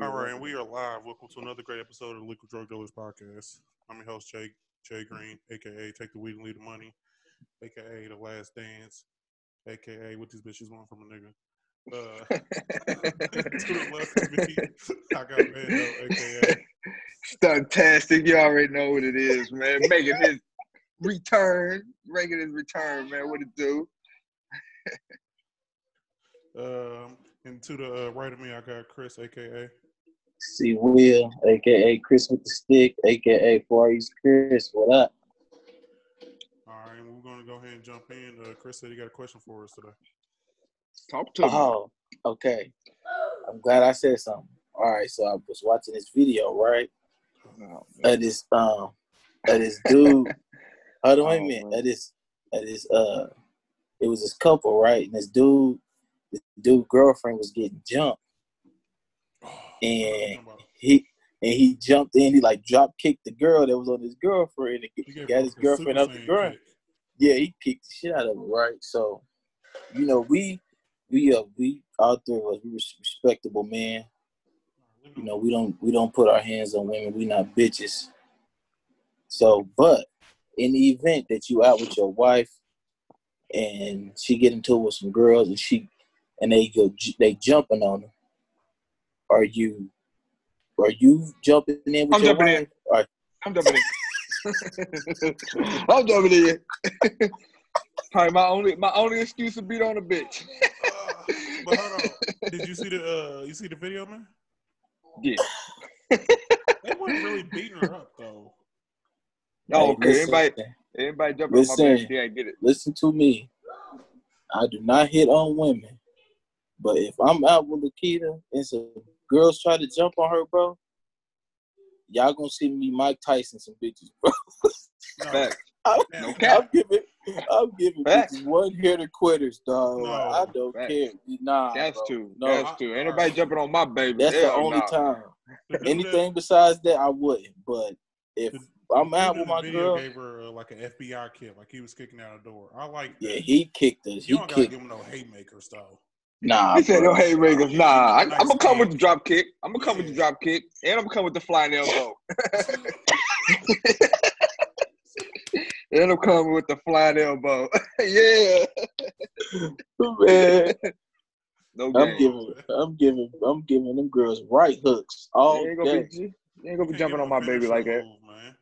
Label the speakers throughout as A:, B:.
A: All right, and we are live. Welcome to another great episode of the Liquid Drug Dealers Podcast. I'm your host, Jay Jay Green, aka Take the Weed and Leave the Money, aka The Last Dance, aka What These Bitches Want from a Nigga. Uh, to the left of me, I got Bando, aka
B: Stuntastic. You already know what it is, man. Making his return. Making his return, man. What it do?
A: um, and to the uh, right of me, I got Chris, aka
C: See Will, aka Chris with the stick, aka Far East Chris. What up?
A: All right, and we're gonna go ahead and jump in. Uh, Chris said he got a question for us today.
B: Talk to him.
C: Oh, okay. I'm glad I said something. All right, so I was watching this video, right?
B: Oh, man.
C: Of this um, of this dude. Hold on, wait a
B: Oh,
C: minute.
B: man.
C: Of this, of this uh, it was this couple, right? And this dude, the dude girlfriend was getting jumped, and he and he jumped in. He like drop kicked the girl that was on his girlfriend, and got his girlfriend out the ground. yeah, he kicked the shit out of him, right? So, you know, we we uh we all three of us we res- respectable man. You know, we don't we don't put our hands on women. We not bitches. So, but in the event that you out with your wife and she get into it with some girls and she and they go j- they jumping on her, are you are you jumping in with
B: I'm
C: your
B: jumping in.
C: wife? Or-
B: I'm jumping in. I'm jumping in. Probably my only my only excuse would be on a bitch.
A: Ah. but hold on, did you see the uh, you see the video, man?
B: Yeah.
A: They weren't really beating her up though.
B: Oh,
C: Hey,
B: okay.
C: listen,
B: anybody anybody jumping on my
C: Listen.
B: bitch? Yeah, I get it.
C: listen to me. I do not hit on women, but if I'm out with Lakita and some girls try to jump on her, bro, y'all gonna see me Mike Tyson some bitches, bro.
A: No,
B: Fact.
C: I'm,
A: no
B: cap.
C: I'm giving, I'm giving
B: Facts.
C: bitches one here to quitters, dog.
A: No.
C: I don't
B: Facts.
C: care. Nah,
B: That's
C: bro.
B: two.
C: No,
B: That's two. Ain't nobody jumping on my baby.
C: that's the
B: Hell
C: only
B: nah.
C: time.
A: The dude
C: Anything besides that, I wouldn't. But if
A: The- that-
C: I'm
A: the
C: out
A: dude in
C: with
A: the
C: my
A: video
C: girl,
A: Gave her uh, like an FBI kid, like he was kicking out a door. I like that.
C: yeah, he kicked us.
A: you
C: He
A: don't gotta
C: kicked.
A: give him no haymakers though.
C: Nah,
B: He said,
C: bro.
B: "No, hey, Ravens, nah. I, I'm
A: Nice
B: gonna come with
A: kick.
B: the drop kick. I'm gonna come with the
A: Yeah.
B: drop kick, and I'm gonna come with the flying elbow. and I'm coming with the flying elbow. yeah,
C: man."
B: no
C: I'm
B: game.
C: giving, I'm giving, I'm giving them girls right hooks all
B: You ain't gonna
C: day.
B: be, you ain't gonna
A: Can't
B: be
A: give
B: jumping
A: him
B: on
A: a
B: my baby
A: finishing
B: like that.
A: move, man.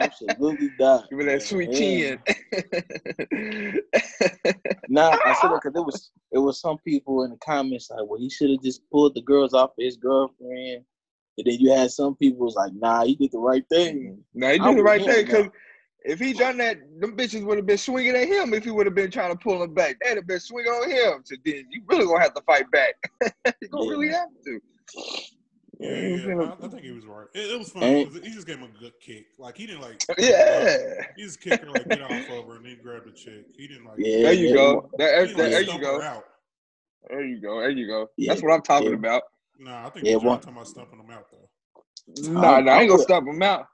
C: Absolutely not.
B: Give me that sweet
C: Yeah.
B: chin.
C: Nah, I said that because it was, it was some people in the comments like, well, he should have just pulled the girls off his girlfriend. And then you had some people was like, nah, he did the right thing.
B: now he
C: I'm
B: did it right
C: with
B: there
C: him,
B: because if he done that, them bitches would have been swinging at him. If he would have been trying to pull him back, they'd have been swinging on him. So then you really gonna have to fight back. you gonna
C: Yeah.
B: really have to.
A: Yeah,
B: You ain't
A: yeah,
B: finna-
A: I, I think he was right. It, it was fun.
C: And-
A: 'cause he just gave him a good kick. Like he didn't like.
B: Yeah.
A: He just kicked her like get off of her and then grabbed the chick. He didn't like.
C: Yeah,
B: There you
C: it-
B: go. There,
A: He
B: there,
A: didn't,
B: there,
A: like,
B: you
A: stump
B: go.
A: her out.
B: There you go. There you go.
C: Yeah,
B: That's what I'm talking
C: yeah.
B: about.
A: Nah, I think
C: Yeah,
A: yeah,
C: one-
A: talking about stumping him out though.
B: Nah, nah, I ain't gonna stop him out.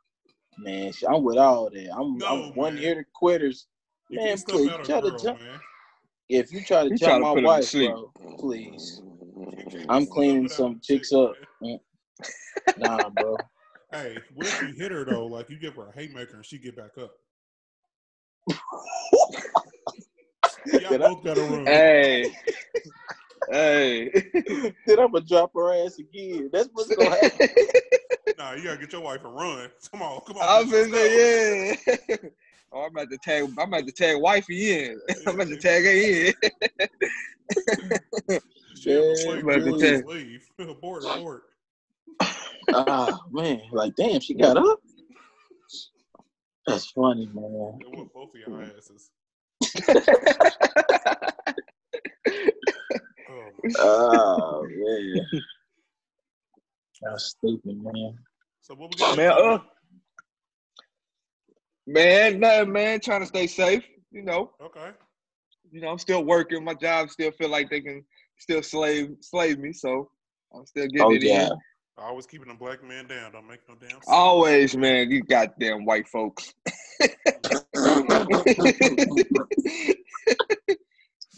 C: Man, shit, I'm with all that. I'm,
A: No,
C: I'm one
A: man.
C: ear to quitters.
A: You
C: Man,
A: can't stump
C: please,
A: out a
C: try to
A: girl,
C: jump-
A: man.
C: If you try to
B: You tryna
C: jump my
B: put him to
C: wife,
B: sleep.
C: bro, please.
A: You can't
C: I'm
A: stump
C: cleaning
A: out a
C: some
A: chick,
C: chicks up.
A: man.
C: Nah, bro.
A: Hey, what if you hit her though? Like you give her a haymaker and she get back up. Y'all
C: Did I-
A: both got to run.
B: Hey. hey.
C: then I'm gonna drop her ass again. That's what's gonna happen.
A: Nah, you gotta get your wife and run. Come on, come on.
B: I was
A: bitch,
B: gonna
A: let's go.
B: say, yeah. Oh, I'm about to tag I'm about to tag wifey in. I'm about to tag her in.
A: She have a
C: Yeah,
B: but
A: plane, boy,
B: the
A: just leave. Abort, abort.
C: Ah man, like damn, she got up. That's funny, man.
A: They want both of your asses. Oh, man.
C: Oh man, that's stupid, man.
A: so what we got?
B: Man, uh, man, nothing, man. Trying to stay safe, you know.
A: Okay.
B: you know, I'm still working. My job still feel like they can still slave slave me, so I'm still getting
C: Oh
B: it
C: yeah,
B: in.
A: Always keeping a black man down. Don't make no damn sense.
B: Oh. Always, man, you goddamn white folks. damn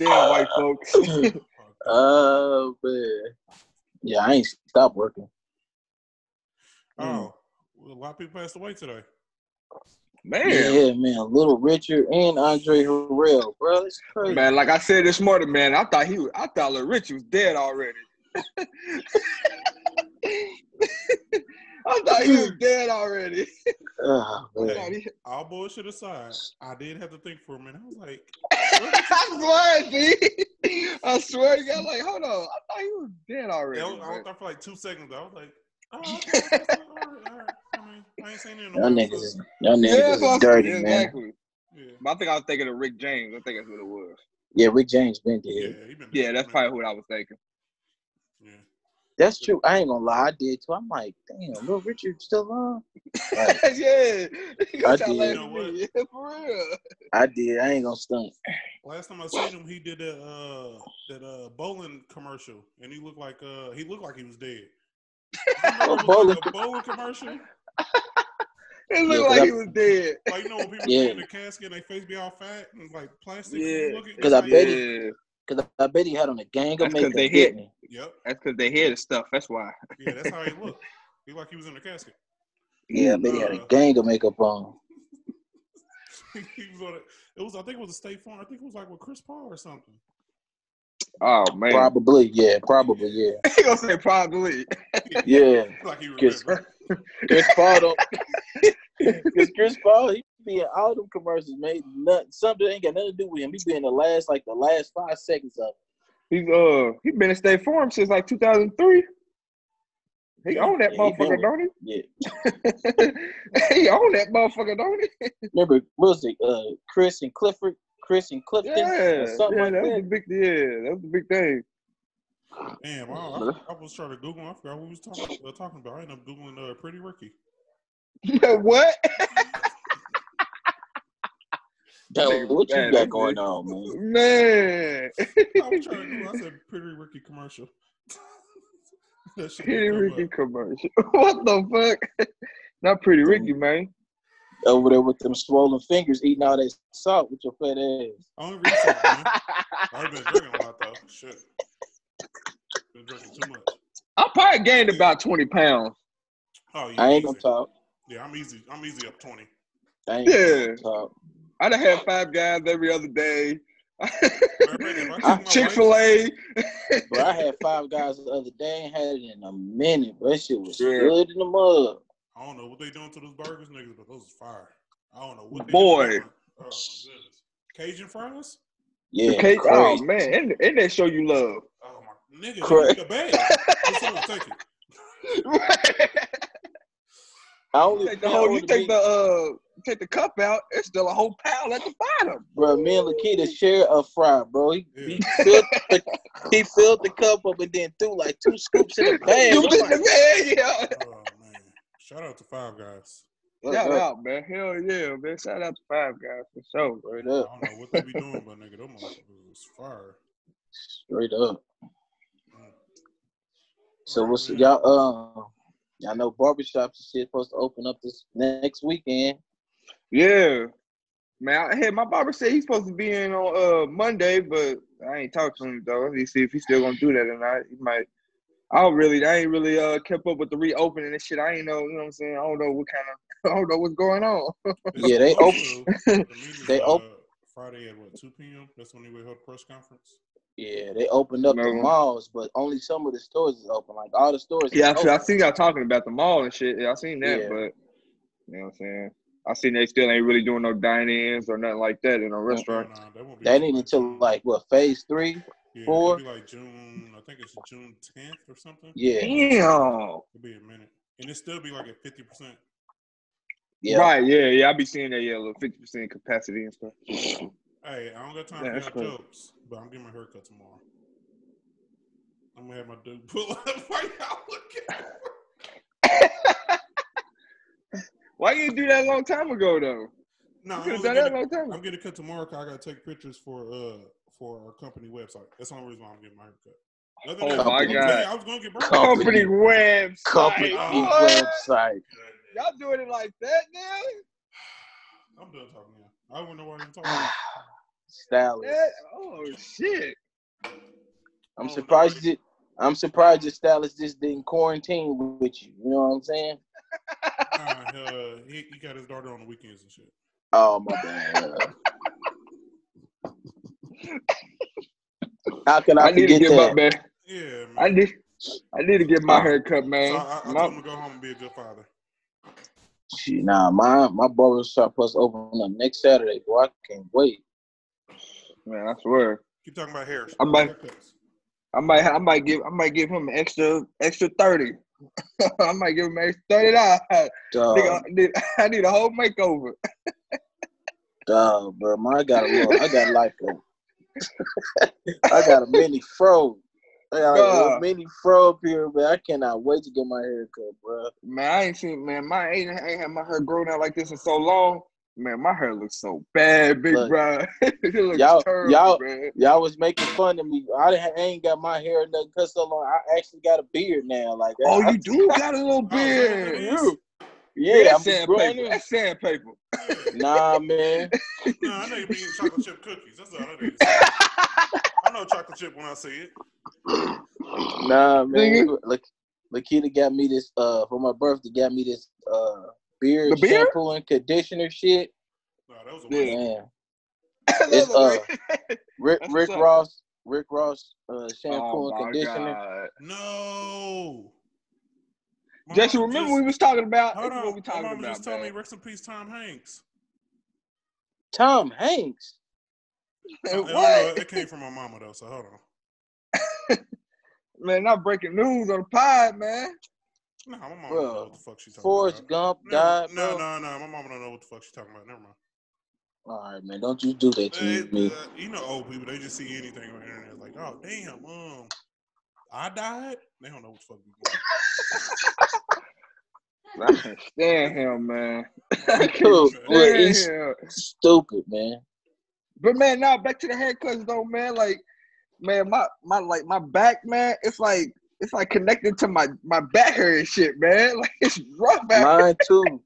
B: white folks.
A: Fuck.
C: oh man. Yeah, I ain't stopped working. Mm.
A: Oh, a lot of people passed away today.
B: Man.
C: Yeah, man. Little Richard and Andre Harrell, bro. It's crazy.
B: Man, like I said this morning, man, I thought he was, I thought Lil Richie was dead already. I thought he was dead already.
C: Ah,
B: I
C: man.
B: thought he-
A: All bullshit aside, I did have to think for a minute. I was like,
B: I swear, B. I swear to God, like, hold on. I thought he was dead already.
A: I was, I was
B: man.
A: there for like two seconds. I was like, oh, okay, okay, so, all right, all right. I mean, I ain't seen it in a
C: Y'all
A: while,
C: niggas,
A: so,
C: y'all niggas
B: Yeah,
C: is
B: so I-
C: dirty,
B: yeah,
C: man.
B: Exactly.
A: yeah,
B: But I think I was thinking of Rick James. I think that's what it was.
C: Yeah, Rick James been
A: yeah,
C: dead.
A: he been there
B: Yeah,
A: for a
B: that's
A: minute.
B: probably what I was thinking.
A: Yeah.
C: That's true. I ain't gonna lie, I did too. I'm like, damn, Little Richard still on? Like,
B: yeah. You
C: I
B: got y'all
C: did.
B: laughing
A: You know
B: at me. Yeah, for real.
C: I did. I ain't gonna stunt.
A: Last time I seen him, he did that uh that uh bowling commercial, and he looked like uh he looked like he was dead. You know, it was like a bowling commercial,
B: It
C: Yeah,
B: looked
C: 'cause
B: like
C: I-
B: he was dead.
A: like you know when people
C: Yeah.
A: get in the casket and they face be all fat and like plastic
B: Yeah.
A: looking.
C: 'Cause I
A: It's like-
C: bet he- Cause I bet he had on a gang of
B: That's 'cause
C: makeup,
B: they
C: didn't
B: hit.
C: he?
A: Yep,
B: That's because they hear the stuff. That's why.
A: yeah, that's how he looked. He looked like he was in the casket.
C: Yeah, I bet he had
A: Uh.
C: a gang of makeup on.
A: he was on it. It was I think it was a State Farm. I think it was like with Chris Paul or something.
B: Oh man.
C: Probably, yeah, probably, yeah.
B: he gonna say probably.
C: Yeah.
A: Like he
C: Chris-
A: remembered.
C: Chris Paul don't because Chris Paul he be in all them commercials, man. Nothing, something ain't got nothing to do with him. He be in the last like the last five seconds of it.
B: He's uh he been in state form since like 2003. He
A: Yeah,
B: own that
C: yeah, he
B: motherfucker,
C: been
B: don't
C: Yeah.
B: he? he own that motherfucker, don't he?
C: Remember what was it? Uh, Chris and Clifford, Chris and Clifton,
B: Yeah, yeah,
C: or something like
B: that was the
C: that.
B: big yeah, that was the big thing.
A: Damn, I, I, I was trying to Google. I forgot what we was talking, uh, talking about. I ended up googling uh, Pretty Ricky.
B: Yeah, what?
C: Tell what you
B: Man,
C: got
B: that's
C: going
B: it.
C: on, man?
B: Man.
A: I was trying to Google. I said Pretty Ricky commercial. that shit
B: Pretty
A: didn't come
B: Ricky
A: up.
B: commercial. What the fuck? Not Pretty Ricky, man.
C: Over there with them swollen fingers, eating all that salt with your fat ass.
A: Only reason, man. I've been drinking a lot though. Shit, been drinking too much.
B: I probably gained about 20 pounds.
A: Oh, yeah,
C: I ain't
A: easy.
C: gonna talk.
A: Yeah, I'm easy. I'm easy up twenty.
C: I ain't
B: Yeah.
C: gonna talk.
B: I done had five guys every other day.
A: if I
C: Ah,
A: took my
B: Chick fil A.
C: Bro, I had five guys the other day. Ain't had it in a minute, but that shit was
B: Yeah.
C: good in the mud.
A: I don't know what they doing to those burgers, niggas, but those is fire. I don't know what they
B: Boy.
A: doing. Oh my goodness. Cajun fries?
C: Yeah,
B: Oh,
C: crazy.
B: man. And, and they show you love.
A: Oh my nigga, Correct.
C: Correct.
A: the bag. Just someone take it.
C: I only
B: take the
C: I
B: whole,
C: only
B: you take
C: meet-
B: the uh, take the cup out. It's still a whole pile at the bottom.
C: Bro, me and Lakita share a fry, bro. He,
A: Yeah.
C: he, filled the, he filled the cup up and then threw like two scoops in the bag.
B: you
C: I'm
B: been
C: like,
B: the man, yeah.
A: Oh man. Shout out to Five Guys.
C: "Word
B: Shout
C: up,
B: out, man. Hell yeah, man. Shout out to Five Guys for sure.
C: straight
A: I
C: up,
A: don't know what they be doing, but nigga, them motherfuckers is fire.
C: straight up.
A: Mm.
C: So
A: Alright,
C: what's
A: man.
C: y'all? Um, y'all know barbershops and shit supposed to open up this next weekend.
B: Yeah. Man, I, hey, my barber said he's supposed to be in on uh, Monday, but I ain't talked to him though. Let me see if he's still gonna do that or not. He might. I don't really, I ain't really uh, kept up with the reopening and shit. I ain't know, you know what I'm saying? I don't know what kind of, I don't know what's going on.
A: It's
C: Yeah, they
A: supposed to. The meeting is,
C: they
A: uh,
C: op-
A: Friday at what, two PM? That's when they will hold a press conference.
C: Yeah, they opened up the
B: No.
C: malls, but only some of the stores is open. Like all the stores. is
B: Yeah, I, see, I
C: open.
B: seen y'all talking about the mall and shit. Yeah, I seen that,
C: Oh. Yeah.
B: but you know what I'm saying? I seen they still ain't really doing no dine-ins or nothing like that in a restaurant.
A: Nah, that won't be
C: That
A: till,
C: ain't until
A: June.
C: like what phase three?
A: yeah,
C: four.
A: It'll be like June. I think it's June tenth or something.
C: Yeah,
B: Damn.
A: It'll be a minute, and it still be like at fifty percent.
C: yeah.
B: Right, yeah, yeah. I be seeing that, yeah, little 50% capacity and stuff.
A: Hey, I don't got time
B: Yeah, that's
A: for
B: cool.
A: y'all jokes, but I'm getting my haircut tomorrow. I'm gonna have my dude pull up while y'all looking.
B: Why you do that a long time ago though?
A: No,
B: you
A: I'm,
B: could have
A: only
B: done that a
A: getting,
B: long time
A: I'm
B: ago.
A: getting a cut tomorrow. 'cause I gotta take pictures for uh for our company website. That's the only reason why I'm getting my haircut. Other than
B: Oh,
A: that,
C: my
A: I'm
B: God.
A: telling you, I was gonna get burned.
C: Come- Company.
B: Company website.
C: Company
B: What?
C: website.
B: Y'all doing it like that now?
A: I'm done talking now. I don't know why I'm talking.
C: Stylist.
B: That, oh shit.
C: I'm
A: Oh,
B: oh,
C: surprised you. I'm surprised your stylist just didn't quarantine with you. You know what I'm saying?
A: Nah, uh, he, he got his daughter on the weekends and shit.
C: Oh my bad. How can I,
B: I need to
C: forget
B: get my
C: that?
B: man.
A: Yeah, man.
B: I need. I need to get my hair cut,
A: so
B: man.
A: I, I
B: My-
A: told him to go home and be a good father.
C: Shit, nah, my my barbershop plus open up next Saturday, boy. I can't wait.
B: man, I swear.
A: Keep talking about hairs.
B: I'm like-
A: Haircuts.
B: I might, I might give, I might give him an extra, extra thirty. I might give him an extra thirty dollars.
C: Dog,
B: Nigga, I need, I need a whole makeover.
C: dog, bro. My, I got a little, I got like a, I got a mini fro. I got like a little
B: Bruh.
C: mini fro up here, but I cannot wait to get my hair cut, bro.
B: Man, I ain't seen, man, my I ain't, I ain't had my hair grown out like this in so long. Man, my hair looks so bad, big
C: Look.
B: bro. it looks
C: Y'all-
B: terrible,
C: y'all-
B: man.
C: Y'all was making fun of me. I, didn't, I ain't got my hair or nothing cut so long. I actually got a beard now. Like,
B: Oh,
C: I-
B: you do got a little
A: Oh, is that what it
B: beard.
A: is?
B: Yeah,
C: yeah, I'm
B: that's
C: just growing
B: sandpaper.
C: it.
B: That's sandpaper.
C: Nah, man.
A: No, I know you be eating chocolate chip cookies. That's all I need. I know chocolate chip when I see it.
C: Nah, man.
B: Nigga.
C: Look, Lakita got me this uh for my birthday. Got me this uh beard,
B: The beard?
C: shampoo and conditioner shit.
A: No, that was a
B: Yeah.
A: waste.
C: Man,
B: That's
C: It's,
B: the
C: uh,
B: way-
C: Rick,
B: That's
C: Rick
B: what's up.
C: Ross, Rick Ross uh, shampoo
B: oh
C: and
B: my
C: conditioner.
B: god.
A: No. My
B: Jesse,
A: mom
B: remember
A: just-
B: we was talking about?
A: Hold
B: This is what
A: on.
B: we
A: My
B: talking
A: mama just
B: about,
A: told me
B: man.
A: rest in peace, Tom Hanks.
C: Tom Hanks.
A: I, I don't know.
B: what?
A: It came from my mama though, so hold on.
B: Man, not breaking news on the pod, man.
A: No, my mama
C: Bro,
A: don't know what the fuck she's talking
C: Forrest
A: about.
C: Gump
A: No,
C: died.
A: no,
C: bro.
A: no, no. My mama don't know what the fuck she's talking about. Never mind.
C: All right, man. Don't you do that to
A: It-
C: me.
A: uh, you know, old people they just see anything on the internet like, oh damn, um, I died. They don't know what the fuck. we doing.
B: I can't stand him, man. I
C: Look,
B: can't
A: look,
B: stand
C: he's-
B: him.
C: Stupid, man.
B: But man, now back to the haircuts though, man. Like, man, my my like my back, man. It's like it's like connected to my my back hair and shit, man. Like it's rough out.
C: Mine too.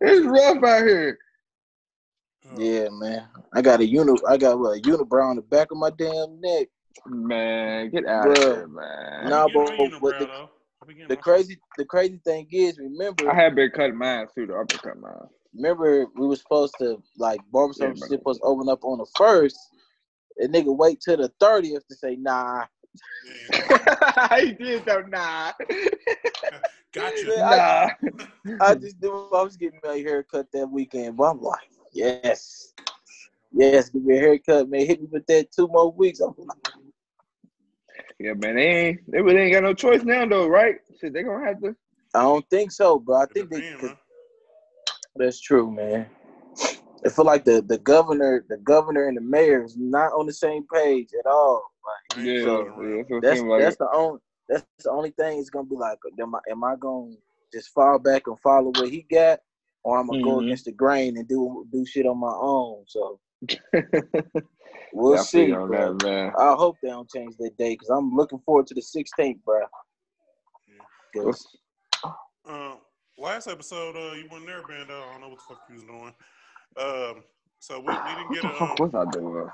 B: It's rough out here.
A: Oh,
C: Yeah, man. I got a uni. I got what, a unibrow on the back of my damn neck.
B: Man, get out of
C: Bruh.
B: here, man.
C: Nah,
A: I be
C: but-
A: getting my unibrow,
C: but the-
A: though. I be getting
C: The
A: my-
C: crazy, the crazy thing is, remember,
B: I have been cutting mine too. Though. I've been cutting mine.
C: remember, we were supposed to like
B: Yeah,
C: barbershop was
B: bro.
C: supposed to open up on the first. And nigga wait till the thirtieth to say nah.
A: Yeah,
B: he did though, nah,
A: gotcha.
C: Yeah,
B: nah.
C: I just knew I was getting my haircut that weekend, but I'm like, yes, yes, give me a haircut, man. Hit me with that two more weeks. I'm like,
B: yeah, man. They ain't they really ain't got no choice now though, right? Shit, they gonna have to.
C: I don't think so, but I think they,
A: Man,
C: could-
A: huh?
C: that's true, man. I feel like the, the governor, the governor and the mayor is not on the same page at all. Like,
A: I ain't
B: Yeah,
A: fooling
B: yeah, that's
A: around.
B: what it
C: that's
B: seems like.
C: that's the only that's the only thing it's gonna be like. Am I, am I gonna just fall back and follow what he got, or I'm gonna go
B: Mhm.
C: against the grain and do do shit on my own? So we'll
B: Yeah, I feel
C: see.
B: you on
C: Bro.
B: that, man.
C: I hope they don't change that day because I'm looking forward to the 16th, bro. 'Cause
A: Um, last episode, uh, you weren't there, Bando. I don't know what the fuck you was doing. Um, so we, we didn't
B: What
A: get
B: the
A: a,
B: fuck
A: um,
B: was I doing?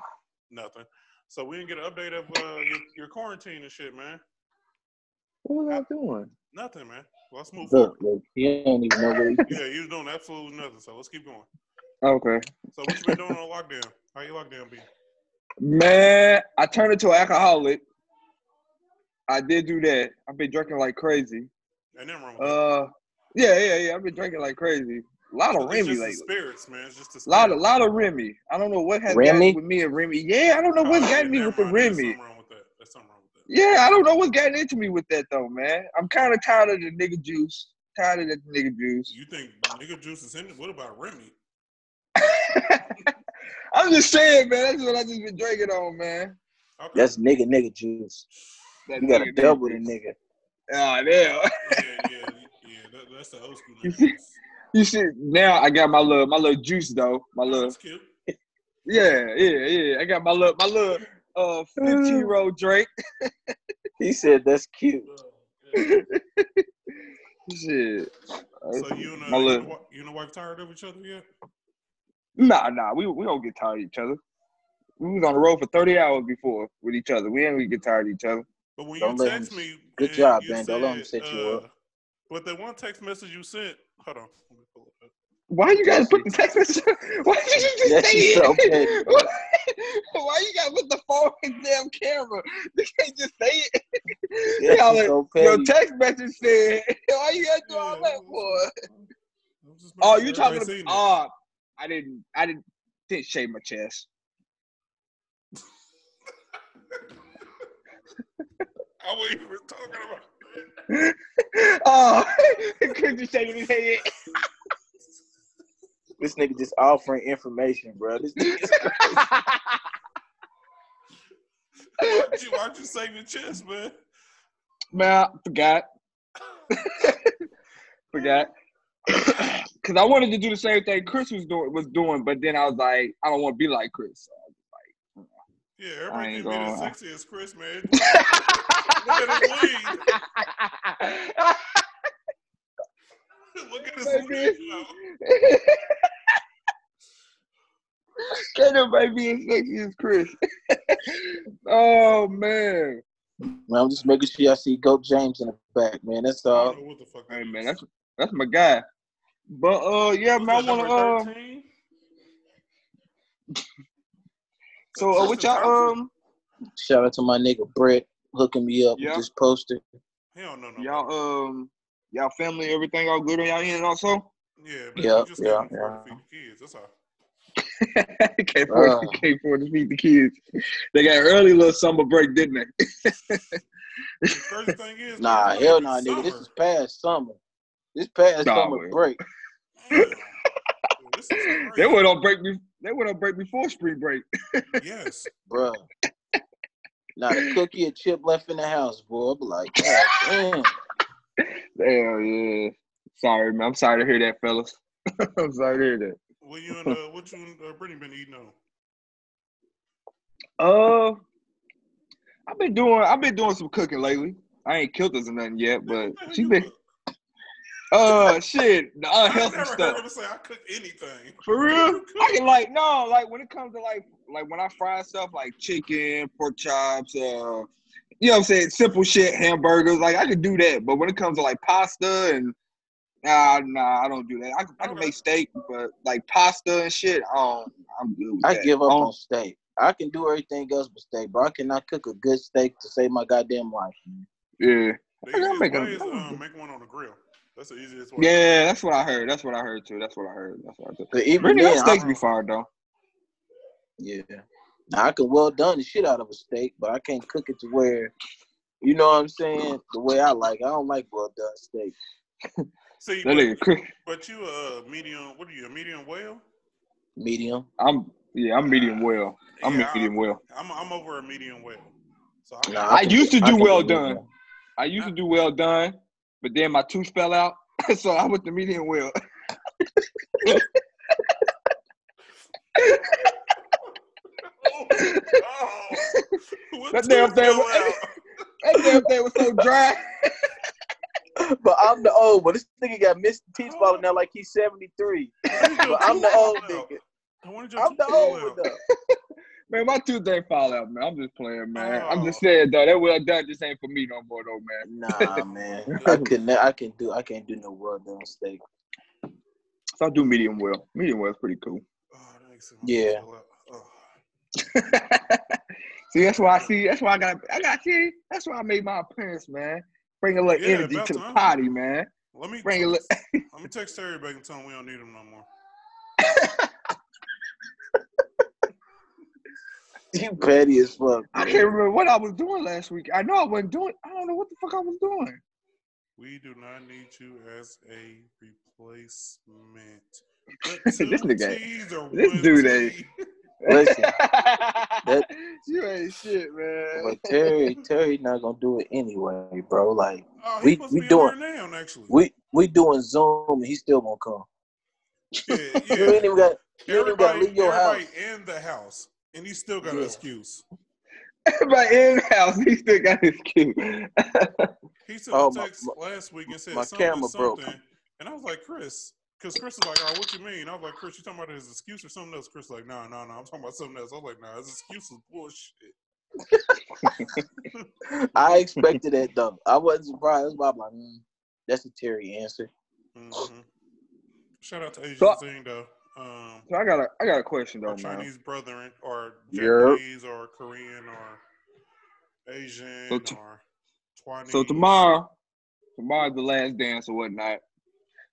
A: nothing. So we didn't get an update of uh, your, your quarantine and shit, man.
B: What was I doing?
A: Nothing, man. Let's move
C: look,
A: forward.
C: look, he don't even know what he.
A: Yeah, you was doing absolutely nothing. So let's keep going.
B: Okay.
A: So what you been doing on lockdown? How you lockdown been?
B: Man, I turned into an alcoholic. I did do that. I've been drinking like crazy.
A: And then wrong. With that.
B: Uh, yeah, yeah, yeah. I've been drinking like crazy. A lot of
A: But it's
B: Remy
A: just the
B: lately.
A: spirits, man. It's just the
B: A lot, a
A: spirits.
B: lot of Remy. I don't know what has
C: Remy?
B: gotten with me and Remy. Yeah, I don't know what's
A: Oh, yeah,
B: gotten me
A: never
B: with the
A: mind. There's
B: Remy.
A: something wrong with that. There's something wrong with that.
B: Yeah, I don't know what's gotten into me with that though, man. I'm kind of tired of the nigga juice. Tired of that nigga juice.
A: You think nigga juice is in it? What about Remy?
B: I'm just saying, man. That's what I just been drinking on, man.
A: Okay.
C: That's nigga, nigga juice.
B: That
C: You gotta
B: nigga, nigga
C: double the
B: juice.
C: nigga.
B: Ah, damn.
A: yeah, yeah, yeah. That, that's the old school.
B: You
A: nigga
B: see-
A: juice.
B: You see, now I got my little, my little juice though. My
A: Oh,
B: little,
A: that's cute.
B: yeah, yeah, yeah. I got my little, my little, uh, fifteen year old Drake.
C: He said that's cute.
A: Yeah.
B: Shit.
A: So you and, uh,
B: my
A: you, and the,
B: little,
A: wi- you and the wife tired of each other yet?
B: nah, nah. We we don't get tired of each other. We was on the road for thirty hours before with each other. We ain't really get tired of each other.
A: But when
C: Don't
A: you
C: let him-
A: text me,
C: good
A: and
C: job,
A: you
C: Ben. Don't let him
A: said,
C: set you
A: uh,
C: up.
A: But that one text message you sent, hold on. Let me pull it up.
B: Why you guys put the text message? Why did you just
C: Yes,
B: say
C: it's
B: it?
C: okay.
B: Why you gotta put the phone in the damn camera? You can't just say it.
C: Yes,
B: Y'all
C: it's
B: like,
C: so
B: Your
C: petty.
B: text message said. Why you gotta do all
A: Yeah,
B: that
A: I'm
B: for?
A: just- I'm just
B: Oh,
A: making sure
B: you talking
A: everybody
B: about?
A: seen it.
B: Oh, I didn't. I didn't. Didn't shave my chest.
A: I wasn't even talking about it.
B: oh, could you shave his head?
C: This nigga just offering information, bro. This nigga is
A: Why'd you, why'd you save your chest, man?
B: Man, I forgot. forgot. Cause I wanted to do the same thing Chris was doing was doing, but then I was like, I don't want to be like Chris.
A: Yeah,
B: I
A: everybody
B: ain't
A: think me the
B: gonna-
A: sexiest Chris, man. Look at his lead. Look at his lead. yo.
B: Can't nobody be as sexy as Chris. oh man.
C: Man, I'm just making sure y'all see Goat James in the back, man. That's
A: I
C: all.
A: don't know what the fuck that
B: Hey man,
A: is.
B: that's that's my guy. But uh yeah,
A: Was
B: man, I
A: that number
B: wanna uh
A: 13?
B: so uh, what y'all
A: Tristan Thompson?
B: um
C: Shout out to my nigga Brett hooking me up
B: Yeah.
C: with this poster.
A: He don't know no better.
B: y'all um y'all family, everything all good on y'all end also?
A: Yeah, but
C: Yeah,
A: we just got him
C: yeah,
A: for
C: yeah.
A: to feed the kids. That's all.
B: can't afford
C: Uh.
B: can't afford to feed the kids. They got an early little summer break, didn't they?
A: The first thing is,
C: Nah,
A: man, it's
C: hell
A: fucking
C: nah, nigga. This
A: summer.
C: is past summer. This past
B: Nah,
C: summer
B: man.
C: break.
A: Damn. Dude, this is
B: They
A: crazy.
B: went on break. Be- they went on break before spring break.
A: Yes.
C: Bruh. Not a cookie or chip left in the house, boy. I'm like, God damn.
B: Hell yeah. Sorry, man. I'm sorry to hear that, fellas. I'm sorry to hear that.
A: What you and uh, what you and uh, Brittany been eating on?
B: Uh, I've been doing. I've been doing some cooking lately. I ain't killed us or nothing yet, but
A: What the hell
B: she
A: you
B: been.
A: cook?
B: Uh, shit, the
A: I
B: unhealthy
A: never
B: stuff.
A: heard him say I cook anything.
B: For
A: What
B: real?
A: you
B: I
A: cook?
B: can like no, like when it comes to like like when I fry stuff like chicken, pork chops, uh you know what I'm saying, simple shit, hamburgers, like I could do that. But when it comes to like pasta and nah nah, I don't do that. I, can- I can
A: Okay.
B: make steak, but like pasta and shit, um I'm good with
C: I
B: that.
C: give up
B: Um,
C: on steak. I can do everything else but steak, bro. I cannot cook a good steak to save my goddamn life.
B: yeah.
A: The
B: I gotta
A: easiest
B: make
A: way is
B: a,
A: um, make one on the grill. That's the easiest way.
B: Yeah, that's what I heard. That's what I heard too. That's what I heard. That's what I heard.
C: But even
B: Brittany, those
C: then, I,
B: steaks be fire though.
C: yeah. Now, I can well done the shit out of a steak, but I can't cook it to where, you know what I'm saying? The way I like. it. I don't like well done steak.
A: See,
B: That
A: but,
B: nigga Chris,
A: but you a uh, medium? What are you? A medium whale?
C: Medium.
B: I'm yeah, I'm medium well. I'm
A: Yeah, I-
B: medium well.
A: I'm I'm over a medium whale. So I,
C: Nah,
B: I
C: can-
B: used to
C: I
B: do
C: can
B: well
C: do
B: done.
C: medium.
B: I used
A: Uh,
B: to do well done, but then my tooth fell out, so I went to medium well.
A: oh, oh, what
B: That
A: tooth
B: damn thing-
A: fell out?
B: That damn thing was so dry.
C: But I'm the old one. This nigga got missed teeth falling out like he's 73.
A: When did your
C: But I'm
A: tooth
C: the
A: fall
C: old
A: out?
C: nigga.
A: When did your
C: I'm
A: tooth
C: the
A: fall
C: old one,
A: out?
C: though.
B: Man, my tooth ain't fall out, man. I'm just playing, man. I'm just
A: Oh.
B: saying though, that what I done just ain't for me no more though, man.
C: Nah, man. I could ne- I can do. I can't do no well done steak.
B: So I do medium well. Medium well is pretty cool.
A: Oh, that makes sense.
C: Yeah.
A: Oh.
B: see, that's why I see. That's why I got. I got see. That's why I made my appearance, man. Bring a little
A: Yeah,
B: energy
A: about
B: to the
A: time.
B: potty, man.
A: Let me
B: Bring a little.
A: let me text Terry back and tell him we don't need him no more.
C: You petty as fuck.
B: I can't remember what I was doing last week. I know I wasn't doing. I don't know what the fuck I was doing.
A: We do not need you as a replacement.
B: This nigga ain't-
A: nigga,
B: this dude ain't-
C: Listen, that-
B: you ain't shit, man.
C: but Terry, Terry not gonna do it anyway, bro. Like
A: Oh,
C: We-
A: he's supposed
C: we
A: to be
C: doing-
A: on there now, actually.
C: we we doing Zoom, and he still won't come.
A: yeah,
C: You ain't
A: yeah.
C: even got. You ain't even got to
A: Everybody,
C: leave your
A: everybody
C: house.
A: in the house, and he still got an
C: Yeah.
A: excuse.
B: But in house, he still got his cue.
A: He sent
C: Oh,
A: me a
C: my-
A: text last week and said
C: my
A: something,
C: camera broke.
A: something, and I was like, Chris, because Chris is like, oh, what you mean? I was like, Chris, you talking about his excuse or something else? Chris like, no, no, no, I'm talking about something else. I was like, nah, his excuse is bullshit.
C: I expected that though. I wasn't surprised. That's why I'm like, mm, that's a Terry answer.
A: Mhm. Shout out to Asian
B: So-
A: Zing though. Um,
B: So I got a I got a question
A: our
B: though, man.
A: Chinese brethren, or
C: Yep.
A: Japanese, or Korean, or Asian,
B: So t-
A: or Twanese.
B: So tomorrow, tomorrow's the last dance or whatnot.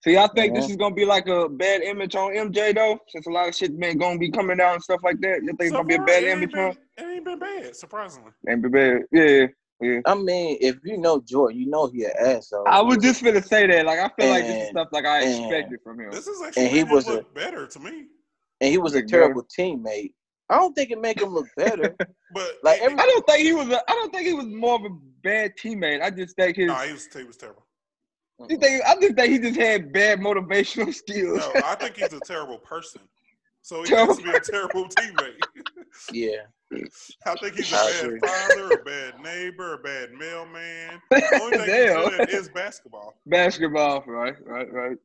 B: So y'all think this
C: Mhm.
B: is gonna be like a bad image on MJ though, since a lot of shit been gonna be coming out and stuff like that. You think it's
A: So
B: gonna be a
A: far,
B: bad
A: it ain't
B: image on?
A: been- It ain't been bad, surprisingly.
B: Ain't be bad. Yeah, yeah.
C: I mean, if you know Jordan, you know he an asshole.
B: I was just gonna say that. Like I feel like this is
C: And-
B: stuff like I
C: and-
B: expected from him.
A: This is actually
C: And he
A: made him
C: was a-
A: look better to me.
C: and he was a
B: Big brother.
C: terrible teammate. I don't think it make him look better.
A: But
C: Like,
A: it-
C: every-
B: I don't think he was. A, I don't think he was more of a bad teammate. I just think his.
A: no, he was he was terrible.
B: you think, I just think he just had bad motivational skills.
A: No, I think he's a terrible person. So he has to be a terrible teammate.
C: yeah,
A: I think he's a
C: I
A: bad
C: agree.
A: father, a bad neighbor, a bad mailman. The only thing
B: Damn.
A: he's good at is basketball.
B: Basketball, right, right, right.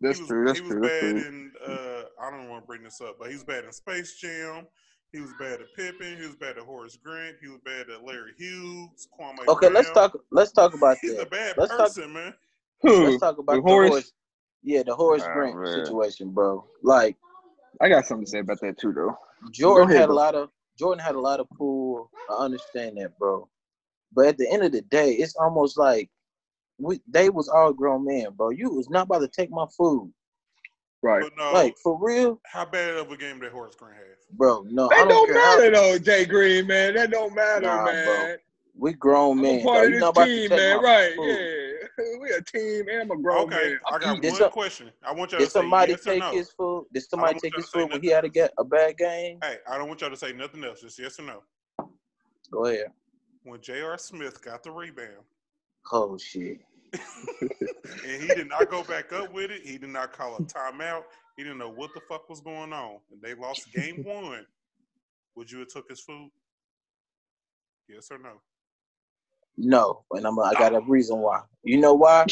B: That's
A: he was,
B: true. That's
A: he was
B: true. That's
A: bad
B: true.
A: in uh, I don't want to bring this up, but he was bad in Space Jam. He was bad at Pippen. He was bad at Horace Grant. He was bad at Larry Hughes, Kwame.
C: Okay, let's
A: Brown.
C: talk. Let's talk about
A: He's a
C: that.
A: bad
C: Let's talk-
A: person, man.
B: Who?
C: Let's talk about
B: The
C: the
B: Horace?
C: Horace. yeah, the Horace
B: Ah,
C: Grant
B: man.
C: situation, bro. Like
B: I got something to say about that too, though.
C: Jordan
B: ahead,
C: had a
B: bro.
C: lot of Jordan had a lot of pool. I understand that, bro. But at the end of the day, it's almost like we they was all grown men, bro. You was not about to take my food,
B: Right.
A: But no,
C: like for real,
A: how bad of a game did Horace Grant have?
C: bro. No, I
B: That
C: don't,
B: don't
C: care. how-
B: matter though, Jay Green, man. That don't matter,
C: Nah, bro.
B: man.
C: we grown
B: I'm a
C: men. dog.
B: part
C: You
B: of
C: not about to
B: this team,
C: take
B: man.
C: my
B: Right?
C: food.
B: Yeah. We a team, and I'm a grown
A: okay,
B: man.
A: I got
C: Did
A: one
C: some-
A: question. I want y'all to
C: Did
A: say
C: somebody
A: yes or
C: take
A: no.
C: his food?
A: I
C: Did somebody
A: don't
C: take
A: want
C: his
A: y'all to
C: food
A: say
C: when he had to get a bad game?
A: Hey, I don't want y'all to say nothing else. Just yes or no.
C: Go ahead.
A: When J.R. Smith got the rebound
C: Oh shit.
A: and he did not go back up with it, he did not call a timeout. He didn't know what the fuck was going on, and they lost game one. Would you have took his food? Yes or no?
C: No, and I'm. I got a reason why. You know why?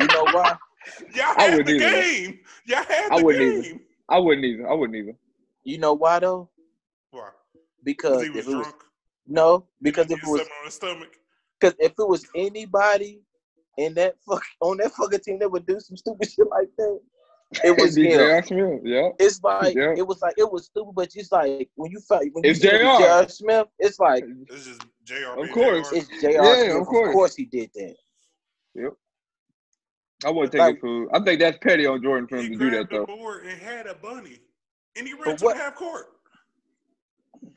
C: You know why?
A: Y'all
B: I
A: had
B: wouldn't
A: the
B: either.
A: game. Y'all had the
B: I wouldn't
A: game.
B: I wouldn't even. I wouldn't even.
C: You know why though?
A: Why? Because
C: Because
A: he was
C: if it was
A: drunk.
C: no, because
A: he
C: if it
A: had
C: was
A: something on his stomach.
C: because if it was anybody in that fuck on that fucking team that would do some stupid shit like that, it was him.
B: DJ Smith. Yeah.
C: It's like
B: Yeah.
C: it was like it was stupid, but it's like when you fight when
B: It's
C: you think of
B: JR.
C: J.R. Smith, it's like
A: It's just Jr.
B: Of
A: being
B: course.
A: JR.
C: it's Jr.
B: Yeah,
C: Smith.
B: of
C: Of
B: course.
C: course he did that.
B: I wouldn't take
C: Like-
B: his food. I think that's petty on Jordan for him
A: He
B: to do that
A: grabbed the
B: though.
A: board and had a bunny, and he ran
C: But
A: to the
C: what-
A: half court.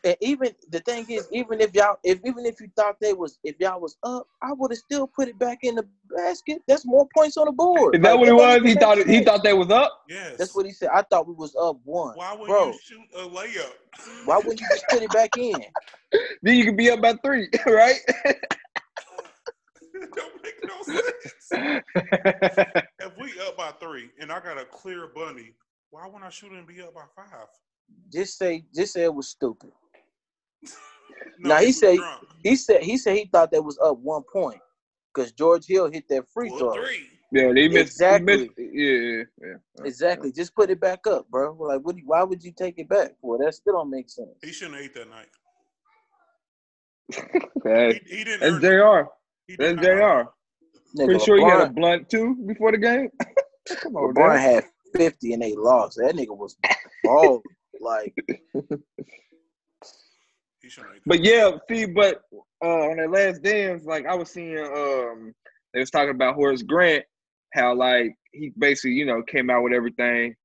C: And even the thing is, even if y'all, if even if you thought they was, if y'all was up, I would have still put it back in the basket. That's more points on the board.
B: Is that
C: Like,
B: what it
C: that
B: was?
C: don't
B: He
C: make
B: thought it, he
C: sense.
B: thought they was up.
A: Yes.
C: That's what he said. I thought we was up one.
A: Why would
C: Bro,
A: you shoot a layup?
C: why wouldn't you just put it back in?
B: Then you could be up by three, right?
A: It don't make no sense.
B: That's
A: if we up by three and I got a clear bunny, why wouldn't I shoot and be up by five?
C: Just say, just say it was stupid.
A: No,
C: Now, he
A: was
C: say-
A: drunk.
C: He said, he said he thought that was up one point because George Hill hit that free
A: Well,
C: throw.
A: three.
B: Yeah, they missed.
C: Exactly.
B: Missed, yeah, yeah, yeah.
C: Exactly. Just put it back up, bro. Like, what? do you- Why would you take it back? Well, that still don't make sense.
A: He shouldn't have ate that night.
B: That's,
A: He, he didn't
B: that's
A: earn it.
B: Jr.
A: He did
B: That's
A: not earn it.
B: Jr.
C: Nigga,
B: Pretty sure he had a
C: LeBron-
B: blunt too before the game. Come on,
C: LeBron
B: Dad.
C: had 50 and they lost. That nigga was bald. like,
A: He shouldn't have ate that.
B: But yeah, see, but uh, on that last dance, like I was seeing, um, they was talking about Horace Grant, how like he basically, you know, came out with everything,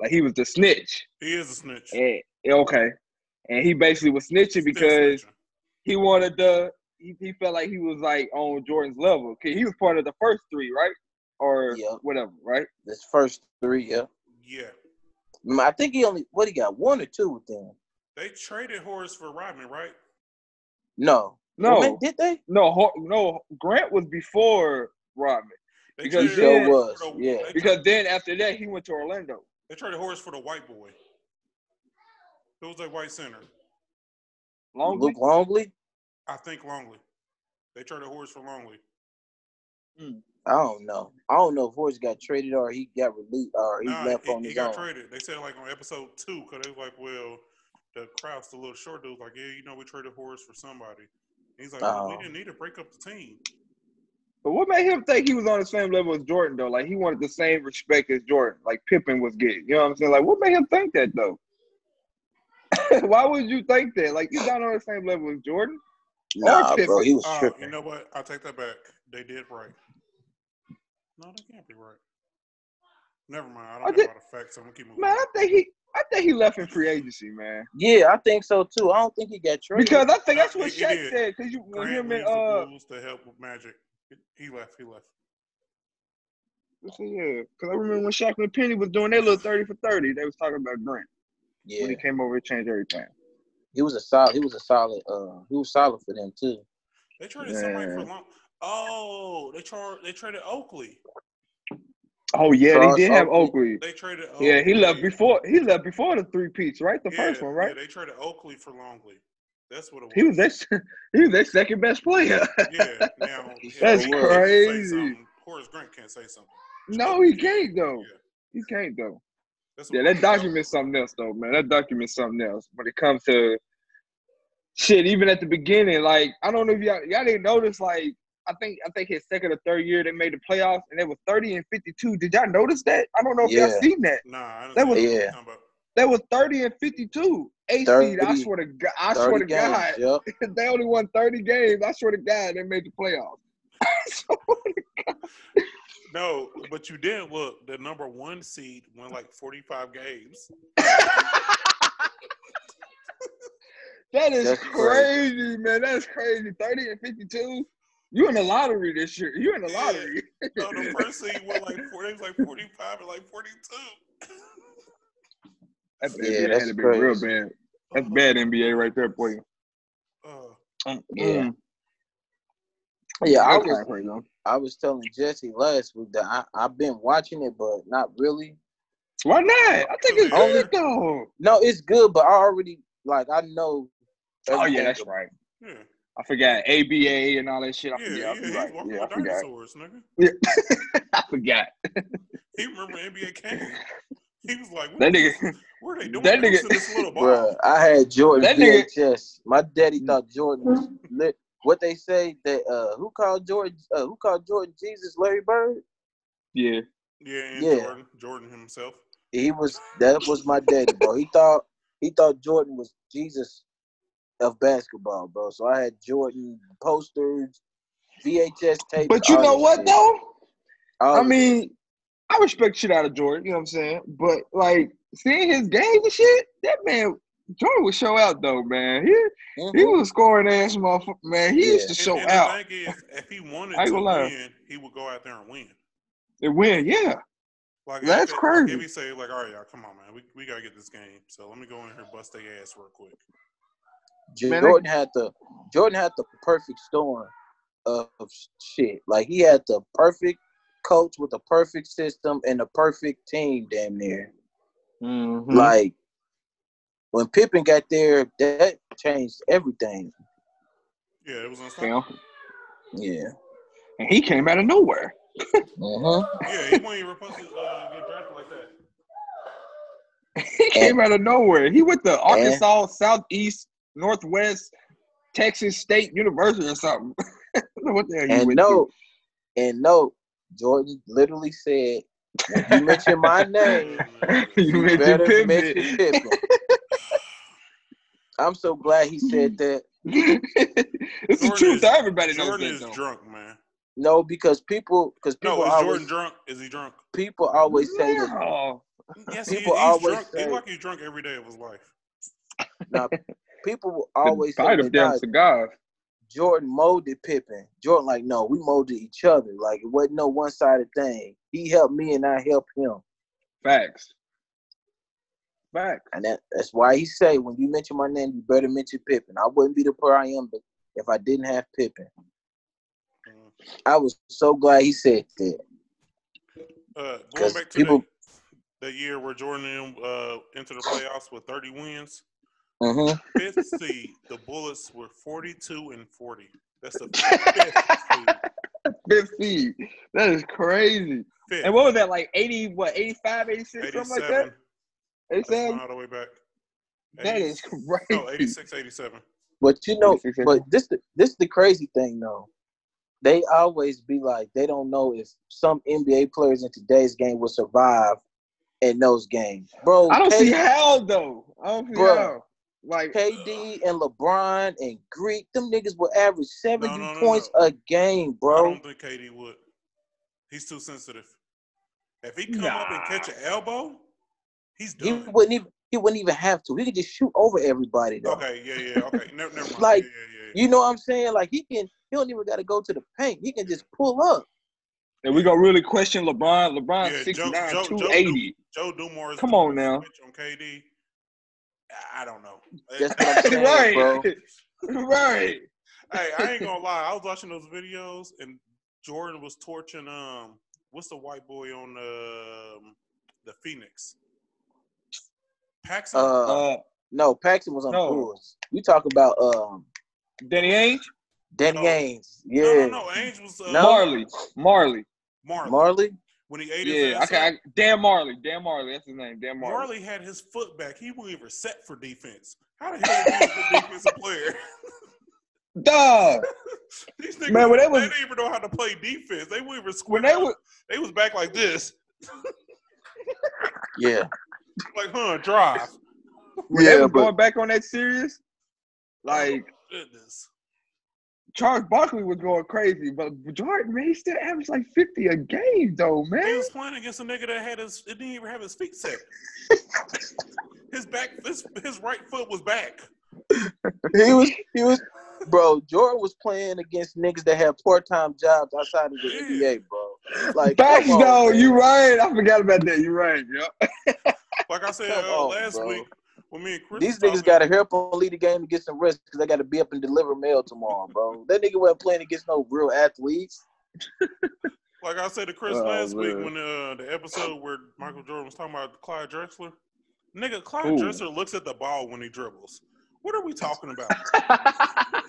B: like he was the snitch.
A: He is a snitch.
B: And, okay, and he basically was
A: Still
B: snitching because
A: snitching.
B: he wanted the he, he felt like he was like on Jordan's level. 'Cause He was part of the first three, right? Or
C: Yeah.
B: whatever, right?
C: this first three, yeah.
A: Yeah.
C: I mean, I think he only, what he got, one or two with them?
A: They traded Horace for Rodman, right?
C: No.
B: No,
C: Man, did they?
B: no, Ho- no. Grant was before Rodman
A: They
B: Because
A: traded
B: he sure
A: Horace
C: was,
A: for the-
C: yeah.
A: They,
B: because then after that he went to Orlando.
A: they traded Horace for the white boy. It was a white center.
B: Longley.
C: Luke Longley?
A: I think Longley. They traded Horace for Longley.
C: I don't know. I don't know if Horace got traded or he got released or he
A: Nah,
C: left
A: he,
C: on
A: he
C: his
A: got
C: own.
A: traded. They said like on episode two because they was like, well, the Krauss, the little short dude, like, yeah, you know, we traded Horace for somebody. And he's like, well, we
C: Oh.
A: didn't need to break up the team.
B: But what made him think he was on the same level as Jordan though? Like he wanted the same respect as Jordan, like Pippen was getting. You know what I'm saying? Like what made him think that though? Why would you think that? Like he's not on the same level as Jordan.
C: Nah,
B: Pippen.
C: bro, he was
A: Uh, you
C: tripping.
A: know what? I take that back. They did right. No, they can't be right. Never mind. I
B: I
A: don't
B: did-
A: know all the facts. I'm gonna keep moving.
B: Man, I think he I think he left in free agency, man.
C: Yeah, I think so too. I don't think he got traded.
B: Because I think that's what
A: He- he
B: Shaq
A: did.
B: said. Cause you when
A: Grant
B: him and
A: leaves the
B: uh
A: Bulls to help with Magic. He left. He left.
B: yeah, cause I remember when Shaq and Penny was doing their little thirty for thirty, they was talking about Grant
C: yeah,
B: when he came over and changed everything.
C: he was a solid. He was a solid. Uh, he was solid for them too.
A: They traded somebody for
B: Yeah.
A: long. Oh, they tra- They traded Oakley.
B: Oh yeah,
C: Charles
B: they did have
C: Oakley.
B: Oakley.
A: They traded. Oakley.
B: Yeah, he left before he left before the three piece, right? The first
A: Yeah,
B: one, right?
A: Yeah, they traded Oakley for Longley. That's what it was.
B: He was their he was their second best player.
A: Yeah. Now if
B: That's
A: Grant can say
B: crazy.
A: something, Horace Grant can't say something.
B: no, he can't though.
A: Yeah.
B: He can't though.
A: That's
B: Yeah,
A: what-
B: that documents something else though, man. That documents something else when it comes to shit. Even at the beginning, like I don't know if y'all y'all didn't notice, like I think I think his second or third year they made the playoffs and they were thirty and fifty two. Did y'all notice that? I don't know if
C: Yeah.
B: y'all seen that.
A: Nah, I
B: That
A: didn't
B: was-
A: see what you're
C: Yeah.
A: talking about.
B: They were thirty and fifty two. A seed. I
C: 30
B: swear to God. I swear to
C: 30 games,
B: God.
C: Yup.
B: they only won 30 games. I swear to God, they made the playoffs. So,
A: No, but you did look. The number one seed won like forty-five games.
B: that is
C: That's
B: crazy, man. That's crazy. 30 and 52. You in the lottery this year. You in the
A: Yeah.
B: lottery.
A: No, the first seed won like four. It was like forty-five and like forty-two.
B: That
C: Yeah,
B: NBA
C: that's
B: had to be real
C: crazy.
B: bad. That's bad NBA right there for you.
A: Oh,
C: Yeah.
B: Mm.
C: Yeah, I
B: That's
C: was
B: kinda crazy, though.
C: I was telling Jesse last week that I, I've been watching it, but not really.
B: Why not? I think it's
A: Only-
B: good, though.
C: No, it's good, but I already like I know.
B: Oh, yeah,
C: everything
B: that's
C: about-
B: right.
A: yeah,
B: I forgot. ABA and all that shit. I
A: yeah,
B: forgot.
A: yeah.
B: I
A: He's
B: forgot.
A: walking
B: Yeah, I
A: with
B: forgot.
A: dinosaurs, nigga.
B: I forgot.
A: He remember NBA came. He was like,
B: That
A: "What?
B: nigga.
A: What are they doing
B: that
A: to us
B: nigga-
A: in this little ball?"
C: Bruh, I had Jordan
B: That nigga- Mm.
C: VHS. My daddy thought Jordan was lit. What they say that uh, who called Jordan? Uh, who called Jordan Jesus? Larry Bird.
B: Yeah.
A: Yeah, and
C: Yeah.
A: Jordan, Jordan himself.
C: He was that was my daddy, bro. He thought he thought Jordan was Jesus of basketball, bro. So I had Jordan posters, VHS tapes.
B: But you
C: all
B: know
C: that
B: what,
C: shit.
B: though?
C: All
B: I
C: of it.
B: mean, I respect shit out of Jordan, you know what I'm saying? But like seeing his games and shit, that man Jordan would show out though, man. He
C: Mhm.
B: he was scoring ass motherfucker, man. He used to
C: Yeah.
B: show
A: And- and
B: out
A: The thing is, if he wanted
B: I ain't
A: to
B: gonna lie.
A: win, he would go out there and win.
B: and win, yeah.
A: Like
B: That's
A: if, it-
B: crazy.
A: If he say like, "All right, y'all, come on, man, we, we gotta get this game," so let me go in here and bust their ass real quick.
B: Man,
C: Jordan had the Jordan had the perfect storm of shit. Like he had the perfect coach with the perfect system and the perfect team, damn near.
B: Mm-hmm.
C: Like when Pippen got there, that changed everything.
A: Yeah, it was
B: You
A: unstoppable.
B: know?
C: Yeah.
B: And he came out of nowhere. Mm-hmm.
C: Mhm.
A: Yeah, he wasn't even supposed to uh, get drafted like that.
B: He came out of nowhere. He went to Arkansas, Southeast, Northwest, Texas State University or something. I don't know what the hell he
C: And
B: went
C: no, and no, Jordan literally said, "When you mention my name,
B: to. you
C: you
B: mentioned
C: better
B: Pippen.
C: mention Pippen." I'm so glad he said that.
B: it's the
A: Jordan
B: truth.
A: is-
B: though. Everybody knows
A: Jordan
B: that.
A: is
B: though.
A: drunk, man.
C: No, because people, because people
A: No, is
C: always,
A: Jordan drunk? Is he drunk?
C: people always say that.
B: No.
A: Yes, he,
C: People
A: he's
C: always
A: drunk.
C: say-
A: He's like he's drunk every day of his life.
C: Now, people will always say
B: Bite them
C: that nah,
B: damn cigars.
C: Jordan molded Pippen. Jordan, like, no, we molded each other. Like, it wasn't no one sided thing. He helped me, and I helped him.
B: Facts. Facts.
C: And that, that's why he say, when you mention my name, you better mention Pippen. I wouldn't be the player I am if I didn't have Pippen.
A: Mm.
C: I was so glad he said that.
A: Uh, going
C: 'Cause
A: back to
C: people-
A: the, the year where Jordan and, uh, entered the playoffs with 30 wins,
C: hmm
A: fifth seed, the Bullets were 42 and 40. That's the fifth seed.
B: Fifth seed. That is crazy.
A: Fifth,
B: And what was that, like 80, what, 85, 86, something like that?
A: 87. That's
B: 87?
A: going all the way back.
B: That is crazy.
A: No, 86, 87.
C: But you know,
B: 86, 87.
C: but this the- this the crazy thing though. They always be like they don't know if some NBA players in today's game will survive in those games, bro.
B: I don't see
C: K-
B: how though. I don't see
C: Bruh.
B: how. Like
C: KD and LeBron and Greek, them niggas will average seventy
A: no, no,
C: points
A: no.
C: a
A: I
C: game,
B: Oh.
C: bro.
A: don't think KD would. He's too sensitive. If he come up and catch an elbow, he's
C: He
A: done.
C: wouldn't even he wouldn't even have to. He could just shoot over everybody though.
A: Okay, yeah, yeah, okay. Never, never mind.
C: Like,
A: yeah, yeah, yeah.
C: You know what I'm saying? Like he can he don't even gotta go to the paint. He can just pull up.
B: and we gonna really question LeBron. LeBron
A: Yeah, Joe-
B: 6'9",
A: Joe- Joe
B: 280.
A: Joe Dumars. is
B: Come
A: doing
B: on
A: the
B: now.
A: switch on KD. I- I don't know.
C: That's what I'm saying,
B: right.
C: bro.
B: right.
A: hey, I ain't gonna lie. I was watching those videos, and Jordan was torching um, what's the white boy on um, the Phoenix? Paxson.
C: Uh,
B: Uh,
C: no, Paxton was on
B: no.
C: the Bulls. You talk about um
B: Danny Ainge,
C: Danny
A: No.
C: Ainge. Yeah.
A: No, no, no. Ainge was uh,
C: No.
B: Marley, Marley.
A: Marley.
C: Marley?
A: When he ate his
B: Yeah.
A: ass
B: Okay.
A: up,
B: I, Dan Marley. Dan Marley. That's his name. Dan
A: Marley.
B: Marley.
A: had his foot back. He wasn't even set for defense. How the hell is he a defensive player?
B: Duh.
A: These niggas,
B: Man, when they
A: they
B: was-
A: didn't even know how to play defense. They wouldn't even
B: When
A: square.
B: they
A: They,
B: were
A: they was back like this,
C: Yeah.
A: like huh, drive.
B: when
C: yeah,
B: they was
C: but
B: going back on that series, like
A: Goodness.
B: Charles Barkley was going crazy, but Jordan man, he still averaged like fifty a game though,
A: He
B: man.
A: was playing against a nigga that had his it didn't even have his feet set. his back his his right foot was back.
C: he was he was bro, Jordan was playing against niggas that had part time jobs outside of the
A: Yeah.
C: NBA, bro. Like
B: Facts
C: come on,
B: though,
C: man.
B: you right. I forgot about that. You right. Yep.
A: Like I said
C: Come
A: uh,
C: on,
A: last
C: bro.
A: week when me and Chris
C: These
A: was
C: niggas
A: talking,
C: gotta help on lead the game to get some rest because they gotta be up and deliver mail tomorrow, bro. that nigga wasn't playing against no real athletes.
A: like I said to Chris
B: Oh,
A: last week
B: man.
A: when uh, the episode where Michael Jordan was talking about Clyde Drexler. Nigga, Clyde
B: Ooh.
A: Drexler looks at the ball when he dribbles. What are we talking about?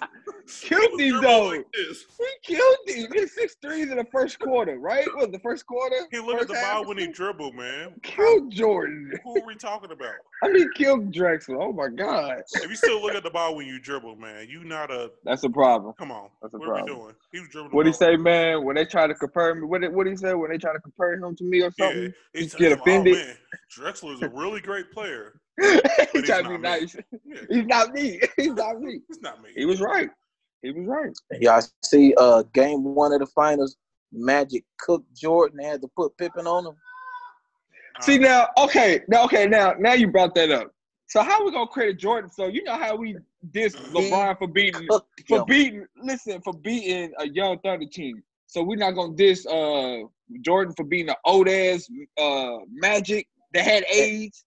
B: Killed
A: He
B: him
A: was dribbling
B: though.
A: like this.
B: He killed him. He had six threes in the first quarter, right? What was the first quarter?
A: He looked at
B: First
A: the
B: half
A: ball
B: or
A: when he
B: something?
A: dribbled, man.
B: killed Jordan.
A: Who are we talking about?
B: I mean, killed Drexler. Oh my god,
A: If you still look at the ball when you dribble, man, you not a
B: that's a problem.
A: Come on.
B: That's a
A: what
B: problem.
A: are we doing? He was dribbling. the
B: What he
A: ball.
B: say, man? When they try to compare me, what what he say? When they try to compare him to me or
A: Yeah.
B: something?
A: He
B: He
A: said,
B: get
A: "Oh,
B: offended."
A: man, Drexler is a really great player.
B: he
A: he's
B: tried to be
A: not me.
B: nice.
A: Yeah,
B: He's not me. He's not me.
A: it's not me.
B: He was right. He was right.
C: Y'all see uh game one of the finals, Magic cooked Jordan had to put Pippen on him.
A: Uh,
B: See now, okay, now okay, now now you brought that up. So how we gonna credit Jordan? So you know how we diss LeBron for beating
C: Cooked
B: for
C: him.
B: beating listen, for beating a young thunder team. So we're not gonna diss uh Jordan for being an old ass uh magic that had AIDS.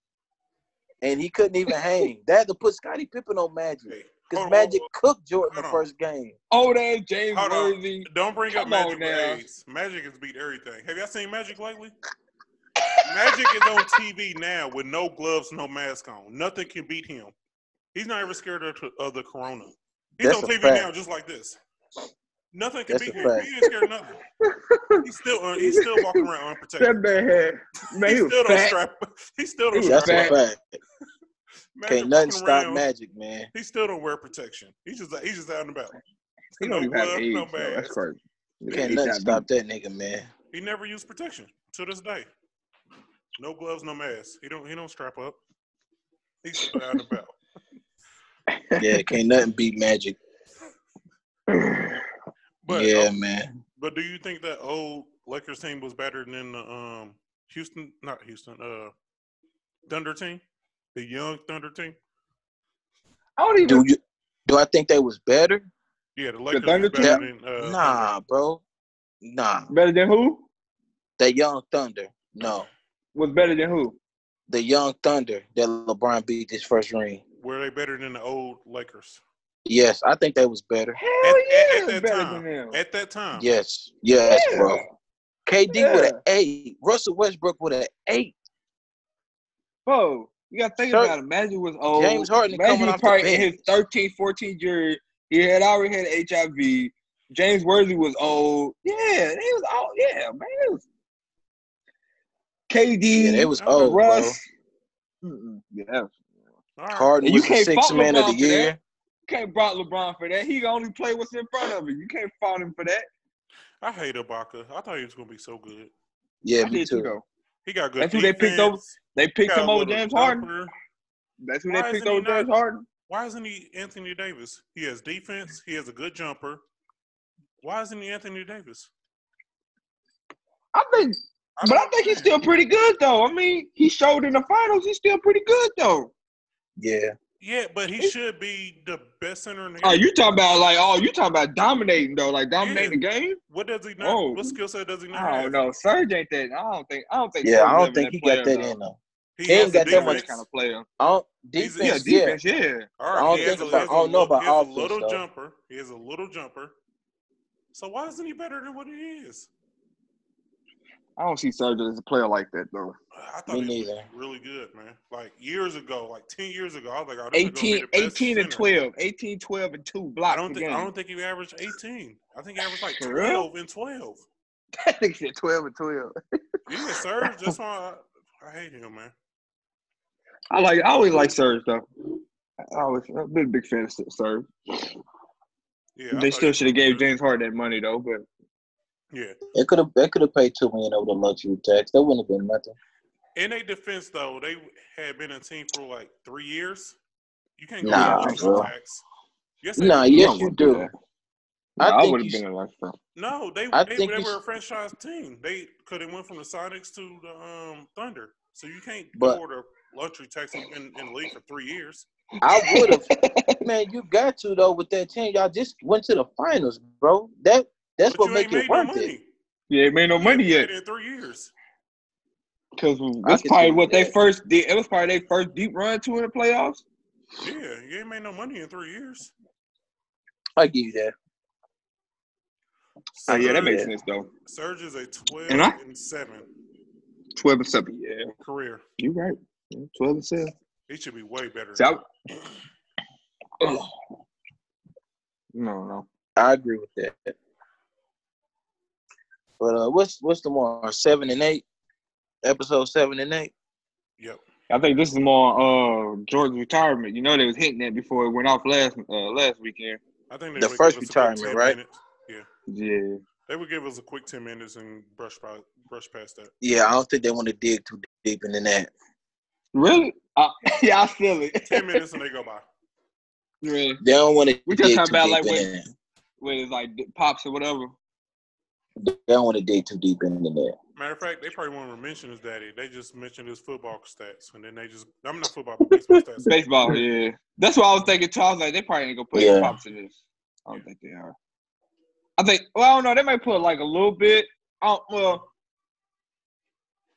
C: and he couldn't even hang. They had to put Scottie Pippen on Magic.
A: hey, hold
C: Because
A: on,
C: Magic cooked Jordan
A: Hold
C: the
A: on.
C: first game.
B: Old ass James
A: Hold on.
B: Worthy.
A: Don't bring up
B: Come
A: Magic
B: on
A: with
B: now.
A: AIDS. Magic has beat everything. Have y'all seen Magic lately? Magic is on TV now with no gloves, no mask on. Nothing can beat him. He's not ever scared of, of the corona. He's
C: That's
A: on
C: a
A: TV
C: fact.
A: now just like this. Nothing can
C: That's
A: beat
C: a
A: him.
C: fact.
A: He ain't scared of nothing. He's still un- he's still walking around unprotected.
B: That man had man,
A: He
B: he was
A: still don't
B: fat.
A: strap. He still
B: He
A: don't
B: was
A: strap.
C: That's
A: up.
C: a fact.
A: Magic
C: Can't nothing
A: walking
C: stop
A: around,
C: Magic, man.
A: He still don't wear protection. He's just he's just out and about.
B: He don't
A: No
B: even have
A: gloves,
B: AIDS,
A: no
B: though. That's
A: mask.
B: crazy. Yeah,
C: Can't
B: he's
C: nothing
B: not
C: stop that nigga, man.
A: He never used protection to this day. No gloves, no mask. He don't he don't strap up. He's still out and about.
C: Yeah, can't nothing beat Magic.
B: beating.
A: But
C: yeah,
A: oh,
C: man.
A: but do you think that old Lakers team was better than the um Houston not Houston, uh Thunder team? The young Thunder team?
B: I don't even
C: Do you do I think they was better?
A: Yeah, the Lakers
B: Thunder
A: was better
C: team?
A: than uh Thunder.
C: Nah, bro. Nah.
B: better than who?
C: The young Thunder. No.
B: Was better than who?
C: The young Thunder that LeBron beat this first ring.
A: Were they better than the old Lakers?
C: Yes, I think they was better.
B: Hell
A: At- at-
B: yeah,
A: at that
B: better
A: time.
B: than them.
A: At that time.
C: Yes. Yes,
B: yeah.
C: bro. KD with an
B: Yeah.
C: eight. Russell Westbrook with an eight.
B: Bro, you gotta think
C: Sir-
B: about it. Magic was old.
C: James Harden
B: Magic
C: coming
B: was
C: off the
B: probably in
C: bench.
B: his 13, 14 year. He had already had HIV. James Worthy was old. Yeah, they was all yeah, man. It was KD,
C: Yeah, they was
A: Okay.
C: old, bro.
B: Russ. Mm-mm, Yeah,
A: All right.
C: Harden
B: You
C: was the
B: can't
C: sixth
B: fault
C: man of
B: LeBron for
C: the
B: that.
C: year.
B: You can't fault LeBron for that. He can only play what's in front of him. You can't fault him for that.
A: I hate Ibaka. I thought he was gonna be so good.
C: Yeah,
B: I
C: me
B: did
C: too.
B: too though.
A: He got good.
B: That's who they picked over-
A: defense.
B: They
A: He
B: picked
A: got
B: him
A: a
B: over
A: little
B: James Harden.
A: jumper.
B: That's who
A: Why
B: they picked
A: isn't
B: over
A: he not-
B: James Harden.
A: Why isn't he Anthony Davis? He has defense. He has a good jumper. Why isn't he Anthony Davis?
B: I think,
A: I
B: but I
A: don't
B: think he's
A: understand.
B: still pretty good though. I mean, he showed in the finals. He's still pretty good though.
C: Yeah,
A: Yeah, but he should be the best center in the
B: Oh,
A: game.
B: you talking about like oh, you talking about dominating though, like dominating the game?
A: What does he not?
B: Oh.
A: What skill set does he not
B: I
A: have?
B: don't know. Serge ain't that. I don't think. I don't think.
C: yeah.
B: Serge
C: I
B: Levin
C: don't think he got
B: player,
C: that
B: though.
C: in though.
A: He,
C: He
A: has
C: ain't got
A: a
B: He's
C: that
B: not
C: much
B: that
A: defense.
B: kind of player.
C: I don't,
A: He's-
B: Yeah,
C: defense, yeah.
B: defense. Yeah.
A: All
C: I don't
A: he
C: think
A: has a-
C: about-
A: he has
C: I don't
A: a
C: know
A: little-
C: about
A: he has a
C: offense,
A: little
C: though.
A: jumper. He has a little jumper. So why isn't he better than what he is?
B: I don't see Serge as a player like that though.
A: I thought
C: Me
A: he was
C: neither.
A: really good, man. Like years ago, like ten years ago, I was like, "Oh, this is gonna be
B: 18,
A: the best
B: 18 and
A: center."
B: 12. 18, 12 and two
A: I
B: blocks
A: don't
B: a
A: think I
B: game.
A: don't think he averaged eighteen. I think he averaged like
B: For real?
A: twelve and twelve.
B: I think he said twelve and twelve.
A: Yeah, Serge. That's why I, I hate him, man.
B: I like. I always like Serge though. I always. I've been a big fan of Serge.
A: Yeah, I
B: they
A: thought
B: still
A: he
B: should have
A: was
B: gave
A: good.
B: James Harden that money though. But
A: Yeah,
C: They could have. They could have paid two million over the luxury tax. That wouldn't have been nothing.
A: in their defense though, they had been a team for like three years. You can't go
C: Nah,
A: nah, luxury
C: bro.
A: tax. Yes, they
C: Nah,
A: did.
B: You
C: yes,
B: don't
C: you
B: wanna do
C: do.
B: that.
C: I
B: I,
C: think
B: would have
C: you
B: been
C: sh-
B: a like that.
A: No, they
C: I
A: they,
C: think
A: they
C: you
A: were a
C: sh-
A: franchise team. They could have went from the Sonics to the um, Thunder. So you can't
C: But-
A: afford a luxury tax in, in, in the league for three years.
C: I would have. man, you got to though with that team. Y'all just went to the finals, bro. That that's
A: but
C: what
A: you ain't
C: make
A: made
C: it
A: no
C: worth
A: money.
C: it.
A: You
B: Yeah, it made no
A: ain't
B: money
A: played
B: yet
A: in three years.
B: because
C: I
B: that's
C: can
B: probably
C: see
B: what they
C: that.
B: first did. It was probably their first deep run to in the playoffs.
A: Yeah, you ain't made no money in three years.
C: I give you that.
B: Oh yeah, that
A: Serge-
B: makes
C: Yeah.
B: sense though.
A: Serge is a twelve
B: And
A: and,
B: I-
A: seven
B: Twelve and seven. Yeah,
A: career.
B: you right. Yeah, Twelve and seven.
A: He should be way better.
B: See, I, no, no.
C: I agree with that. But uh, what's what's tomorrow? Seven and eight. Episode seven and eight.
A: Yep.
B: I think this is more uh Jordan's retirement. You know they was hitting that before it went off last uh, last weekend.
A: I think they
C: The
A: would
C: first
A: give us a quick
C: retirement,
A: 10
C: right?
A: minutes.
B: Yeah.
A: They would give us a quick ten minutes and brush by, brush past that.
C: Yeah, I don't think they want to dig too deep into that.
B: Really? Uh, yeah, I feel
A: Ten
B: it.
A: minutes and they go by.
B: really?
C: They don't want to
B: We just
C: dig too
B: talking about,
C: deep
B: like,
C: in
B: when-
C: that.
B: When it's like d- pops or whatever.
C: They don't want to dig too deep into that.
A: Matter of fact, they probably won't even mention his daddy. They just mentioned his football stats, and then they just I'm not football, but baseball stats.
B: Baseball. Yeah. That's what I was thinking too. I was like, they probably ain't gonna put
C: Yeah.
B: any pops in this. I don't think they are. I think. Well, I don't know. They might put like a little bit. I don't, well,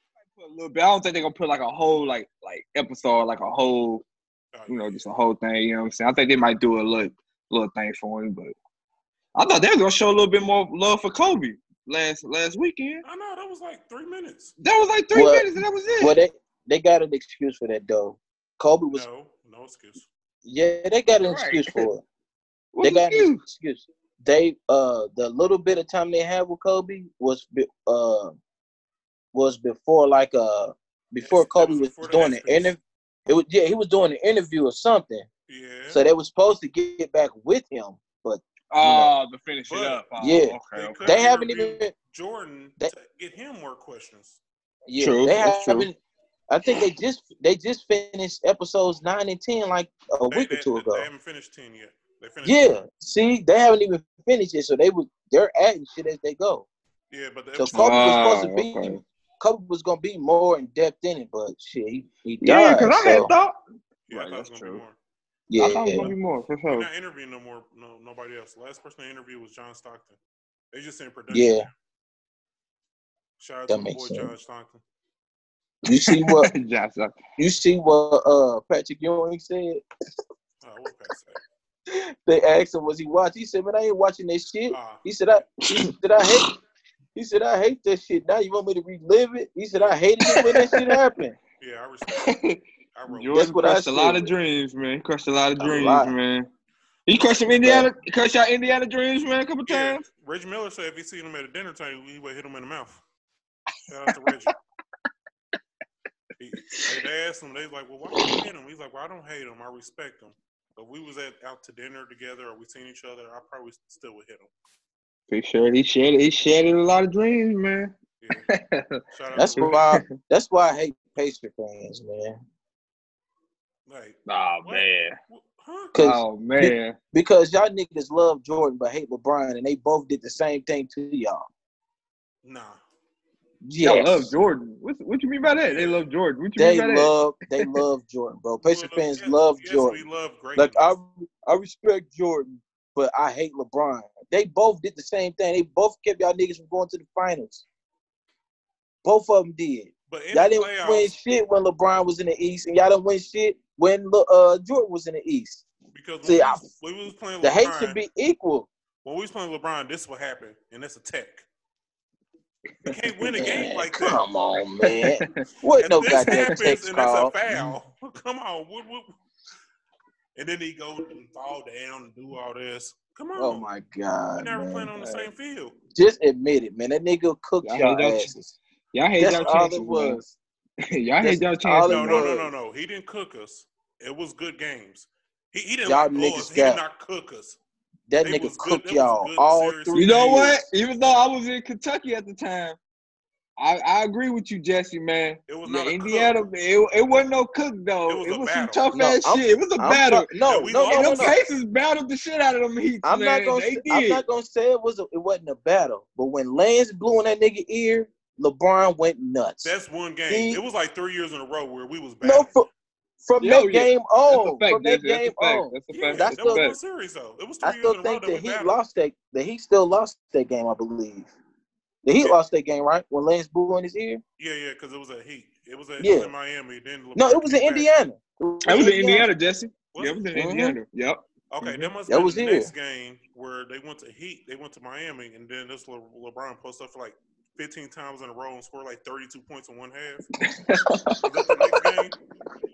B: they might put a little bit. I don't think they're gonna put like a whole like like episode, like a whole
A: Oh,
B: you know,
A: yeah.
B: just a whole thing. You know what I'm saying? I think they might do a little little thing for him, but I thought they was gonna show a little bit more love for Kobe last last weekend.
A: I know that was like three minutes.
B: That was like three
C: Well-
B: minutes, and that was it.
C: Well, they they got an excuse for that though. Kobe was
A: No, no excuse.
C: yeah, they got an
B: Right.
C: excuse for it.
B: What
C: They
B: was
C: got an
B: you?
C: excuse. They uh the little bit of time they had with Kobe was be, uh was before like uh before
A: Yes, that
C: Kobe
A: was
C: was
A: before the
C: doing an
A: ESPYs.
C: interview. It was yeah, he was doing an interview or something.
A: Yeah.
C: So they were supposed to get back with him, but
B: Oh, to finish it
A: But-
B: up. Oh,
C: Yeah.
A: They
B: Okay. okay.
A: could
C: they haven't
A: interview
C: even
A: Jordan
C: They-
A: to get him more questions.
C: Yeah,
B: True,
C: they
B: that's true.
C: haven't. I think they just they just finished episodes nine and ten like a
A: They,
C: week or
A: they-
C: two
A: they
C: ago.
A: haven't finished ten yet. They finished.
C: Yeah, see, they haven't even finished it, so they was they're adding shit as they go.
A: Yeah, but the
C: So
A: episode.
C: Kobe was supposed to be
B: Oh, okay.
C: Kobe was gonna be more in depth in it, but shit, he, he
B: Yeah,
C: died.
B: because I
C: so,
B: had thought.
A: yeah, I
B: Right,
A: thought it
B: that's
A: was gonna
B: true.
A: be more.
C: yeah,
B: I thought it was gonna be more for
A: They're
B: sure.
A: not interviewing no more. No, nobody else. The last person they interviewed was John Stockton. They just in production.
C: yeah.
A: Shout out
C: That
A: to my
C: makes
A: boy
C: sense.
A: John Stockton.
C: You see what
B: Josh, uh,
C: you see what uh Patrick Ewing said?
A: Oh, what pass that?
C: They asked him was he watching? He said, Man, I ain't watching this shit.
A: Ah,
C: He said I he said I hate he said I hate that shit. Now you want me to relive it? He said I hated it when that shit happened.
A: yeah, I respect. It. I wrote. it.
C: That's
B: Jordan
C: what I
B: crushed a lot
C: said.
B: of dreams, man. He crushed a lot of
C: A
B: dreams,
C: lot.
B: man. He crushed some Indiana, he crushed y'all Indiana dreams, man, a couple
A: Yeah,
B: times.
A: Reggie Miller said if he seen him at a dinner table, he would hit him in the mouth. Shout out to Reggie. He, they asked him, they was like, well, why do you hate him? He's like, well, I don't hate him. I respect him. But we was at out to dinner together or we seen each other, I probably still would hit him.
B: He shared, he shared, he shared a lot of dreams, man.
A: Yeah. Shout out
C: That's
A: to Rick.
C: why. That's why I hate Patriot fans, man.
A: Like,
B: Oh
A: What?
B: man.
A: wh- huh?
C: Cause
B: Oh man.
C: because y'all niggas love Jordan but hate LeBron, and they both did the same thing to y'all.
A: Nah.
B: Y'all
C: Yes,
B: love Jordan. What what you mean by that? They love Jordan. What you
C: they
B: mean by that?
C: love they love Jordan, bro. Patriot
A: Well,
C: fans
A: yes-
C: love
A: yes,
C: Jordan.
A: we love great.
C: Like I, I respect Jordan, but I hate LeBron. They both did the same thing. They both kept y'all niggas from going to the finals. Both of them did.
A: but in
C: Y'all
A: the
C: didn't win
A: playoffs,
C: shit when LeBron was in the East, and y'all didn't win shit when Le- uh, Jordan was in the East.
A: because when,
C: See,
A: we
C: I-
A: was, when we was playing
C: The hate
A: LeBron,
C: should be equal.
A: when we was playing LeBron, this would happen, and that's a tech. You can't win a game
C: Man,
A: like that.
C: come on, man. What
A: If
C: no
A: this
C: goddamn
A: happens
C: text
A: and it's a
C: call?
A: foul, come on. What, what, and then he go and fall down and do all this. Come on.
C: Oh my
A: We're
C: god,
A: never
C: man.
A: playing on the same field.
C: Just admit it, man. That nigga cooked
B: Y'all
C: y'all
B: hate y'all
C: asses.
B: Y'all hate
C: That's
B: y'all
C: all
B: chances.
C: it was.
B: Man. y'all hate
C: That's
B: y'all
C: all
B: chances.
A: No,
C: it
A: no, no, no,
C: was.
A: no. He didn't cook us. It was good games. He, he didn't
C: Y'all
A: like blow us.
C: niggas
A: He did
C: got-
A: not cook us.
C: That
A: They was
C: nigga
A: good-
C: cooked
A: they was
C: y'all
A: good
C: all
A: series.
C: three.
B: You know
C: years.
B: what? Even though I was in Kentucky at the time, I, I agree with you, Jesse, man.
A: It was
B: Yeah,
A: not a
B: Indiana,
A: cook.
B: it, it wasn't no cook though.
A: It was a
B: some
A: battle.
B: tough
C: No,
B: ass
C: I'm-
B: shit. It was a
C: I'm
B: battle.
C: not, no,
A: And we
C: no, no,
A: lost.
B: and
C: no,
B: them
C: no.
B: Pacers battled the shit out of them Heat.
C: I'm
B: man.
C: not gonna.
B: They
C: Say, I'm
B: did.
C: not gonna say it was. A, it wasn't a battle, but when Lance blew in that nigga ear, LeBron went nuts.
A: That's one game.
C: He-
A: it was like three years in a row where we was back.
C: no, from, from
B: Yo,
C: that
B: Oh, yeah.
C: game
B: That's a
C: on,
B: fact,
C: oh, from that
B: Jesse. That's a
C: game
B: fact.
C: on,
B: That's a
A: yeah,
B: fact.
A: that
C: that's
B: That's
A: was
B: a
C: the-
A: one
B: fact.
A: series though. It was three
C: I
A: years
C: still
A: in a row
C: think
A: that we
C: that he
A: battled.
C: lost that. That he still lost that game, I believe. The Heat
A: Yeah.
C: lost that game, right? When Lance blew in his ear.
A: Yeah, yeah, because it was at Heat. It was at it was
C: Yeah.
A: in Miami. Then
C: No,
A: LeBron
C: it was in
A: came back.
C: Indiana. It was
B: That was in
C: in Indiana.
B: Indiana, Jesse.
A: Was
B: Yeah,
A: it? Uh-huh.
B: it was in
C: Mhm.
B: Indiana. Yep.
A: Okay,
B: Mhm.
A: that must
C: That
A: have been
C: was
A: the
C: here.
A: next game where they went to Heat, they went to Miami, and then this Le- LeBron posted up for like 15 times in a row and scored like 32 points in one half. Was that the next game?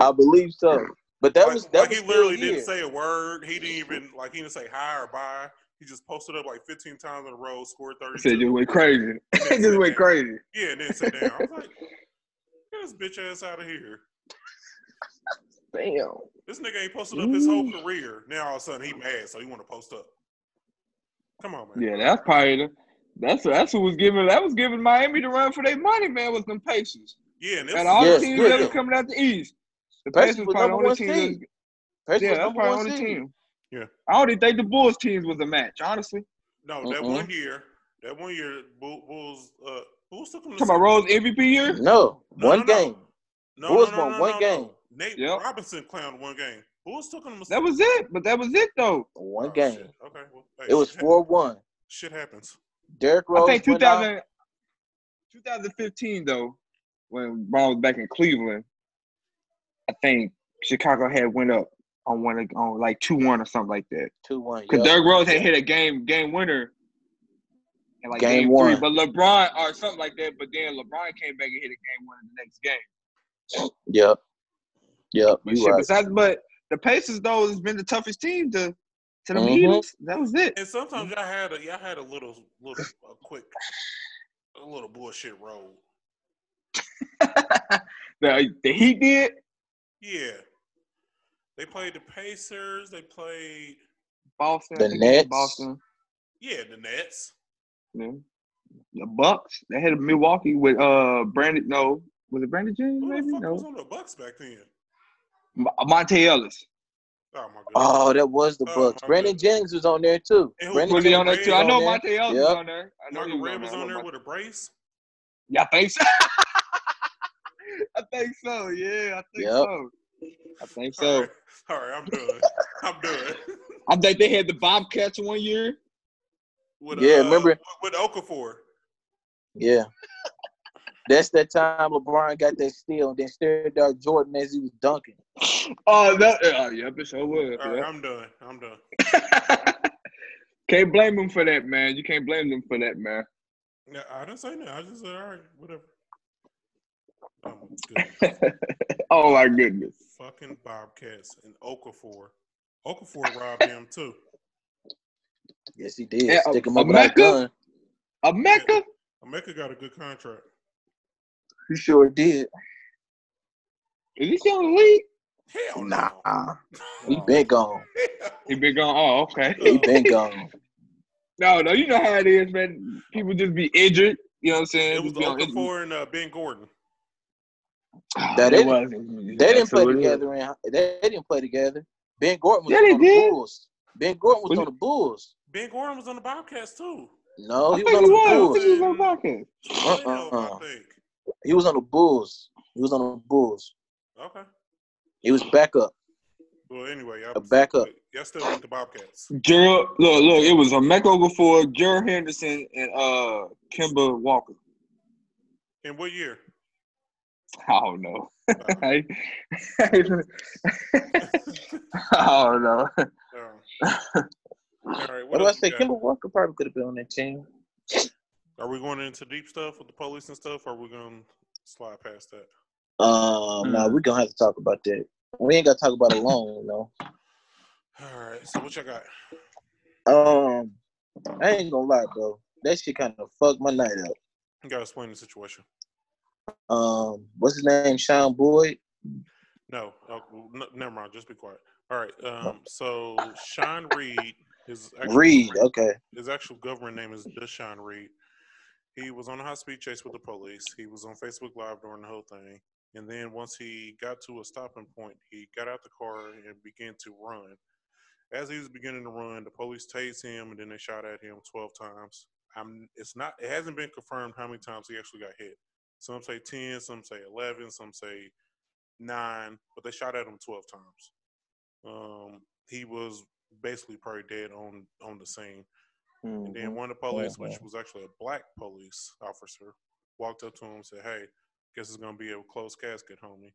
C: I believe so. But that
A: like,
C: was that
A: like
C: was
A: he literally
C: still
A: didn't
C: here.
A: say a word. He didn't even like he didn't say hi or bye. He just posted up like 15 times in a row, scored
B: I said
A: 32.
B: just went crazy. just went crazy.
A: Yeah, and then sat down. I was like, get this bitch ass out of here.
C: Damn.
A: This nigga ain't posted up his whole career. Now all of a sudden he mad, so he want to post up. Come on, man.
B: Yeah, that's probably the, that's that's who was giving that was giving Miami the run for their money, man, was them Pacers.
A: Yeah, and this
B: And all
C: Yes,
B: the teams
C: yeah.
B: that was coming out the East. The
C: Pacers
B: Pacers,
C: was
B: probably the only
C: number one
B: team. that was-
C: seed. Pacers
B: yeah,
C: was
B: that's
C: number
B: probably
C: one
B: the only
C: seed.
B: team.
A: Yeah.
B: I don't even think the Bulls teams was a match, honestly.
A: no, that
C: Mm-mm.
A: one year, that one year, Bull- Bulls, uh, Bulls took him to
B: Talking about
A: seven.
B: Rose MVP year?
C: No,
A: No,
C: one
A: no, no.
C: game.
A: No,
C: Bulls
A: no, no,
C: won
A: no,
C: one
A: no,
C: game.
A: no. Nate
B: Yep.
A: Robinson clowned one game. Bulls took him to
B: That was it. But that was it though.
A: Oh,
C: One game.
A: Shit. Okay. Well, hey,
C: It was
A: shit,
C: four one.
A: shit happens.
C: Derrick
B: I
C: Rose.
B: think
C: went out.
B: 2000, 2015 though, when Brown was back in Cleveland, I think Chicago had went up on one of- on like two one or something like that.
C: Two one.
B: Because
C: Yep.
B: Derrick Rose had hit a game game winner in like
C: Game
B: game,
C: one.
B: three, but LeBron or something like that. But then LeBron came back and hit a game winner the next game.
C: Yep. Yep.
B: But
C: You
B: shit,
C: right.
B: besides, but the Pacers though has been the toughest team to to them
C: Mhm.
B: Heaters. That was it.
A: And sometimes
C: Mm-hmm.
A: y'all had a y'all had a little little a quick a little bullshit roll.
B: the, the Heat did.
A: Yeah. They played the Pacers. They played
B: Boston,
C: The
B: I think it was
C: Nets.
B: Boston,
A: yeah the Nets.
B: yeah. the Bucks. They had Milwaukee with uh Brandon. No, was it Brandon James?
A: Who the
B: Maybe
A: fuck was
B: no.
A: on the Bucks back then?
B: Mo- Monte Ellis
A: Oh my god.
C: Oh, that was the
A: Oh,
C: Bucks.
A: my
C: Brandon
A: goodness.
C: Jennings was on there too.
A: And who
C: Brandon
B: was he
C: Jennings
B: on there too?
C: was
B: I know
C: on there.
B: Monte Ellis
C: Yep.
B: was on there. I know he
A: Margaret
B: was
A: Red
B: on there.
A: was
B: I
A: on
B: know
A: there
B: Monte-
A: with a brace.
B: Yeah, I think so. I think so. Yeah, I think
C: Yep.
B: so. I think so.
A: All right, all right, I'm done. I'm done.
B: I think they had the Bobcats one year.
A: With,
B: uh,
A: uh,
C: Yeah, remember-
A: with Okafor.
C: Yeah. That's that time LeBron got that steal and then stared at Jordan as he was dunking.
B: Oh no! Oh, yep, it sure was.
A: All right, I'm done. I'm done.
B: yep. can't blame them for that, man. You can't blame them for that, man.
A: No, I didn't say that. I just said all right, whatever. Oh my goodness.
B: oh my goodness.
A: fucking Bobcats and Okafor. Okafor robbed him too.
C: Yes, he did.
B: Yeah,
C: Stick him
B: a-
C: up without a
B: Mecca?
C: gun.
B: Emeka,
A: Emeka got a good contract.
B: He sure did. Is he still in the league?
A: Hell
C: Nah,
A: no.
C: he
B: Oh.
C: been gone.
B: He been gone. Oh, okay.
C: He been gone.
B: No, no, you know how it is, man. People just be injured. You know what I'm saying?
A: It was
B: Just be on injury.
A: Okafor and uh, Ben Gordon.
B: Ah,
C: That
B: it
C: it-
B: was.
C: They didn't play
B: Absolutely.
C: together. In, they they didn't play together. Ben Gordon was
B: Yeah, they
C: on the
B: did.
C: Bulls. Ben Gordon was
B: Was
C: on the Bulls.
A: Ben Gordon was on the Bobcats too.
C: No,
B: I
C: he
B: think it
C: was on the
B: was. I
A: Bulls.
B: don't think
C: Bulls.
B: he was on the podcast.
A: Playoff,
C: Uh-uh.
A: I think.
C: He was on the Bulls. He was on the Bulls.
A: Okay.
C: He was backup.
A: Well, anyway,
C: A
A: y'all,
C: backup.
A: y'all still beat the Bobcats.
B: Gerald, look, look, it was a Mecca before Gerald Henderson and uh Kimber Walker.
A: In what year?
B: I don't know.
A: Uh,
B: I don't know.
A: uh, all right.
C: What,
A: What
C: do I
A: else
C: say?
A: we got?
C: Kimber Walker probably could have been on that team.
A: Are we going into deep stuff with the police and stuff, or are we going to slide past that?
C: Um, nah,
B: Hmm.
C: we're gonna have to talk about that. We ain't gotta talk about it long, you know.
A: All right. So what y'all got?
C: Um, I ain't gonna lie, bro. That shit kind of fucked my night up.
A: You got to explain the situation.
C: Um, what's his name? Sean Boyd.
A: No, oh, n- never mind. Just be quiet. All right. Um, so Sean Reed, his actual,
C: Reed. Okay.
A: his actual government name is Deshaun Reed. He was on a high speed chase with the police. He was on Facebook Live during the whole thing. And then once he got to a stopping point, he got out the car and began to run. As he was beginning to run, the police tased him and then they shot at him 12 times. I'm, it's not, it hasn't been confirmed how many times he actually got hit. Some say 10, some say 11, some say nine, but they shot at him 12 times. Um, he was basically probably dead on, on the scene. And
C: Mm-hmm.
A: then one of the police, which was actually a black police officer, walked up to him and said, Hey, guess it's going to be a closed casket, homie.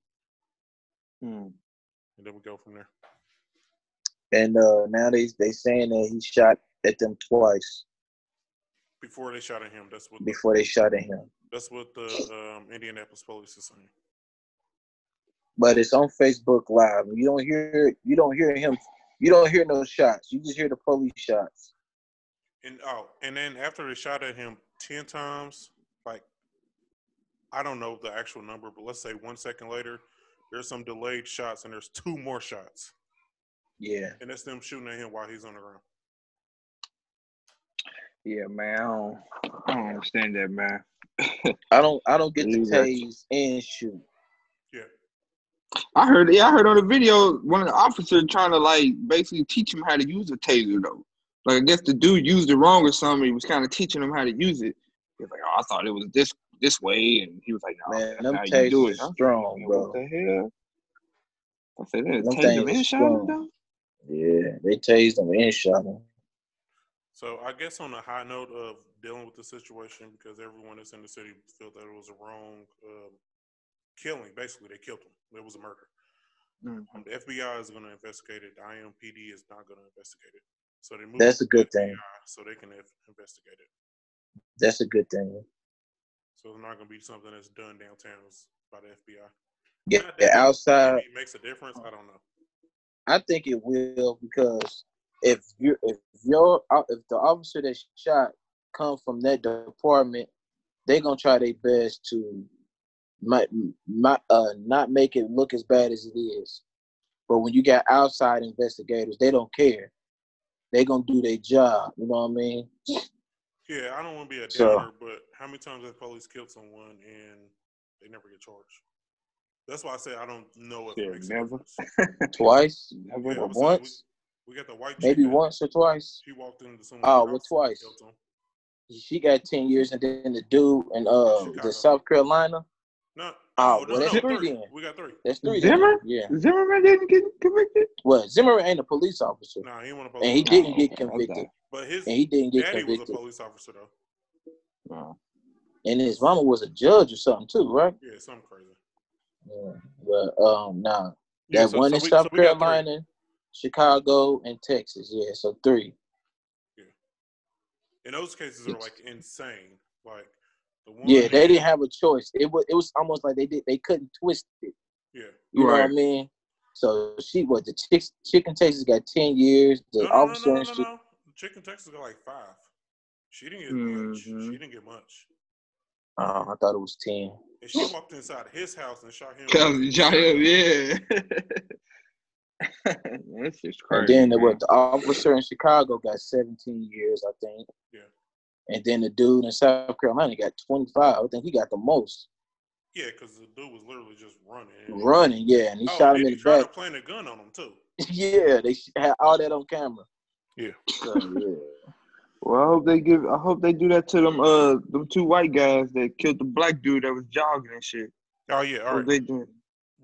C: Mhm.
A: And then we go from there.
C: And uh, nowadays they saying that he shot at them twice
A: Before they shot at him, that's what
C: before they shot at him.
A: that's what the um, Indianapolis police is saying.
C: But it's on Facebook Live. You don't hear you don't hear him. You don't hear no shots. You just hear the police shots.
A: And oh, and then after they shot at him ten times, like I don't know the actual number, but let's say one second later, there's some delayed shots, and there's two more shots,
C: Yeah.
A: and that's them shooting at him while he's on the ground.
B: Yeah, man. I don't, I don't understand that, man.
C: I don't I don't get the
B: Neither.
C: tase and shoot.
A: Yeah,
B: I heard, yeah, I heard on the video one of the officers trying to like basically teach him how to use a taser though. Like I guess the dude used it wrong or something. He was kind of teaching him how to use it. He was like, "Oh, I thought it was this this way," and he was like, "No,
C: Man,
B: that's
C: them
B: how you do
C: tasers
B: it." I was
C: strong,
B: like,
C: bro.
B: What the hell? I said,
C: Them
B: "That
C: things
B: taser
C: is
B: and shot
C: strong.
B: him though."
C: Yeah, they tased him and shot him.
A: So I guess on a high note of dealing with the situation, because everyone that's in the city felt that it was a wrong um, killing. Basically, they killed him. It was a murder.
C: Mm-hmm.
A: Um, the FBI is going to investigate it. The IMPD is not going to investigate it. So they moved
C: That's
A: it
C: a
A: to
C: good
A: the
C: thing.
A: FBI So they can inf- investigate it.
C: That's a good thing.
A: So it's not going to be something that's done downtown by the FBI.
C: Yeah,
A: Not that
C: outside.
A: Maybe it makes a difference. I don't know.
C: I think it will because if you if your uh, if the officer that shot come from that department, they gonna try their best to not, not uh not make it look as bad as it is. But when you got outside investigators, they don't care. They gonna do their job. You know what I mean?
A: Yeah, I don't want to be a
C: So-
A: downer, but how many times has the police killed someone and they never get charged? That's why I say I don't know if
B: Yeah,
A: it makes
B: never.
A: a difference.
C: Twice
B: Never.
A: Yeah,
C: or
A: I'm saying
C: once,
A: We got the white chick
C: maybe
A: that-
C: once or twice.
A: She walked into someone's
C: Oh, well,
A: house and
C: twice.
A: killed him.
C: She got ten years, and then the dude in uh
A: Chicago.
C: the South Carolina.
A: No,
C: Oh,
A: oh,
C: well,
A: no,
C: that's
A: no,
C: three
A: three.
C: then.
A: We got three.
C: That's three.
B: Zimmer?
C: Yeah.
B: Zimmerman didn't get convicted,
C: Well, Zimmer ain't a police officer,
A: Nah, he want a
C: and he
A: police.
B: No,
C: didn't get
B: okay,
C: convicted,
B: okay.
A: But his
C: and he didn't get
A: daddy was a
C: convicted,
A: police officer though.
B: No.
C: and his mama was a judge or something too, right?
A: Yeah, something crazy.
C: Yeah. But um, nah, that
A: Yeah, so-
C: one
A: so
C: in
A: we-
C: South
A: so we got three.
C: Carolina, Chicago, and Texas. Yeah, so three.
A: And those cases are like insane. Like the one.
C: Yeah, they didn't have a choice. It was it was almost like they did they couldn't twist it.
A: Yeah.
C: You know what I
B: Right.
C: mean? So she was the chick, chicken Texas got ten years.
A: No,
C: The
A: no, no,
C: officer
A: no, no,
C: and
A: no,
C: she,
A: no. Chicken Texas got like five. She didn't get much. She
B: Mhm.
A: didn't get much.
C: Uh, I thought it was ten.
A: And she walked inside his house and shot him.
B: Cousin Jael, yeah. That's just
C: And
B: crazy.
C: then the,
B: man.
C: what the officer in Chicago got 17 years, I think.
A: Yeah.
C: And then the dude in South Carolina got 25. I think he got the most
A: Yeah, because the dude was literally just running.
C: running. Yeah, and he
A: oh,
C: shot
A: and
C: him in
A: he
C: the
A: tried
C: back.
A: to plant a gun on him too.
C: yeah, they sh- had all that on camera.
A: Yeah.
C: So, yeah.
B: Well, I hope they give. I hope they do that to them. Uh, them two white guys that killed the black dude that was jogging and shit.
A: Oh yeah, all
B: What
A: right.
B: they doing?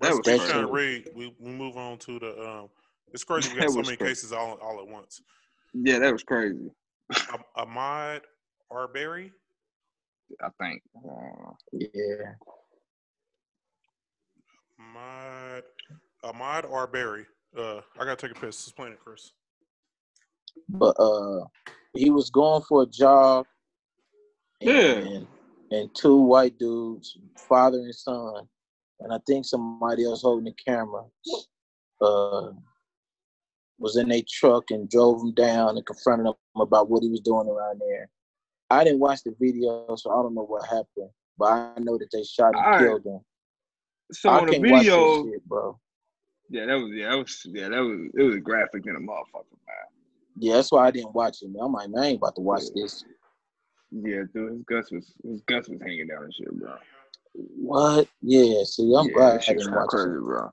A: That
B: That
A: was
B: was
A: Keyshawn
C: crazy.
A: Reed. We, we move on to the. Um, it's crazy. We got
B: That
A: so
B: was
A: many
B: crazy.
A: cases all all at once.
B: Yeah, that was crazy.
A: Am- Ahmad Arbery.
B: I think. Uh,
C: Yeah.
A: Ahmad Ahmad Arbery. Uh, I gotta take a piss. Explain it, Chris.
C: But uh, he was going for a job.
B: Yeah.
C: And, and two white dudes, father and son, and I think somebody else holding the camera, uh, was in their truck and drove him down and confronted him about what he was doing around there. I didn't watch the video, so I don't know what happened, but I know that they shot and
B: All right.
C: killed him.
B: so
C: I
B: on the
C: can't watch that
B: video,
C: shit, bro.
B: yeah, that was yeah, that was yeah, that was it was graphic in a motherfucker, man.
C: Yeah, that's why I didn't watch it. man. I'm like, man, I ain't about to watch this.
B: Yeah, dude, his guts was his guts was hanging down and shit, bro.
C: What? Yeah, see, I'm
B: yeah,
C: glad
B: that
C: I
B: shit
C: didn't
B: kinda
C: watch
B: crazy,
C: it.
B: bro.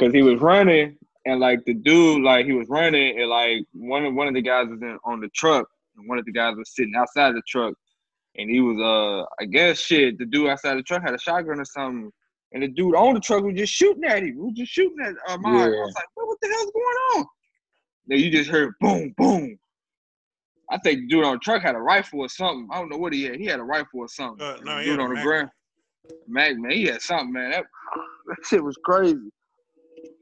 B: Cause he was running, and like the dude, like he was running, and like one of one of the guys was in, on the truck, and one of the guys was sitting outside the truck, and he was uh, I guess shit, the dude outside the truck had a shotgun or something, and the dude on the truck was just shooting at him, was just shooting at uh, mine. I
C: Yeah.
B: was like, what, what the hell's going on? Then you just heard boom, boom. I think the dude on the truck had a rifle or something. I don't know what he had. He had a rifle or something.
A: Uh,
B: And
A: no,
B: the
A: he
B: dude
A: had a
B: on the
A: Magnum.
B: ground. Mac, man, he had something, man. That, that shit was crazy.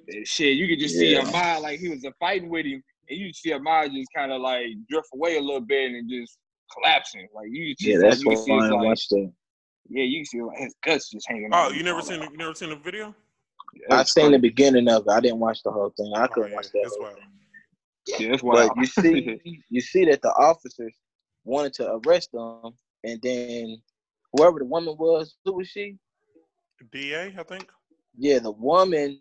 B: And shit, you could just see
C: Yeah.
B: Ahmad like he was uh, fighting with him, and you see Ahmad just kind of like drift away a little bit and just collapsing. Like you, just,
C: Yeah, that's
B: you
C: why
B: could see
C: I
B: his
C: didn't
B: like,
C: watch that.
B: yeah, you can see like his guts just hanging.
A: Oh,
B: out.
A: you never seen the, you never seen the video?
B: Yeah,
C: I
B: that's
C: seen the
B: crazy.
C: beginning of it. I didn't watch the whole thing. I
A: Oh,
C: couldn't
A: yeah,
C: watch that.
A: that's
C: whole
A: wild.
C: thing.
B: Yeah, that's
C: But
B: wild.
C: you see, you see that the officers wanted to arrest them, and then whoever the woman was, who was she?
A: DA, I think.
C: Yeah, the woman,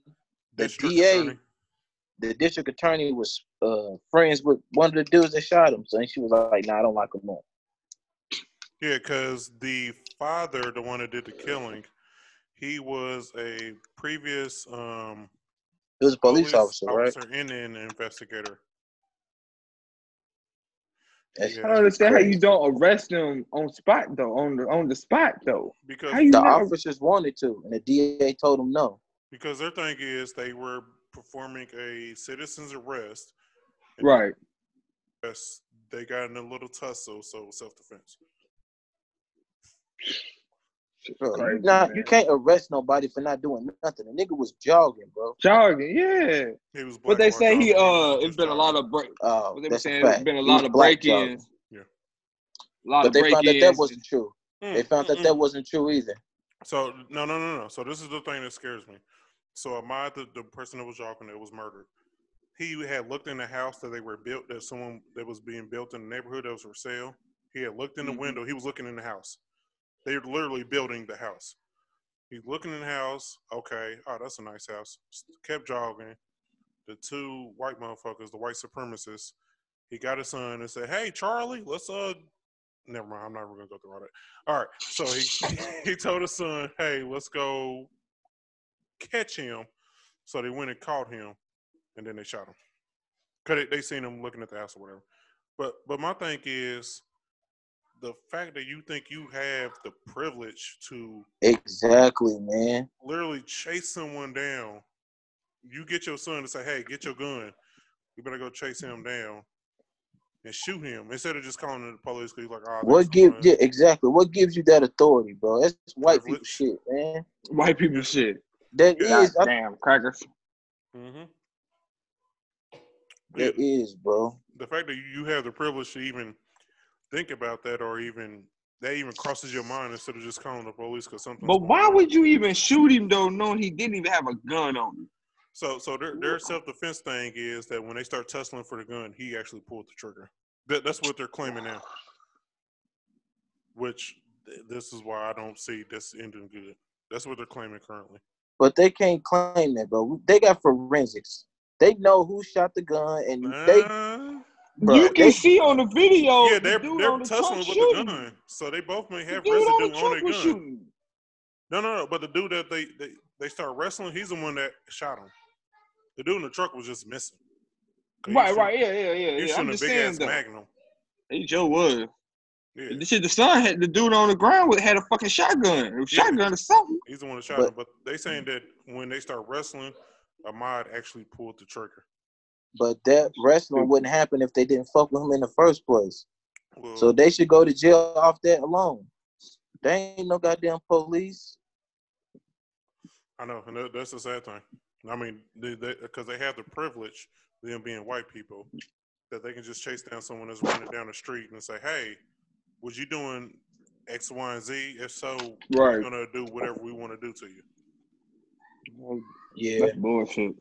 C: the
A: District
C: DA,
A: attorney.
C: the district attorney was uh, friends with one of the dudes that shot him. So she was like, "Nah, I don't like him more."
A: Yeah, because the father, the one that did the killing, he was a previous um,
C: He was a police, officer, right?
A: officer and an investigator.
C: That's-
B: I don't understand how you don't arrest them on spot though, on the on the spot though.
A: Because
B: How you
C: The
B: not-
C: officers wanted to, and the DA told them no.
A: because their thing is they were performing a citizen's arrest. and
B: Right.
A: that's- They got in a little tussle, so self defense.
C: Bro, you
B: Crazy,
C: not,
B: man.
C: you can't arrest nobody for not doing nothing. The nigga was jogging, bro.
B: Jogging, yeah.
A: He was. black
B: But they
A: while
B: say he
A: driving,
B: uh,
A: was
B: it's
A: just
B: been a
A: driving.
B: lot of break.
C: Oh,
B: What they were
C: that's
B: saying,
C: a fact.
B: it's been a
C: He
B: lot
C: was
B: of
C: black
B: break-ins.
A: Yeah.
B: A lot
C: But
B: of
C: they found out
B: break-ins.
C: that wasn't true.
A: Mm,
C: They found out
A: mm,
C: that
A: mm.
C: wasn't true either.
A: So no, no, no, no. So this is the thing that scares me. So Ahmad, the, the person that was jogging that was murdered, he had looked in the house that they were built that someone that was being built in the neighborhood that was for sale. He had looked in the
B: Mhm.
A: window. He was looking in the house. They were literally building the house. He's looking in the house. Okay, oh that's a nice house. S- Kept jogging. The two white motherfuckers, the white supremacists, he got his son and said, "Hey Charlie, let's uh." Never mind. I'm not even gonna go through all that. All right. So he he told his son, "Hey, let's go catch him." So they went and caught him, and then they shot him. Cause they, they seen him looking at the house or whatever. But but my thing is the fact that you think you have the privilege to
C: Exactly, man.
A: literally chase someone down. You get your son to say, "Hey, get your gun. You better go chase him down and shoot him." Instead of just calling the police, because he's like, "Oh,
C: What give? Yeah, exactly. What gives you that authority, bro? That's white people
A: Privilege.
C: shit, man.
B: White people shit.
C: That
A: Yeah.
C: is, I-
B: damn crackers.
A: hmm
C: that is, bro.
A: the fact that you have the privilege to even think about that, or even that even crosses your mind instead of just calling the police because something.
B: But why would you even shoot him though, knowing he didn't even have a gun on him?
A: So, so their their self defense thing is that when they start tussling for the gun, he actually pulled the trigger. That, that's what they're claiming now. Which th- this is why I don't see this ending good. That's what they're claiming currently.
C: But they can't claim that, bro. They got forensics. They know who shot the gun, and they
A: Uh,
C: Bruh,
B: you can
C: they-
B: see on the video.
A: yeah,
B: Oh, the
A: they're
B: dude
A: they're
B: on the
A: tussling
B: truck
A: with
B: shooting.
A: the gun, so they both may
B: The
A: have
B: dude
A: residue
B: on
A: on,
B: the truck
A: their
B: was
A: gun.
B: shooting.
A: No, no, no. But the dude that they, they they start wrestling, he's the one that shot him. The dude in the truck was just missing. 'Cause he
B: Right,
A: shoot-
B: right, yeah, yeah, yeah.
A: He
B: yeah.
A: shooting
B: I'm
A: a
B: just
A: big ass
B: saying though.
A: magnum.
B: Hey, Joe was.
A: Yeah,
B: The shit, the son had the dude on the ground with, had a fucking shotgun, a shotgun or something.
A: he's the one that shot
C: But-
A: him. But they saying that when they start wrestling, Ahmad actually pulled the trigger.
C: but that wrestling wouldn't happen if they didn't fuck with him in the first place.
A: Well,
C: So they should go to jail off that alone. They ain't no goddamn police.
A: I know, and that, that's the sad thing. I mean, because they, because they have the privilege, them being white people, that they can just chase down someone that's running down the street and say, "Hey, was you doing X, Y, and Z? If so, we're
B: Right.
A: gonna do whatever we want to do to you."
C: Yeah,
B: That's bullshit.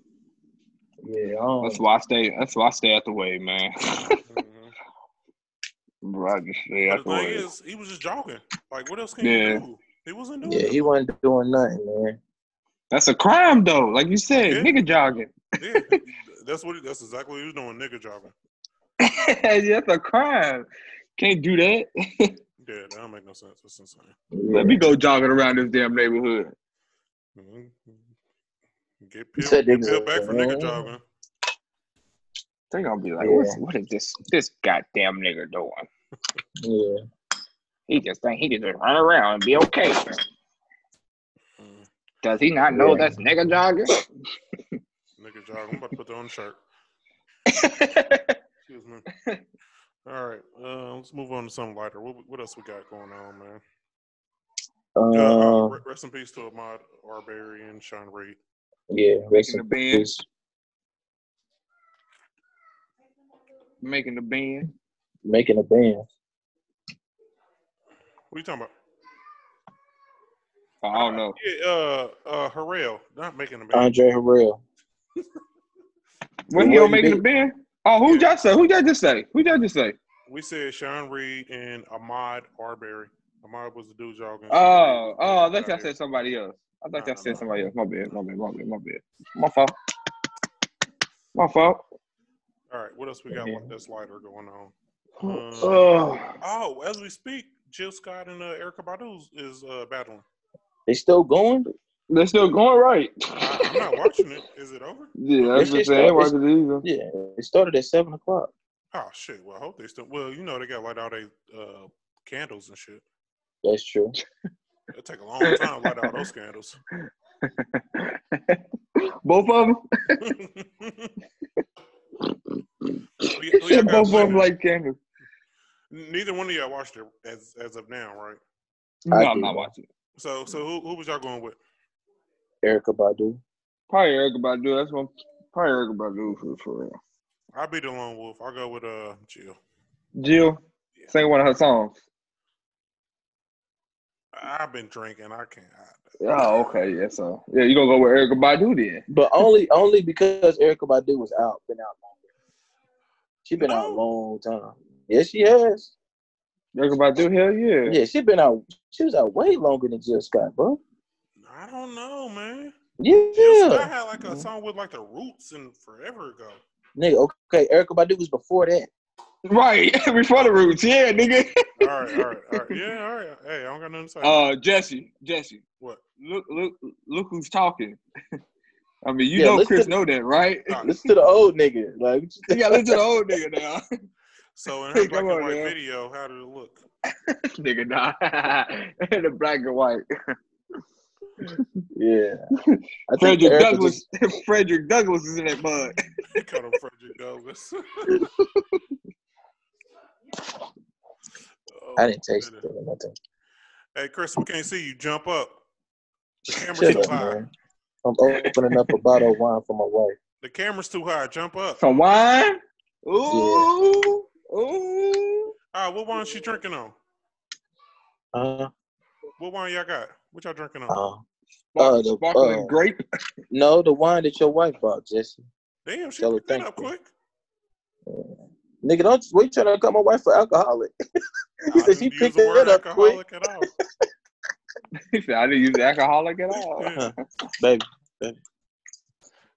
C: yeah. I don't-
B: That's why I stay. That's why I stay out the way, man. Bro, I just stay
A: But
B: out
A: the
B: the
A: thing
B: way.
A: is, he was just jogging. Like, what else can
B: Yeah.
A: you do? He wasn't doing.
C: yeah, he wasn't doing nothing, man.
B: That's a crime, though. Like you said,
A: Yeah.
B: nigga jogging.
A: nothing. yeah, that's what. He, that's exactly what he was doing. Nigga jogging.
B: yeah, that's a crime. Can't do that.
A: Yeah, that don't make no sense. That's insane.
C: Yeah.
B: Let me go jogging around this damn neighborhood.
A: Mhm. Mm-hmm. Get
C: You
A: peeled,
C: said
A: get
C: niggas
A: peeled
C: are
A: back for
C: wrong.
A: nigga jogging.
B: They're gonna be like,
C: Yeah.
B: what's, what is this this goddamn nigga doing?
C: Yeah,
B: He just think he can just run around and be okay.
A: Mhm.
B: Does he not know
C: Yeah.
B: that's nigga jogging?
A: Nigga jogging. I'm about to put that on the shirt. Excuse me. All right, uh, let's move on to something lighter. What, what else we got going on, man? Uh, uh,
C: um,
A: re- rest in peace to Ahmad Arbery and Sean Reed.
C: yeah. rest
B: Making the
C: in
B: band,
C: peace.
B: making the band.
C: Making a band.
A: What are you talking about?
B: I don't know.
A: Yeah, uh, uh, Harrell, not making a band.
C: Andre Harrell.
B: When
C: Yeah,
B: he
C: what
B: don't
C: he
B: making the
C: did-
B: band? Oh, who y'all say? Who y'all just say? Who y'all just say?
A: we said Sean Reed and Ahmad Arbery. Ahmad was the dude jogging.
B: Oh, oh, I thought y'all
A: Out here.
B: said somebody else. I thought
A: No,
B: y'all
A: no,
B: said
A: no.
B: somebody else. My bad, my bad, my bad, my bad. My fault. My fault.
A: All right, what else we got
C: Yeah.
A: like that's lighter going on? Uh,
B: Oh,
A: oh, as we speak, Jill Scott and uh, Erica Badu is uh, battling.
C: They still going?
B: they're still going right.
A: I, I'm not watching it. Is it over?
B: Yeah, I was
C: It's
B: just saying.
C: just-
B: Watch it either.
C: Yeah, it started at seven o'clock.
A: Oh shit! Well, I hope they still. Well, you know they got light all they uh, candles and shit.
C: That's true.
A: It take a long time to light all those candles.
B: Both of them.
A: Who y- who y'all
B: Shit,
A: got
B: both of them
A: winning?
B: like candles.
A: Neither one of y'all watched it as as of now, right?
B: No,
C: I
B: I'm
C: do.
B: not watching. it.
A: So so who who was y'all going with?
C: Erica Badu.
B: Probably Eric Badu. That's one. Probably Eric Badu for, for real.
A: I'll be the lone wolf. I'll go with uh Jill.
B: Jill, sing one of her songs.
A: I- I've been drinking. I can't. I,
B: Oh, okay. Yeah, so yeah, you gonna go with Eric Badu then?
C: But only only because Erica Badu was out, been out longer. She been
B: Oh.
C: out a
A: No.
C: long time. Yes, she has.
B: Eric Badu, hell yeah.
C: Yeah, she been out. She was out way longer than Jill Scott, bro.
A: I don't know, man. Jill Scott
C: Yeah,
A: had like
B: Mm-hmm.
A: a song with like the Roots and forever ago.
C: nigga. Okay, Erica Badu was before that.
B: Right before the roots, yeah, nigga.
A: All right, all right, all right. Yeah, all right. Hey, I don't got nothing to say.
B: Uh, Jesse, Jesse,
A: what?
B: look, look, look who's talking. I mean, you
C: Yeah,
B: know
C: listen-
B: Chris know that, right?
A: Nah,
C: Listen to the old nigga. Like,
B: yeah, listen to the old nigga now.
A: so in
B: Hey,
A: her black
B: come
A: and
B: on,
A: white
B: man.
A: video, how did it look?
B: nigga, nah, the black and white.
C: yeah. I think
B: Frederick
C: Erica
B: Douglass,
C: just-
B: Frederick Douglass is in that mud.
A: He called him Frederick Douglass.
C: I didn't taste
A: Oh,
C: it or nothing.
A: Hey, Chris, we can't see you. Jump up. The camera's
C: Shut
A: too
C: up,
A: high.
C: man. I'm opening up a bottle of wine for my wife.
A: The camera's too high. Jump up.
B: Some wine. Ooh, ooh.
A: Ah, what wine she drinking on?
C: Uh,
A: What wine y'all got? What y'all drinking on?
C: uh, Uh, the-
B: Sparkling
C: uh,
B: grape.
C: no, the wine that your wife bought, Jesse.
A: Damn, she
C: Yellow
A: picked that up
C: Thank You.
A: quick.
C: Nigga, don't just wait till I cut my wife for alcoholic. he said she picked it up quick.
A: at all.
B: He said, I didn't use alcoholic at all.
A: Yeah.
C: Baby.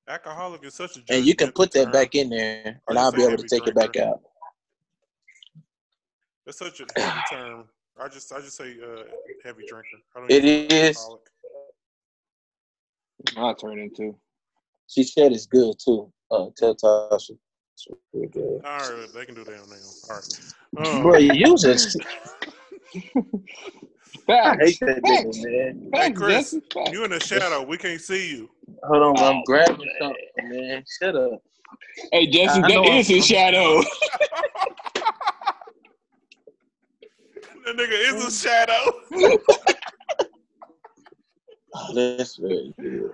A: Alcoholic is such a
C: And you can
A: judgmental
C: put that
A: term.
C: back in there
A: Uh-huh. Or
C: and I'll
A: just
C: be
A: a
C: able to
A: heavy
C: take it back
A: drinker.
C: out.
A: That's such a heavy term. I just I just say uh, heavy drinker. I don't
C: It
A: use the word
C: is.
A: alcoholic.
B: I turned into.
C: She said it's good too. Uh tell Tasha. It's real good.
A: All right, they can do that now. All right. Um,
C: Bro, you use it. I hate
B: Facts.
C: that
B: Facts.
C: nigga, man.
A: Hey,
B: Facts,
A: Chris,
B: Jesse. Facts.
A: you in the shadow. We can't see you.
C: Hold on,
B: Oh,
C: I'm grabbing something, man. Shut up.
B: Hey, Jesse,
C: I
B: that
C: know I'm-
B: is his shadow.
A: That nigga is a shadow.
C: Oh, that's very good.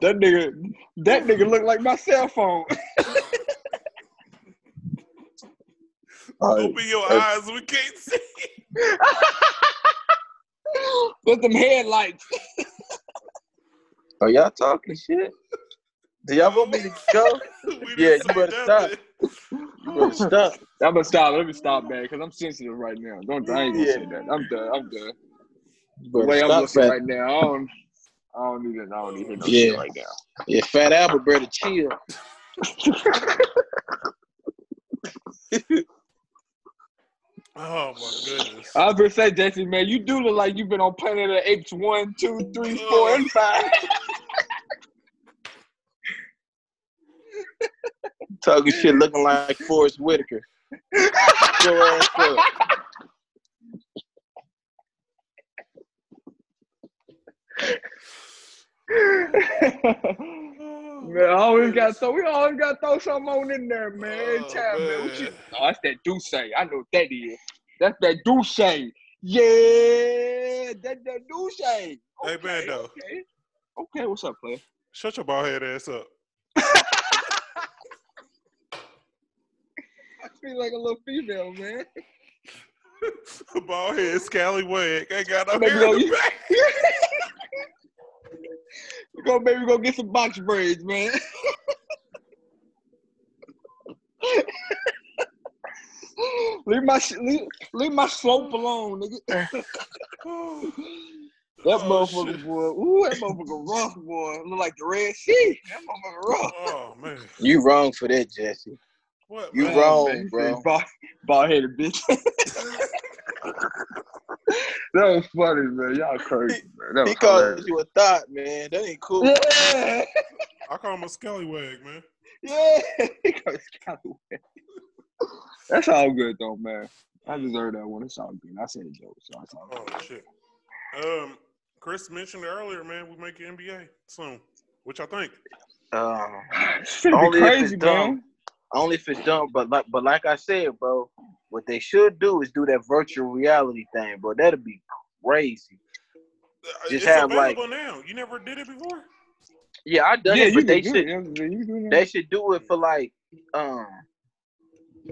B: that nigga, that nigga look like my cell phone.
C: All right.
A: Open your
C: Hey.
A: eyes. We can't see.
B: With them headlights.
C: Are y'all talking shit? Do y'all want me to go?
A: We didn't
C: Yeah, you
A: say
C: better stop.
A: nothing.
C: You better stop.
B: I'm gonna stop. Let me stop, man, because I'm sensitive right now. Don't I ain't gonna say that. I'm done. I'm done.
C: You
B: The
C: better
B: way I'm
C: stop
B: looking
C: fat.
B: right now, I don't, I don't need to, I don't need to hear no
C: Yeah.
B: shit right now.
C: Yeah, Fat Albert better chill.
A: Oh my goodness.
B: I was gonna say, Jesse, man, you do look like you've been on Planet of the Apes one, two, three, four, and five.
C: Talking shit looking like Forrest Whitaker. Shut your ass up.
B: man,
A: Oh,
B: I always got so we always got to throw something on in there, man.
A: Oh,
B: Child, man. What you,
A: man.
B: oh, that's that douce. I know what that is. That's that douce. Yeah, that that douce. Okay,
A: Hey, Bando.
B: Okay. Okay, what's up, player?
A: Shut your bald head ass up.
B: I feel like a little female, man.
A: Bald head, scallywag. Ain't got no
B: Maybe
A: hair
B: go,
A: in the
B: you,
A: back.
B: go, baby, go get some box braids, man. leave my sh- leave, leave my slope alone, nigga.
C: Oh,
B: That
A: Oh,
B: motherfucker,
A: shit.
B: boy. Ooh, that motherfucker rough, boy. Look like the Red Sea. That motherfucker rough.
A: Oh man.
C: You wrong for that, Jesse.
A: What
C: You
A: man?
C: wrong.
B: he
C: bro.
B: said Bald, headed bitch. that was funny, man. Y'all crazy, man. That was
C: He called
B: hilarious.
C: you a thought, man. That ain't cool.
B: Yeah,
A: I call him a scallywag, man.
B: yeah. He called us Callaway. That's all good though, man. I deserve that one. It's all good. I said a joke, so it's all
A: Oh shit. Um, Chris mentioned earlier, man, we make an NBA soon. Which I think.
C: Um,
B: good. Shit, be
C: Only if
B: crazy,
C: it's done.
B: man.
C: only if it's done, but like, but like I said, bro, what they should do is do that virtual reality thing, bro. That'll be crazy. Just
A: it's
C: have, like-
A: available now. You never did it before.
C: Yeah, I done
B: Yeah,
C: it,
B: you
C: but they
B: can do
C: should
B: it. You can do
C: they
B: that.
C: should do it for like um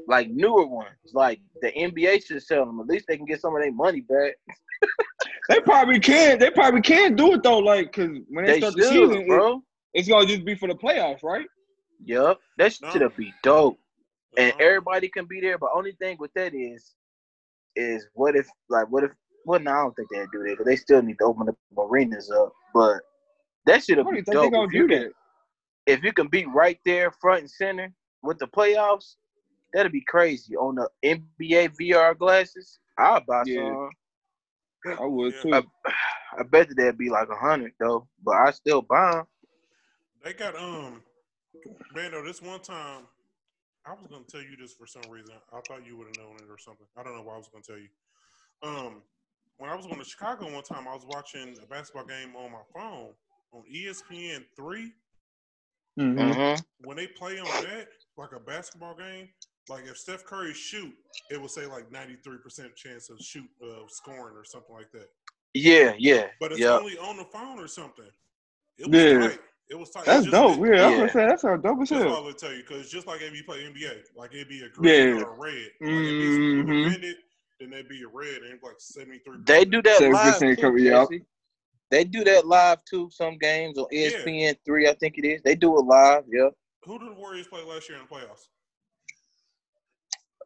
C: like newer ones. Like the NBA should sell them. At least they can get some of their money back.
B: They probably can. They probably can do it though, like, cause when they,
C: They
B: start
C: should,
B: the season, it-
C: bro.
B: it's gonna just be for the playoffs, right?
C: Yup. That
A: No.
C: should be dope. And
A: Uh,
C: everybody can be there, but only thing with that is is what if like what if well no, I don't think they'll do that because they still need to open up arenas up. But that should
B: I
C: have
B: don't
C: be
B: even think they're
C: dope.
B: gonna
C: If
B: do
C: you can
B: that.
C: if you can be right there front and center with the playoffs, that'd be crazy. On the NBA VR glasses, I'll buy
B: Yeah.
C: some.
B: I would
A: Yeah. Uh,
B: too.
C: I, I bet that that'd be like a hundred though, but I still buy 'em.
A: they got um, Bando. This one time, I was gonna tell you this for some reason. I thought you would have known it or something. I don't know why I was gonna tell you. Um, when I was going to Chicago one time, I was watching a basketball game on my phone on E ESPN three. uh,
B: Mhm.
A: when they play on that, like a basketball game, like if Steph Curry shoot, it would say like ninety three percent chance of shoot of scoring or something like that.
C: Yeah, yeah,
A: But it's
C: yeah.
A: only on the phone or something. It was
B: Yeah.
A: tight. It was tight.
B: That's
A: It's just-
B: dope. Yeah, I was
C: Yeah.
B: gonna say that's how dope as
A: That's what I
B: hell.
A: would tell you because just like if you play NBA, like it'd be a green
B: Yeah.
A: or a red. Like if it's
B: Mhm.
A: defended, then it'd be a red and it'd be like seventy three.
C: They do that
B: Seven
C: live
B: percent
C: too.
B: cover, yeah.
C: Jesse. They do that live too. Some games on E
A: Yeah.
C: ESPN three, I think it is. They do it live. Yeah.
A: Who did the Warriors play last year in the playoffs?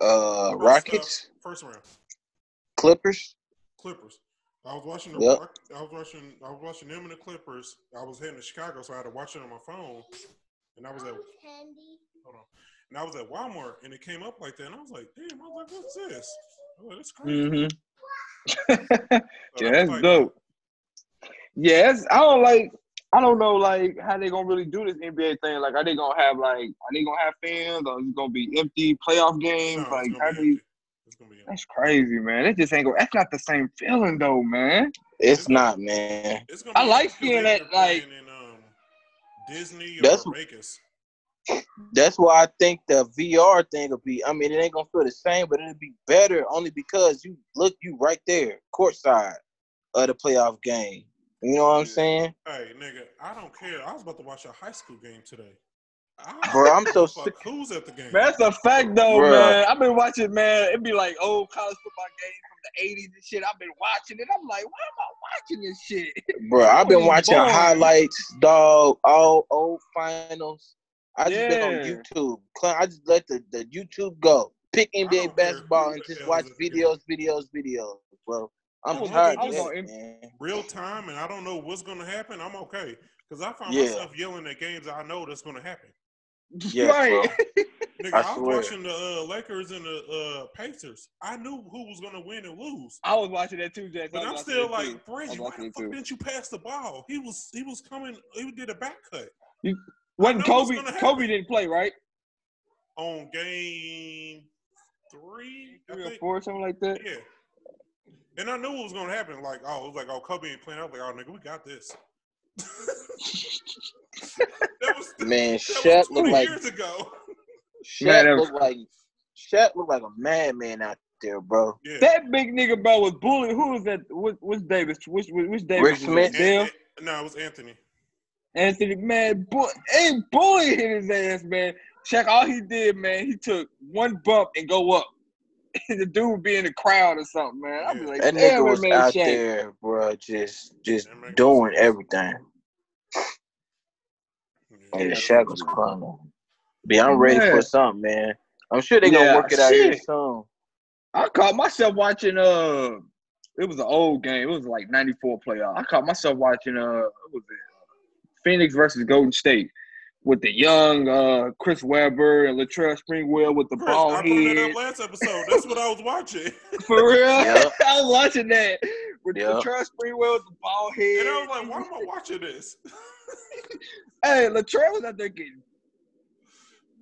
C: uh, Rockets,
A: First round,
C: Clippers.
A: Clippers. I was watching the
C: Yep.
A: Rock- I was watching I was watching them and the Clippers. I was heading to Chicago, so I had to watch it on my phone. And I was at
D: candy.
A: hold on. And I was at Walmart and it came up like that and I was like, damn, I was like, what's this? I was like, that's crazy.
B: Mm-hmm.
A: So
B: Yeah,
A: I was
B: that's
A: like,
B: dope. Yeah, that's, I don't like. I don't know, like how they gonna really do this NBA thing. Like, are they gonna have like, are they gonna have fans, or is it gonna be empty playoff
A: no,
B: games?
A: it's
B: like,
A: gonna
B: how
A: be
B: do you?
A: empty. It's gonna be empty.
B: That's crazy, man. It just ain't go. That's not the same feeling, though, man.
C: It's not, man.
A: It's gonna
B: I
A: be
B: like
A: it's gonna
B: seeing
A: be
B: that,
A: either
B: like-
A: playing in um, Disney or
C: That's-
A: Vegas.
C: That's why I think the VR thing will be. I mean, it ain't gonna feel the same, but it'll be better only because you look you right there, courtside of the playoff game. You know what I'm
A: Yeah.
C: saying,
A: Hey, nigga, I don't care. I was about to watch a high school game today.
C: bro? I'm so sick.
A: Fuck, who's at the game?
B: Man, that's a fact, though,
C: Bruh.
B: man. I've been watching, man. It'd be like old college football games from the '80s and shit. I've been watching it. I'm like, why am I watching this shit?
C: Bro, I've been
B: Holy
C: watching
B: boy.
C: highlights, dog, all old finals. I just
B: Yeah.
C: been on YouTube. Cl- I just let the, the YouTube go. Pick
A: don't
C: NBA
A: care who
C: basketball and
A: the
C: just
A: hell
C: watch
A: is up here.
C: videos, videos, videos, bro. I'm
A: I was
C: tired
A: looking
C: of
B: at
C: that,
B: this-
C: man.
A: Real time, and I don't know what's gonna happen. I'm okay because I find
C: Yeah.
A: myself yelling at games I know that's gonna happen.
C: Yeah,
B: right.
A: Nigga,
C: I
A: I, was
C: swear.
A: watching the uh, Lakers and the uh, Pacers. I knew who was gonna win and lose,
B: I was watching that too, Jack. I
A: but
B: was
A: I'm
B: watching
A: still
B: that, too.
A: like, Brandon,
B: I'm
A: why
B: watching
A: the
B: it,
A: fuck
B: too.
A: didn't you pass the ball? He was he was coming. He did a back cut
B: Wasn't
A: I know what's
B: Kobe?
A: gonna happen.
B: Kobe didn't play, right?
A: on game three. I
B: Three or
A: think.
B: four, something like that.
A: Yeah. And I knew what was gonna happen. Like, oh, it was like, oh, Kobe ain't playing. I was like, oh, nigga, we got this. that was that
C: Man,
A: was
C: Shaq looked
A: twenty
C: like
A: years ago.
B: Man, that
C: Shaq
B: was-
C: looked like Shaq looked like a madman out there, bro.
A: Yeah.
B: That big nigga bro was bullying. Who was that? Which, which Davis? Which which, which Davis?
C: Rick
B: was it?
C: Smith?
A: An-
B: Dale?
A: an- no, it was Anthony.
B: Anthony, man, boy, ain't bullying his ass, man. Check all he did, man. He took one bump and go up. the dude be in the crowd or something, man. I'd be like,
C: That
B: damn
C: nigga
B: it,
C: was
B: man,
C: out
B: Shaq.
C: there, bro, just just
A: That nigga
C: doing
A: was-
C: everything.
A: Yeah.
C: And Shaq was crying. Be I'm ready
B: Yeah.
C: for something, man. I'm sure they gonna
B: Yeah,
C: work it out here
B: shit.
C: soon.
B: I caught myself watching. Uh, it was an old game. It was like '94 playoff. I caught myself watching. Uh, what was it? Phoenix versus Golden State with the young uh Chris Webber and Latrell Springwell with the
A: Chris,
B: ball
A: I put it
B: head.
A: up last episode. That's what I was watching.
B: For real,
C: Yep.
B: I was watching that with
C: Yep.
B: Latrell Springwell with the ball
A: And I
B: head.
A: was like, why am I watching this?
B: Hey, Latrell was out there getting.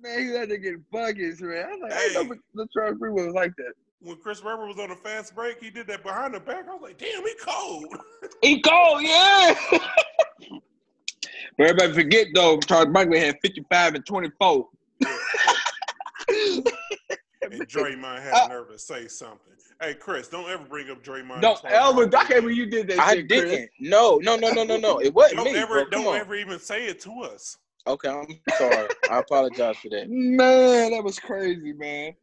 B: Man, he was out there getting buckets, man. I was like, I didn't know Latrell Springwell was like that.
A: when Chris Webber was on a fast break, he did that behind the back. I was like, damn, he cold.
B: He cold, yeah. but everybody forget though, Charles Barkley had 55 and 24.
A: And Draymond had
B: I-
A: nerve to say something. Hey, Chris, don't ever bring up Draymond.
B: Don't
A: and Charles
B: ever.
A: Barkley
B: I can't
A: again.
B: believe you did that.
C: I
B: shit, Chris.
C: didn't. No, no, no, no, no, no. It wasn't
A: Don't
C: me.
A: ever,
C: bro. Come
A: don't
C: on.
A: ever even say it to us.
C: Okay, I'm sorry. I apologize for that.
B: Man, that was crazy, man.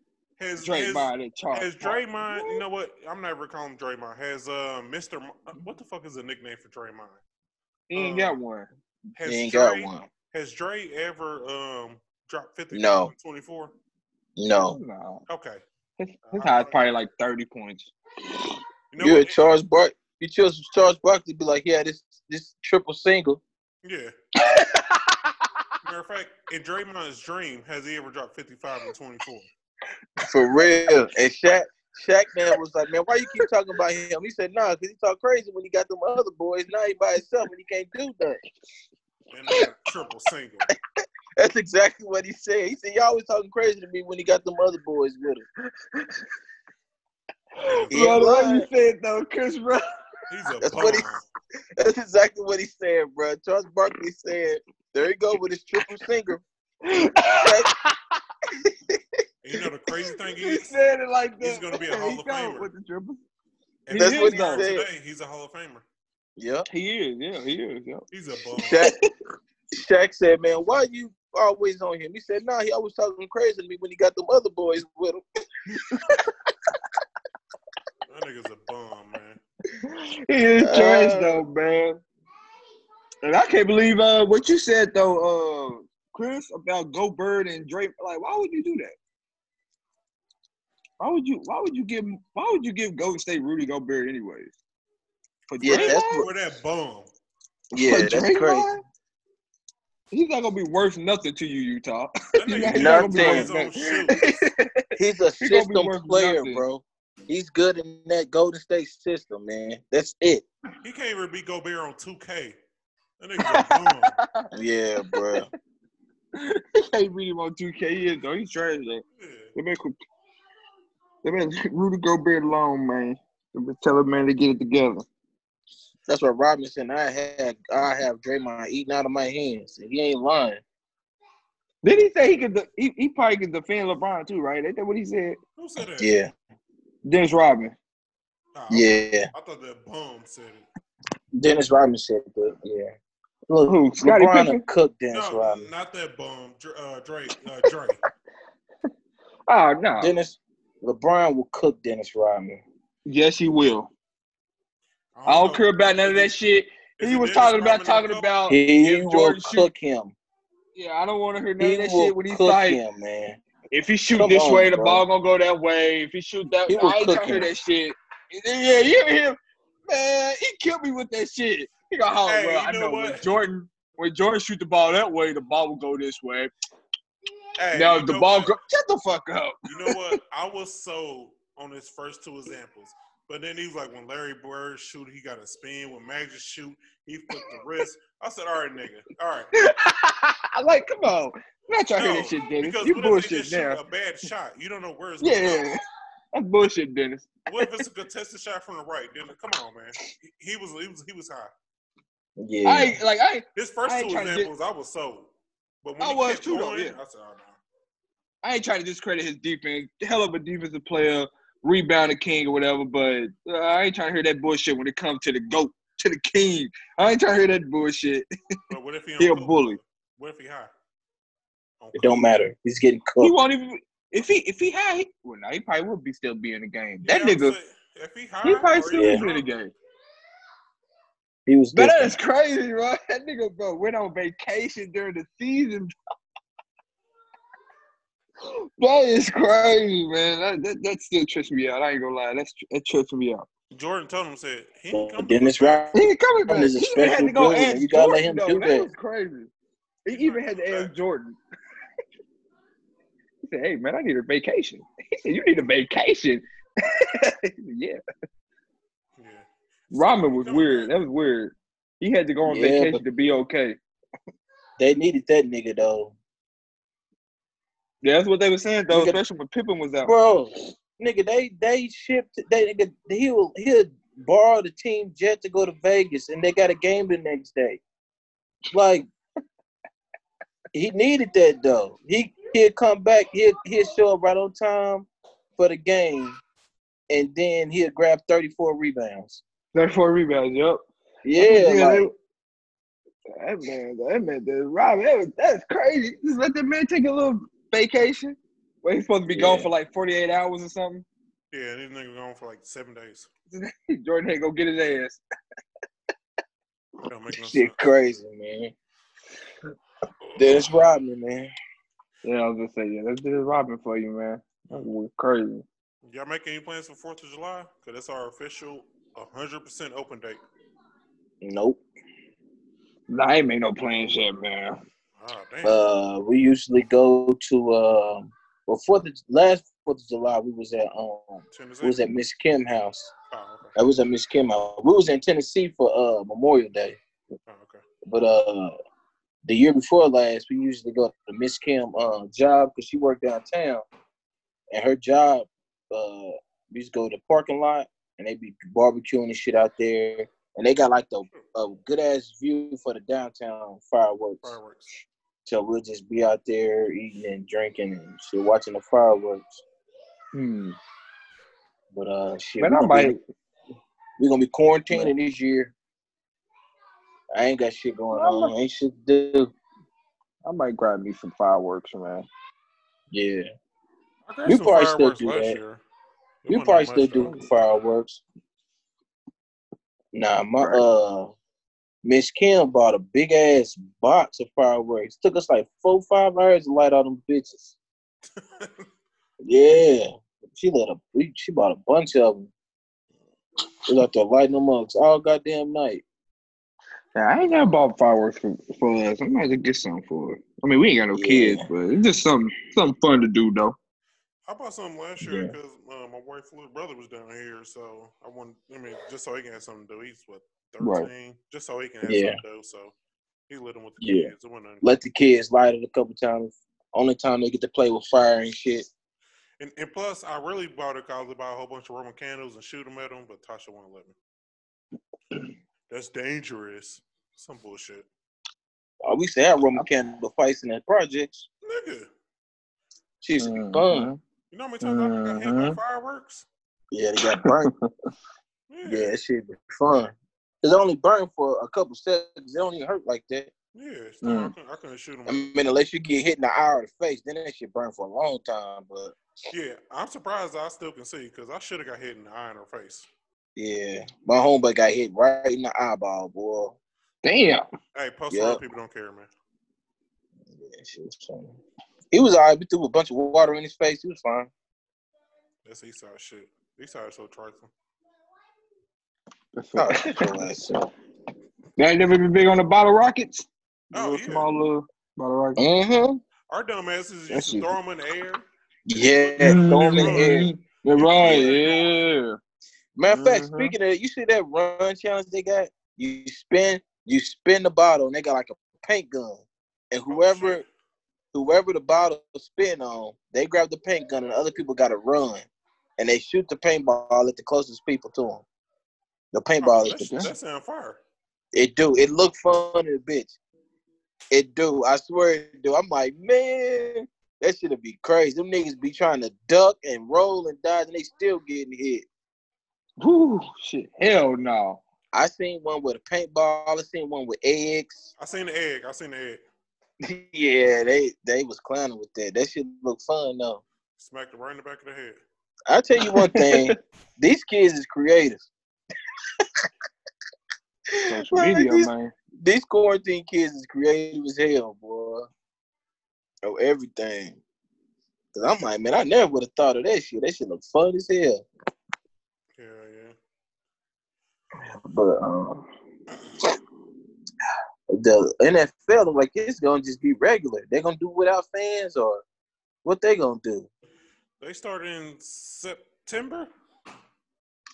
A: Has Draymond?
B: Draymond and
A: Has,
B: Charles.
A: has Draymond? You know what? I'm never calling him Draymond. Has uh, Mister? What the fuck is the nickname for Draymond?
B: He ain't got one.
A: Has
C: you ain't
A: Dray,
C: got one.
A: Has Dre ever um dropped 50?
C: No.
A: 24. Oh.
C: No.
B: No.
A: Okay.
B: His, his high is probably like 30 points.
A: You know
C: You
A: what?
C: had Charles Bark you chose Charles Barkley to be like, yeah, this this triple single.
A: Yeah. Matter of fact, in Draymond's dream, has he ever dropped 55 and 24?
C: For real. And Shaq Shaq man was like, man, why you keep talking about him? He said, nah, because he talk crazy when he got them other boys. Now he by himself and he can't do nothing.
A: And a triple single.
C: That's exactly what he said. He said, y'all always talking crazy to me when he got them other boys with him. He
B: Bro, the way
C: was.
B: you said though, Chris, bro.
A: He's a
C: That's
A: bum.
C: what he- That's exactly what he said, bro. Charles Barkley said, there you go with his triple single.
A: And you know the crazy thing
B: He
A: is,
B: said it like that.
A: he's gonna be a Hall
B: He
A: of
B: don't
A: Famer.
B: With the dribble.
A: and
B: That's
A: he's
B: what he
A: here
B: said.
A: today, he's a Hall of Famer.
C: Yep.
B: He is, yeah, he is, yeah.
A: He's a bum.
C: Shaq, Shaq said, man, why you always on him? He said, nah, he always talking crazy to me when he got them other boys with him.
A: That nigga's a bum, man.
B: He is
C: Uh,
B: trash though, man. And I can't believe uh what you said though, uh Chris, about Go Bird and Drake. Like, why would you do that? Why would you? Why would you give? Why would you give Golden State Rudy Gobert anyways? For
D: Yeah,
B: Draymond?
D: that's
A: For that bum.
D: Yeah,
B: For
D: that's crazy.
B: Draymond? He's not gonna be worth nothing to you, Utah.
A: That
B: He's
A: nigga
B: he's not
A: can't
D: Nothing.
B: gonna be
A: play
B: worth
A: his own shoe.
C: He's a
B: He gonna be
C: system
B: worth
C: player,
B: nothing.
C: bro. He's good in that Golden State system, man. That's it.
A: He can't even beat Gobert on 2K. That nigga's a bum.
C: Yeah, bro.
B: he can't beat him on 2K. He is, though. He's trash, though.
A: Yeah.
B: That man, could- that man Rudy Gobert alone, man. That man Tell a man to get it together.
C: That's what Robinson. I had. I have Draymond eating out of my hands. and He ain't lying.
B: Did he say he could? De- he, he probably could defend LeBron too, right? Ain't that what he said?
A: Who said that?
C: Yeah,
B: Dennis Rodman.
A: Nah, I-
C: yeah.
A: I thought that bum said it.
C: Dennis Rodman said that. Yeah. Look,
B: Who? Scottie
C: LeBron
B: Pippen.
C: will cook Dennis
A: No,
C: Rodman.
A: not that bum. Dr- Uh, Drake. Uh, Drake.
B: Oh no.
C: Dennis. LeBron will cook Dennis Rodman.
B: yes, he will. I don't
A: know.
B: care about none of that
A: Is it-
B: shit.
A: is
B: He
A: it
B: was
A: Dennis
B: talking about
A: Rodman that
B: talking
A: bum?
B: about.
C: He
B: if
C: will
B: Jordan shoot-
C: cook him.
B: Yeah, I don't want to hear none
C: He
B: of that
C: will
B: shit when he's
C: cook
B: like,
C: him, man.
B: if he shoot
C: Come
B: this
C: on,
B: way, the
C: bro.
B: ball gonna go that way. If he shoot that,
C: He was
B: I ain't trying to hear
C: cooking.
B: that shit. Yeah, you hear him? Man, he killed me with that shit. He go, oh,
A: Hey,
B: well,
A: you
B: I
A: know
B: know, when
A: what?
B: Jordan, when Jordan shoot the ball that way, the ball will go this way.
A: Hey,
B: now
A: you
B: if the
A: know
B: ball
A: what?
B: go, shut the fuck up.
A: You know what? I was sold on his first two examples. But then he was like, when Larry Bird shoot, he got a spin. When Magic shoot, he flipped the wrist. I said, all right, nigga. All right.
B: I like, come on, I'm not trying to
A: No,
B: hear that shit, Dennis.
A: Because
B: You
A: what if they
B: bullshit
A: just shoot
B: now.
A: a bad shot? You don't know where it's going.
B: Yeah, that's bullshit, Dennis.
A: What if it's a contested shot from the right? Then come on, man. He, he was he was he was high.
C: Yeah.
B: I ain't, like, I ain't,
A: His first
B: I
A: two
B: ain't trying to
A: examples, I was sold. But when
B: I
A: he
B: was
A: kept
B: too, though,
A: going,
B: yeah.
A: I said, oh, no.
B: I ain't trying to discredit his defense. Hell of a defensive player, rebounding king or whatever. But uh, I ain't trying to hear that bullshit when it comes to the goat, to the king. I ain't trying to hear that bullshit.
A: But what if he on
B: He a
A: coke?
B: bully.
A: What if he high? On
C: It
A: coke?
C: don't matter. He's getting
B: He
C: cooked.
B: won't even. If he if he had, he- well, no, he probably would be still be in the game. That
A: Yeah, I'm
B: nigga,
A: saying, If he high,
B: he probably
A: or
B: still
A: he
B: be in the game.
C: He was
B: But that
C: different.
B: is crazy, bro. That nigga, bro, went on vacation during the season. That is crazy, man. That, that, that still trips me out. I ain't gonna lie. That's, that trips me out.
A: Jordan told him said he ain't come.
C: Dennis Rodman.
B: He coming back.
C: Jordan is a
B: He even had
C: special
B: to go
C: dude,
B: ask
C: and you gotta
B: Jordan,
C: let him
B: though.
C: do
B: that.
C: that.
B: was crazy. He
A: He
B: even had to ask
A: back.
B: Jordan. He said, "Hey man, I need a vacation." He said, "You need a vacation?" He said, yeah.
A: Yeah.
B: Ramen was
A: Coming
B: weird.
A: back.
B: That was weird. He had to go on
C: Yeah,
B: vacation
C: but-
B: to be okay.
C: They needed that nigga though.
B: Yeah, that's what they were saying though,
C: Look at-
B: especially when Pippen was out.
C: Bro, nigga, they they shipped they nigga he'll he'll borrow the team jet to go to Vegas and they got a game the next day. Like he needed that though. He he'll come back, he'll he'll show up right on time for the game, and then he'll grab 34 rebounds.
B: That's four rebounds. Yep.
C: Yeah, like,
B: they- that man, that man, that Robin, that was, that's crazy. Just let that man take a little vacation. Where he's supposed to be gone
C: Yeah.
B: for like forty eight hours or something.
A: Yeah, this nigga gone for like seven days.
B: Jordan had to go get his ass.
A: That don't make no sense.
C: shit crazy, man. Dennis Rodman, man.
B: Yeah, I was gonna say, yeah, that's just robbing for you, man.
C: Mm.
B: That was crazy.
A: Y'all make any plans for Fourth of July? Cause that's our official 100% open date.
C: Nope.
B: Nah, I ain't made no plans yet, man.
A: Ah, damn.
C: Uh, we usually go to uh, well, Fourth of, last Fourth of July, we was at um,
A: Tennessee.
C: we was at Miss Kim house.
A: Oh, okay.
C: I was at Miss Kim house. We was in Tennessee for uh Memorial Day,
A: Oh, okay.
C: but uh, the year before last, we usually go to Miss Kim uh job because she worked downtown, and her job uh, we just go to the parking lot and they be barbecuing and shit out there, and they got like the a good ass view for the downtown fireworks.
A: Fireworks.
C: So we'll just be out there eating and drinking and shit, watching the fireworks.
B: Hmm.
C: But uh, shit,
B: Man, I
C: we're
B: might.
C: we gonna be quarantining this year. I ain't got shit going
B: Well,
C: on. Ain't shit to do.
B: I might grab me some fireworks, man.
C: Yeah,
A: I grabbed
C: We
A: some
C: probably still
A: fireworks
C: do
A: last
C: that.
A: year. It
C: we
A: wasn't
C: probably
A: that
C: still
A: much,
C: do
A: though.
C: fireworks. Nah, my
B: Right.
C: uh, Miss Kim bought a big ass box of fireworks. Took us like four, five hours to light all them bitches. Yeah, She let a we- she bought a bunch of them. It was out there lighting them up all goddamn night.
B: Nah, I ain't never bought fireworks for, for us. I might just get something for us. I mean, we ain't got no kids,
C: Yeah.
B: but it's just something something fun to do though.
A: I bought something last year because uh, my wife's little brother was down here, so I wanted. I mean, just so he can have something to do. He's what
B: Right.
A: thirteen. Just so he can have
C: Yeah.
A: something to do. So he living with the
C: Yeah.
A: kids. It wasn't-
C: Let the kids light it a couple times. Only time they get to play with fire and shit.
A: And, and plus, I really bought it because I buy a whole bunch of Roman candles and shoot them at them, but Tasha won't let me. That's dangerous. Some bullshit,
C: Oh, we used to have Roman candle fights in that project.
A: nigga.
C: She used to
B: Mm-hmm.
C: be fun.
A: You know how many times I've got hit
C: Mm-hmm.
A: by
B: Mhm.
A: fireworks?
C: Yeah, they got burnt. yeah, that shit be fun. It's only burned for a couple seconds. It don't even hurt like that.
A: Yeah, so I,
B: Mm.
A: couldn't, I couldn't shoot them.
C: I mean, unless you get hit in the eye or the face, then that shit burn for a long time. But
A: Yeah, I'm surprised I still can see because I should have got hit in the eye and her face.
C: yeah, my homeboy got hit right in the eyeball, boy.
B: Damn.
A: Hey, post
C: Yeah.
A: people don't care, man.
C: Yeah, shit was funny. He was all right. We threw a bunch of water in his face. He was fine.
A: That's East Side shit. East Side is so trifling.
C: Oh, shit, your ass up.
B: Y'all ain't never been big on the bottle rockets.
A: Oh,
B: Little
A: yeah.
B: small little bottle rockets.
C: Mhm.
A: Our dumb asses
B: That
A: used to
B: shit-
A: throw them in the air. Oh,
C: Yeah,
B: Mm-hmm.
C: throw him in the air.
B: You're right.
A: Yeah.
B: Yeah.
C: Matter of fact,
B: Mhm.
C: speaking of, you see that run challenge they got? You spin, you spin the bottle, and they got like a paint gun, and
A: Oh,
C: whoever
A: shit.
C: whoever the bottle spin on, they grab the paint gun, and other people got to run, and they shoot the paintball at the closest people to them. The
A: Oh,
C: paintball
A: that,
C: is the
A: shit- that sound fire.
C: it do it look fun as a bitch. It do, I swear it do. I'm like, man, that shit'll be crazy. Them niggas be trying to duck and roll and dodge, and they still getting hit.
B: Whew, shit. Hell no.
C: I seen one with a paintball. I seen one with eggs.
A: I seen the egg. I seen the egg.
C: yeah, they they was clowning with that. That shit look fun though.
A: Smacked it right in the back of the head.
C: I tell you one thing, these kids is creative.
B: Social
C: Like,
B: media,
C: these,
B: man.
C: these quarantine kids is creative as hell, boy. Oh, everything. Cause I'm like, man, I never would have thought of that shit. That shit look fun as hell.
A: Yeah, yeah.
C: But
A: Oh.
C: um, the NFL look like it's gonna just be regular. They're gonna do without fans or what they gonna do?
A: They started in September.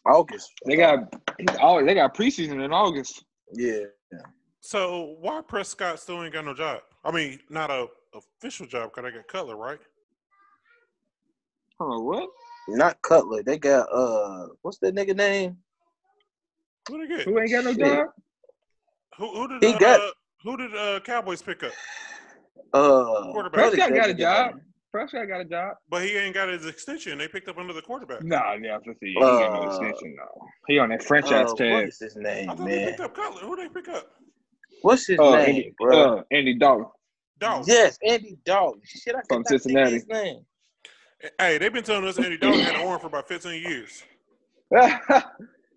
C: August.
B: They got it's all they got preseason in August.
C: yeah.
A: So why Prescott still ain't got no job? I mean, not a official job because they got Cutler, right?
B: Hold on, what?
C: Not Cutler. They got uh, what's that nigga name?
A: Who they get?
B: Who ain't got no
C: Shit.
B: job?
A: Who, who
C: He
A: did
C: got-
A: uh, who did uh, Cowboys pick up?
C: Uh,
A: Quarterback.
C: Brother
B: Prescott got a
C: Jalen.
B: job. Prescott got a job.
A: But he ain't got his extension. They picked up another quarterback.
B: Nah, yeah, let's see. He ain't got no
C: Uh,
B: extension though. He on that franchise
C: Uh, what
B: tag.
C: is his
A: I
C: name,
A: thought they
C: man?
A: picked up Cutler. Who they pick up?
C: What's his
B: Uh,
C: name,
B: Andy,
C: bro?
B: uh, Andy Dalton.
A: Dawg.
C: Yes, Andy Dalton. Shit, I
B: From
C: could not think of
B: Cincinnati.
C: his name.
A: Hey, they've been telling us Andy Dalton had an arm for about 15 years.
B: he just
C: Yeah,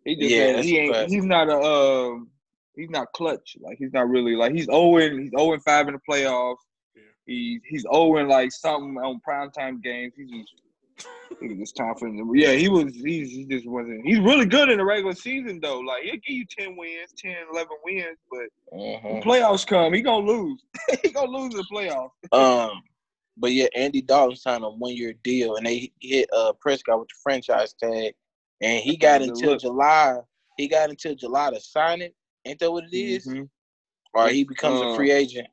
B: ain't,
C: that's
B: he ain't
C: classic.
B: he's not a um he's not clutch. Like he's not really like he's owing he's owing five in the playoffs.
A: Yeah.
B: He he's owing like something on primetime games. He's just it was just time for him to, yeah, he was he's, he just wasn't he's really good in the regular season though. Like he'll give you ten wins, 10, 11 wins, but when
C: Mhm.
B: playoffs come, he gonna lose. he gonna lose in the playoffs.
C: Um, but yeah, Andy Dalton signed a one-year deal, and they hit uh Prescott with the franchise tag, and he got
B: Good
C: until
B: luck.
C: July. He got until July to sign it. Ain't that what it is?
B: Mhm.
C: Or he becomes a
B: Uh,
C: free agent.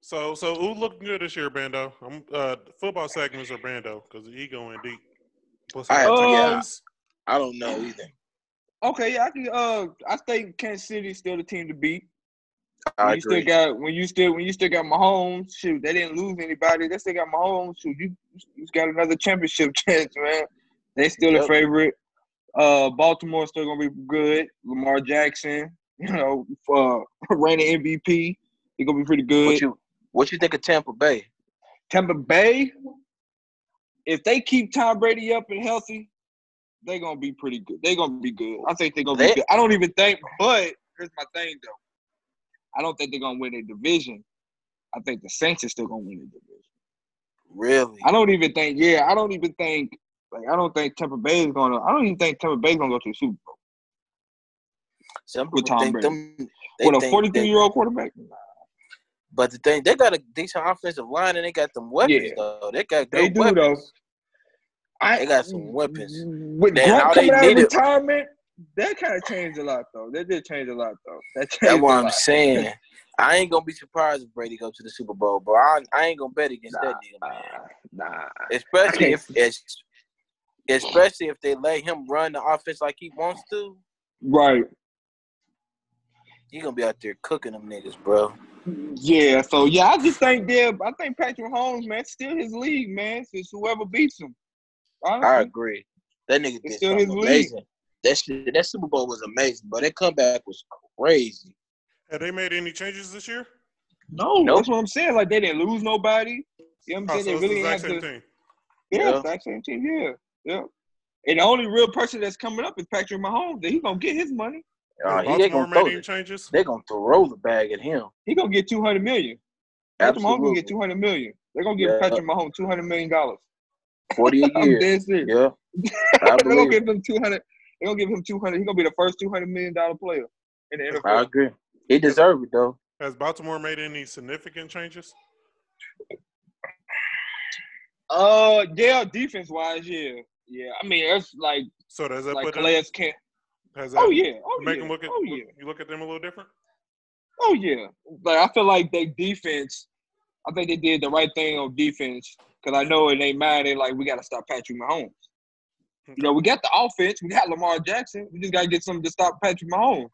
A: So, so who looked good this year, Bando? I'm, uh, football segments are Bando because he going deep. Plus, he
C: I
A: got
B: had to- yeah.
A: touchdowns.
C: I don't know either.
B: Okay, yeah, I can uh I think Kansas City's still the team to beat.
C: I
B: you
C: agree.
B: still got when you still when you still got Mahomes, shoot, they didn't lose anybody. They still got Mahomes, shoot, you you got another championship chance, man. They still
C: Yep.
B: a favorite. Uh, Baltimore's still gonna be good. Lamar Jackson, you know, uh, reigning MVP, they're gonna be pretty
C: what
B: good.
C: you What you think of Tampa Bay?
B: Tampa Bay, if they keep Tom Brady up and healthy, they're gonna be pretty good. They're gonna be good. I think they're gonna
C: They-
B: be good. I don't even think, but here's my thing though. I don't think they're gonna win a division. I think the Saints are still gonna win the division.
C: Really?
B: I don't even think. Yeah, I don't even think. Like, I don't think Tampa Bay is gonna. I don't even think Tampa Bay is gonna go to the Super Bowl
C: Some
B: with
C: people
B: Tom
C: think
B: Brady.
C: them- they
B: with a
C: think
B: forty-three
C: they-
B: year old quarterback.
C: But the thing, they got a decent offensive line and they got them weapons
B: Yeah.
C: though. They got good
B: They do
C: weapons.
B: though. I,
C: They got some weapons.
B: With
C: Then all
B: Gronk
C: they
B: coming out of
C: needed-
B: retirement, that kind of changed a lot though. That did change a lot though. That changed
C: That's what
B: a
C: I'm
B: lot.
C: saying. I ain't gonna be surprised if Brady goes to the Super Bowl, bro. I, I ain't gonna bet against that nigga, man.
B: nah.
C: Especially
B: I
C: if es- especially if they let him run the offense like he wants to,
B: Right.
C: he gonna be out there cooking them niggas, bro.
B: Yeah. So yeah, I just think Deb. I think Patrick Holmes, man, it's still his league, man. It's just whoever beats him. Honestly.
C: I agree. That nigga did
B: It's still
C: something
B: his league.
C: amazing. That shit, that Super Bowl was amazing, but that comeback was crazy.
A: Have they made any changes this year?
B: No,
C: Nope.
B: that's what I'm saying. Like they didn't lose nobody. You know what
A: Oh,
B: I'm
A: so
B: saying?
A: it's
B: they
A: the
B: really
A: exact
B: have
A: same
B: to.
A: thing.
B: Yeah,
C: Yeah.
B: exact same team. Yeah, yeah. And the only real person that's coming up is Patrick Mahomes. That he's gonna get his money.
C: Uh,
A: Has
C: he, they
A: Baltimore
C: gonna
A: made
C: throw
A: any
C: the,
A: changes?
C: they gonna throw the bag at him.
B: He gonna get two hundred million. Patrick Mahomes gonna get
C: Absolutely.
B: two hundred million. They're gonna give
C: Yeah.
B: Patrick Mahomes two hundred million dollars.
C: Forty a
B: I'm
C: year.
B: dead serious.
C: Yeah. I
B: They're gonna
C: believe. it.
B: give him two hundred. They're gonna give him two hundred. He's gonna be the first two hundred million dollar player in the
C: I
B: NFL.
C: agree. He deserved it though.
A: Has Baltimore made any significant changes?
B: Uh, yeah, defense wise, yeah, yeah. I mean, that's like
A: So does that
B: like
A: put
B: Calais can't.
A: them? Has that
B: Oh yeah, oh
A: make
B: yeah,
A: them look at
B: oh yeah.
A: you look at them a little different?
B: Oh yeah, but I feel like they defense. I think they did the right thing on defense because I know in their mind they like we got to stop Patrick Mahomes. You know, we got the offense, we got Lamar Jackson. We just got to get something to stop Patrick Mahomes.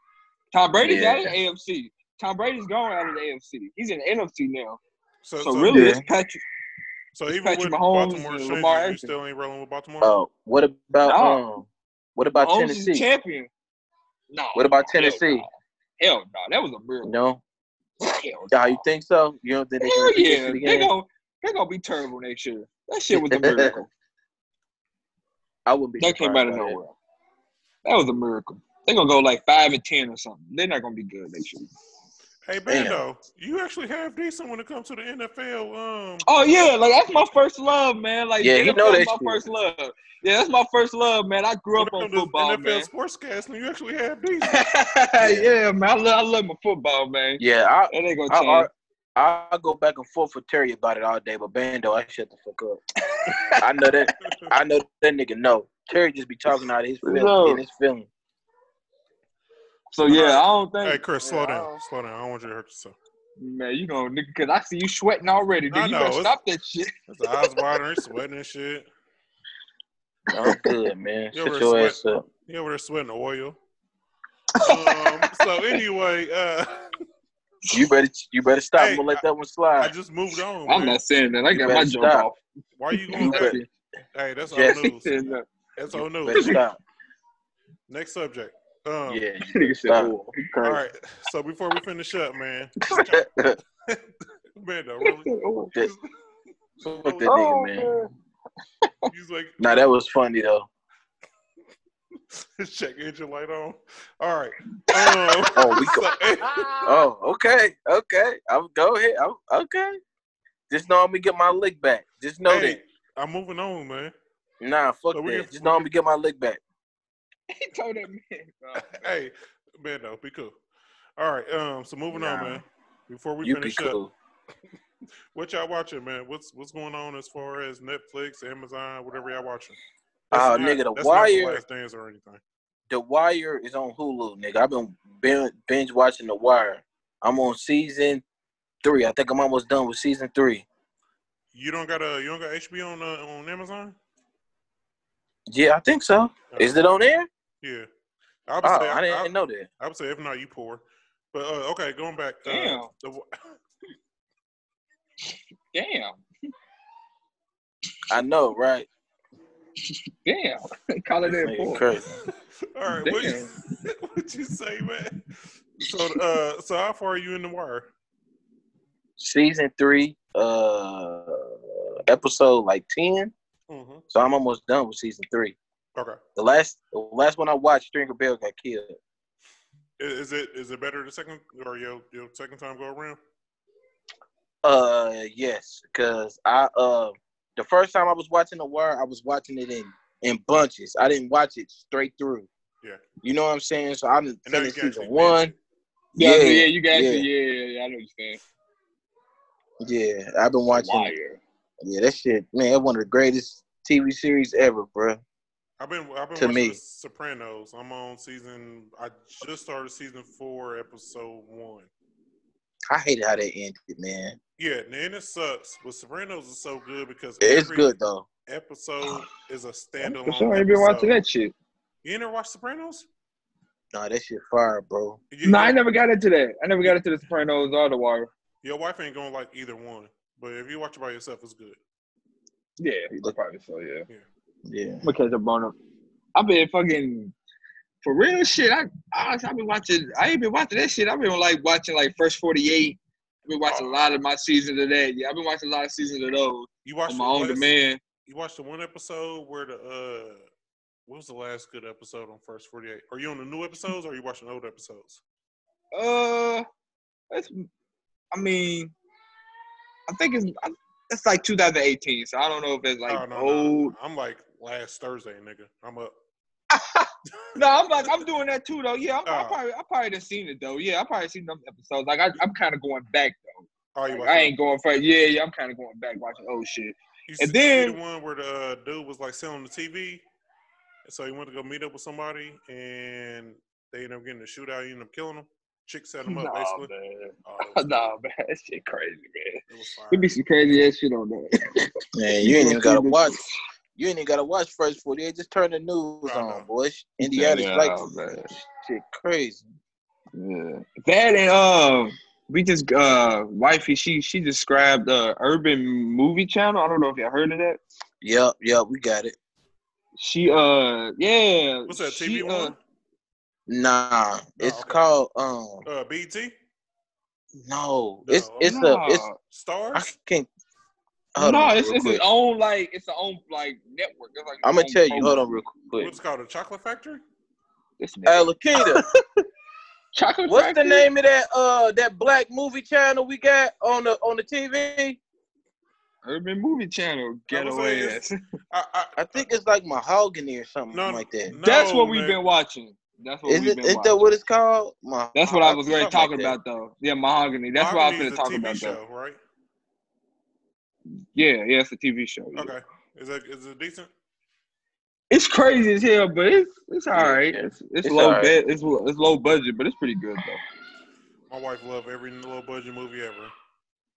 B: Tom Brady's out of the AFC. Tom Brady's gone out of the AFC. He's in the NFC now.
A: So,
B: So, really,
C: Yeah.
B: it's Patrick.
A: so even
B: Patrick
A: with
B: Mahomes
A: Baltimore's
B: and
A: changes,
B: Lamar
A: you
B: Jackson.
A: still ain't rolling with Baltimore.
C: Oh, what about
B: No.
C: um? What about
B: Mahomes is a
C: Tennessee?
B: champion. No.
C: What about
B: hell
C: Tennessee?
B: no. Hell no, that was a real.
C: No.
B: Hell
C: How
B: no.
C: you think so? You don't think they
B: Hell
C: can get
B: yeah,
C: to the
B: they
C: game?
B: going they gonna be terrible next year. That shit was a miracle.
C: I wouldn't be.
B: that came out
C: surprised
B: of
C: by that.
B: nowhere. That was a miracle. They're gonna go like five and ten or something. They're not gonna be good next year.
A: Hey,
C: Damn.
A: Bando, you actually have decent when it comes to the NFL. Um,
B: Oh yeah, like that's my first love, man. Like
C: Yeah, he
B: NFL
C: know
B: is
C: that
B: my
C: shit.
B: first love. Yeah, that's my first love, man. I grew up
A: when it
B: on
A: comes to
B: football,
A: NFL
B: man.
A: sportscasting, you actually have decent.
B: yeah, man. I love, I love my football, man.
C: Yeah, I,
B: That ain't gonna
C: I, I,
B: change.
C: I'll go back and forth with Terry about it all day, but Bando, I shut the fuck up. I know that. I know that nigga. No, Terry just be talking out of his feelings.
B: No.
C: In his feelings.
B: So yeah, I don't think.
A: hey, Chris,
B: yeah,
A: slow
B: I
A: down,
B: don't-
A: slow down. I don't want you to hurt yourself.
B: Man, you know, because I see you sweating already.
A: I
B: Dude, you
A: know,
B: better
A: it's-
B: stop that shit.
A: His eyes watering, sweating and shit.
C: I'm good, man.
A: You
C: Shut
A: ever
C: your
A: sweat-
C: ass up.
A: He over there sweating oil. Um, so anyway, uh,
C: You better, you better stop.
A: Hey,
C: I'm gonna let that
A: I
C: one slide.
A: just moved on.
B: I'm
A: man.
B: not saying that. I
C: You
B: got
C: better
B: my jump
C: stop.
B: off.
A: Why are you
B: I'm
A: going
B: not
A: back?
B: saying-
A: Hey, that's old
C: Jesse.
B: he
A: news.
B: said that.
A: That's
C: You
A: old
C: better
A: news.
C: stop.
A: Next subject.
B: Oh,
A: Um,
C: Yeah, you better
B: Nigga said,
C: stop.
B: "Oh, he
A: All
B: crazy."
A: right. So before we finish up, man, man, no,
B: Nigga
A: really,
B: said, "Oh."
C: Just fuck that
B: Oh,
C: nigga, man.
A: he's like,
C: Nah, that was funny though.
A: check engine light on. All right. Um,
C: Oh, we go.
A: so,
B: Ah.
C: Oh, okay, okay. I'm go ahead. I'm okay. Just know I'm gonna get my lick back. Just know
A: hey,
C: that.
A: I'm moving on, man.
C: Nah, fuck
A: So we
C: that.
A: can-
C: Just know I'm gonna get my lick back.
B: He told that man. "Oh, man."
A: Hey, man, no, be cool. All right. Um, so moving on,
C: Nah.
A: man. Before we
C: You be
A: finish up,
C: cool.
A: What y'all watching, man? What's what's going on as far as Netflix, Amazon, whatever y'all watching?
C: Oh,
A: not-
C: nigga, The
A: that's not the
C: Wire.
A: last dance or anything.
C: The Wire is on Hulu, nigga. I've been bin- binge watching The Wire. I'm on season three. I think I'm almost done with season three.
A: You don't got a you don't got HBO on uh, on Amazon?
C: Yeah, I think so.
A: No.
C: Is it on there?
A: Yeah, I would
C: Oh,
A: say
C: I
A: I,
C: didn't
A: I,
C: know that.
A: I would say if not, you poor. But uh, okay, going back. Uh,
B: Damn.
A: The, Wi-
B: Damn,
C: I know, right?
B: damn. They call it
C: This
B: that
C: nigga
B: boy.
C: crazy.
A: all right, what you, what you say, man? So uh, so how far are you in the wire?
C: Season three, uh, episode like ten.
A: hmm
C: So I'm almost done with season three.
A: Okay,
C: The last, the last one I watched, Stringer Bell got killed.
A: I- is it is it better the second or your your second time go around?
C: Uh, yes, cause I uh The first time I was watching The Wire, I was watching it in in bunches. I didn't watch it straight through.
A: Yeah.
C: You know what I'm saying? So I didn't
A: And now you
C: finish
A: can
C: season
A: actually
C: one.
B: Yeah,
C: Yeah,
B: yeah, you guys.
C: yeah.
B: Yeah, yeah, yeah, I know what you're saying.
C: Yeah, I've been watching.
B: Wire.
C: Yeah, that shit, man, one of the greatest TV series ever, bro.
A: I've been I've been
C: To
A: watching
C: me.
A: The Sopranos. I'm on season. I just started season four, episode one.
C: I hated how that ended, man.
A: Yeah, and then it sucks. But Sopranos is so good because
C: It's
A: every
C: good though.
A: episode is a standalone.
B: For sure, I ain't been watching
A: episode.
B: that shit.
A: You never watched Sopranos?
C: No, that shit fire, bro.
A: You-
B: No, I never got into that. I never got into the Sopranos or the Wire.
A: Your wife ain't gonna like either one, but if you watch it by yourself, it's good.
B: Yeah, probably so. Yeah,
C: Yeah.
B: I'm gonna catch up on them. I've been fucking for real shit. I honestly, I've been watching. I ain't been watching that shit. I've been like watching like first 48. I've been watching a lot of my seasons of that. Yeah, I've been watching a lot of seasons of those
A: You watched
B: on my
A: the
B: own
A: last-
B: demand.
A: You watched the one episode where the uh, what was the last good episode on First Forty Eight? Are you on the new episodes or are you watching old episodes?
B: Uh, that's. I mean, I think it's I, it's like 2018. So I don't know if it's like
A: Oh, no, no,
B: old.
A: I'm like last Thursday, nigga. I'm up.
B: No, I'm like I'm doing that too though. Yeah, I'm, I
A: Oh.
B: probably I probably done seen it though. Yeah, I probably seen them episodes. Like I, I'm kind of going back though.
A: Oh, you
B: Like,
A: watching-
B: I ain't going for yeah, yeah. I'm kind of going back watching old shit.
A: You see,
B: And
A: you see the
B: then-
A: one where the uh, dude was like selling the TV, so he went to go meet up with somebody, and they ended up getting a shootout. He ended up killing him. Chick set him up,
B: Nah,
A: basically.
B: man.
A: Oh, that was
B: nah, man, that shit crazy, man.
A: good. It was fire.
B: There be some crazy ass shit on that.
C: Man, you ain't even gotta watch. You ain't even gotta watch first forty eight. Just turn the news
A: I know.
C: on, boys. Indiana's
B: Yeah,
C: like
B: Uh-huh. oh, man.
C: shit crazy.
B: Yeah. That and um, we just uh, wifey she she described uh, urban movie channel. I don't know if y'all heard of that.
C: Yep, yep, we got it.
B: She uh yeah.
A: What's that TV
B: she, uh,
A: one?
C: Nah, it's
A: okay.
C: called um
A: Uh, BT
C: no, it's
A: No,
C: it's a it's
B: nah.
C: I
A: Stars.
C: can't. Hold
B: No,
C: on
B: it's
C: real
B: it's
C: quick.
B: its own like it's its own like network. It's like its
C: I'm gonna
B: own
C: tell you.
B: program.
C: Hold on real quick.
A: What's it called? The Chocolate Factory.
B: This nigga.
C: Uh, Lakita,
B: Chocolate
C: what's the
B: Factory?
C: name of that uh that black movie channel we got on the on the TV?
B: Urban Movie Channel. Get
A: was saying,
B: away.
A: it's- I, I,
C: I think it's like Mahogany or something
A: no,
C: like that.
A: no,
B: That's what we've
A: man.
B: been watching. That's what
C: Is
B: we've
C: it
B: been
C: is that
B: watching.
C: what it's called? Mah-
B: That's what I was really
C: something
B: talking
C: like that.
B: about though. Yeah, mahogany. That's what I was gonna
A: Mahogany is a
B: talk
A: TV
B: about though.
A: show, right?
B: Yeah, yeah, it's a TV show. yeah.
A: Okay. Is that is it decent?
B: It's crazy as hell, but it's it's all right. It's it's,
C: It's
B: low
C: all right.
B: bed. It's lo- it's low budget, but it's pretty good though.
A: My wife loved every low budget movie ever.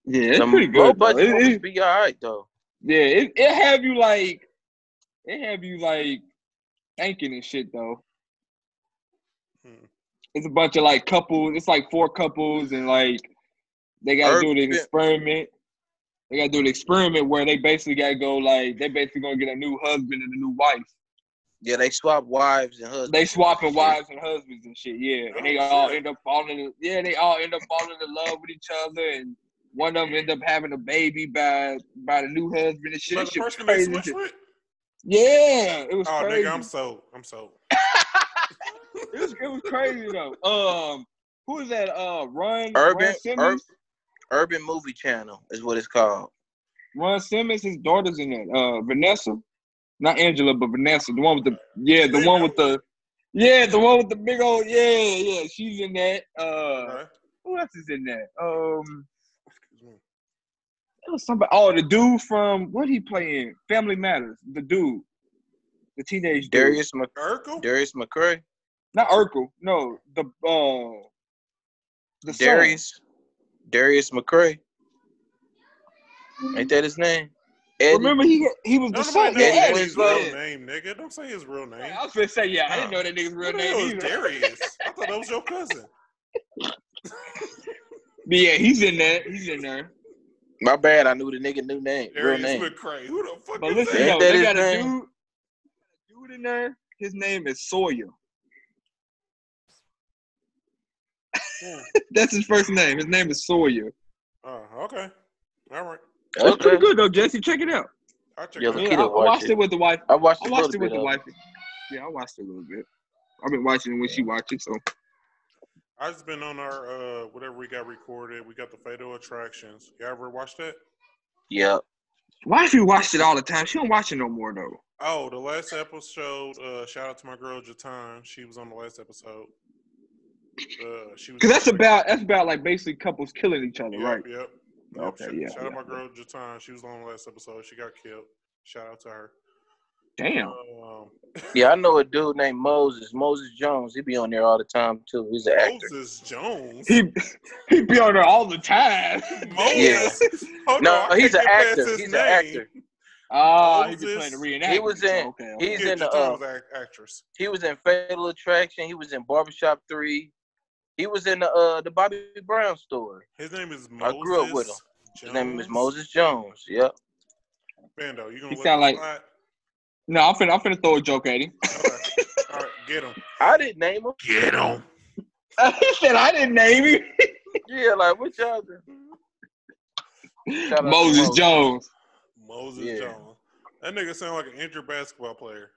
B: Yeah, it's
C: The
B: pretty
C: low
B: good. though.
C: budget
B: It- it-
C: movies be all right though.
B: Yeah, it it have you like it have you like thinking and shit though.
A: Hmm.
B: It's a bunch of like couples. It's like four couples and like they gotta do
C: Urban.
B: the experiment. They gotta do the experiment where they basically gotta go like they basically gonna get a new husband and a new wife.
C: Yeah, they swap wives and husbands.
B: They swapping wives and husbands and shit. Yeah, and they
A: Oh,
B: all
A: shit.
B: end up falling. In, yeah, they all end up falling in love with each other and. One of them end up having a baby by by the new husband and shit. That
A: But the
B: shit was
A: person they
B: crazy. as
A: switched
B: shit.
A: with?
B: Yeah, it was
A: Oh,
B: crazy. Uh,
A: nigga, I'm sold. I'm sold.
B: It was, it was crazy though. Um, who is that? Uh, Ron
C: Urban-
B: Ron Simmons.
C: Urban Movie Channel is what it's called.
B: Ron Simmons. His daughter's in it. Uh, Vanessa, not Angela, but Vanessa, the one with the yeah, the one with the yeah, the one with the big old yeah, yeah. She's in that. Uh,
A: Okay.
B: who else is in that? Um,
A: Excuse me.
B: it was somebody. Oh, the dude from what he playing? Family Matters. The dude, the teenage dude.
C: Darius Mc,
A: Urkel?
C: Darius McCray.
B: Not Urkel. No, the uh, the son.
C: Darius. Darius McCray. Ain't that his name? Eddie.
B: Remember he he was the
A: Don't
B: son.
A: nobody know
B: Yeah,
C: Eddie
A: his
B: Eddie,
A: real
B: yeah.
A: name, nigga. Don't say his real name.
B: I was gonna say, yeah, I didn't know
A: Huh.
B: that nigga's real
A: Who the hell is
B: name either.
A: Darius. I thought that was your cousin.
B: But yeah, he's in there. He's in there.
C: My bad. I knew the nigga new name. Real
A: Darius
C: name.
A: McCray. Who the fuck
B: But
A: is
B: listen,
A: that?
C: Ain't
B: though,
C: that
B: they
C: his
B: got a
C: name?
B: dude, dude in there. His name is Sawyer. That's his first name. His name is Sawyer.
A: Oh, okay. All right.
B: That's pretty
C: Okay.
B: good though, Jesse. Check it out.
A: I'll check
C: Yeah,
A: it out.
C: look-
B: Yeah,
C: Kiddo
B: I, I watched
C: watched
B: it. with the wife.
C: I watched
B: I
C: a
B: watched
C: little
B: it with
C: bit
B: the
C: of it.
B: wife. Yeah, I watched it a little bit. I've been watching it when she watched it. So
A: I just been on our uh whatever we got recorded. We got the Fatal Attractions. You ever watched that?
C: Yep.
B: Why she watched it all the time? She don't watch it no more though.
A: Oh, the last episode. Uh, shout out to my girl Jatan. She was on the last episode.
B: Uh, she was. Cause that's about that's about like basically couples killing each other,
A: Yep,
B: right?
A: Yep. yep.
B: Okay,
A: Shout,
B: yeah,
A: shout out
B: yeah.
A: my girl Jatan. She was on the last episode. She got killed. Shout out to her.
B: Damn.
A: Um,
C: Yeah, I know a dude named Moses, Moses Jones. He be on there all the time too. He's an actor.
A: Moses Jones.
B: He he be on there all the time.
A: Oh, Moses. Hold
C: No,
A: on, I
C: he's an
A: can't get past
C: actor.
A: his
C: He's an
A: name.
C: actor.
B: Ah, he be
A: Moses.
B: playing the reenactment.
C: He was in-
B: Okay, okay.
C: He's
A: yeah,
C: in the
A: Jatan
C: uh,
A: was an act- actress.
C: he was in Fatal Attraction. He was in Barbershop Three. He was in the uh the Bobby Brown story.
A: His name is
C: I
A: Moses.
C: grew up with him. His name is Moses Jones. Yep.
A: Bando, you gonna
B: He
A: let
B: sound
A: him
B: like-
A: slide?
B: no, I'm finna I'm finna throw a joke at him.
A: Okay. All right, get him.
C: I didn't name him.
A: Get him.
B: he said I didn't name him.
C: Yeah, like what y'all do? out to
B: Moses
C: Moses.
B: Jones.
A: Moses
C: Yeah.
A: Jones. That nigga sound like an injured basketball player.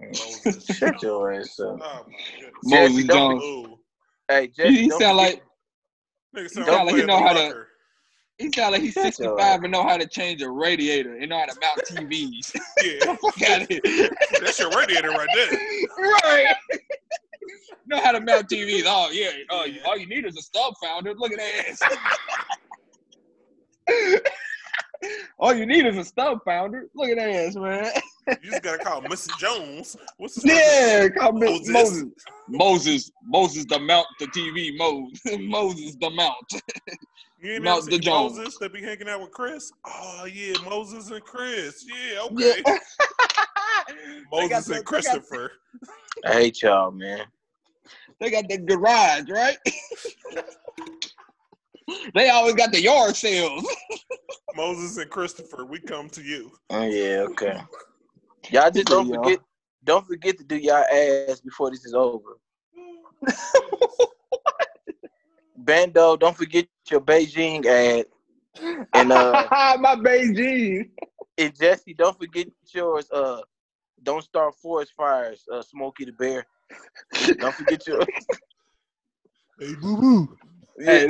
A: Moses
C: Shut
A: Jones.
C: your ass up.
A: Oh, my goodness.
B: Moses
C: Jesse, don't
B: Jones.
A: Ooh.
C: Hey, Jesse,
B: He, he
C: don't
B: sound
C: forget-
B: like He
A: Nigga sound
B: sound
A: like
B: like
A: he know how
B: to- he sound like he's
C: Shut your
B: 65 and know how to change a radiator and know how to mount TVs.
A: Yeah,
B: Fuck out of here.
A: that's your radiator right there.
B: right. know how to mount TVs. Oh yeah. Oh, you, all you need is a stub founder. Look at that ass. all you need is a stub founder. Look at that ass, man.
A: You just gotta call Mrs. Jones. What's his name?
B: Yeah, call me
A: Moses.
B: Moses. Moses. Moses. the mount the TV. Moses. Moses the mount.
A: You ain't
B: Mount
A: never seen
B: the Jones.
A: Moses that be hanging out with Chris? Oh yeah, Moses and Chris. Yeah,
B: Yeah.
A: okay.
B: They got
A: Moses
B: the-
A: and
B: they got-
A: Christopher.
C: I hate y'all, man.
B: They got the garage, right? they always got the yard sales.
A: Moses and Christopher, we come to you.
C: Oh yeah, okay. Y'all just don't
B: Yeah.
C: forget don't forget to do y'all ass before this is over. Bando, don't forget your Beijing ad. And uh
B: my Beijing.
C: and Jesse, don't forget yours, uh don't start forest fires, uh Smokey the Bear. Don't forget your
A: Hey boo boo.
C: yeah,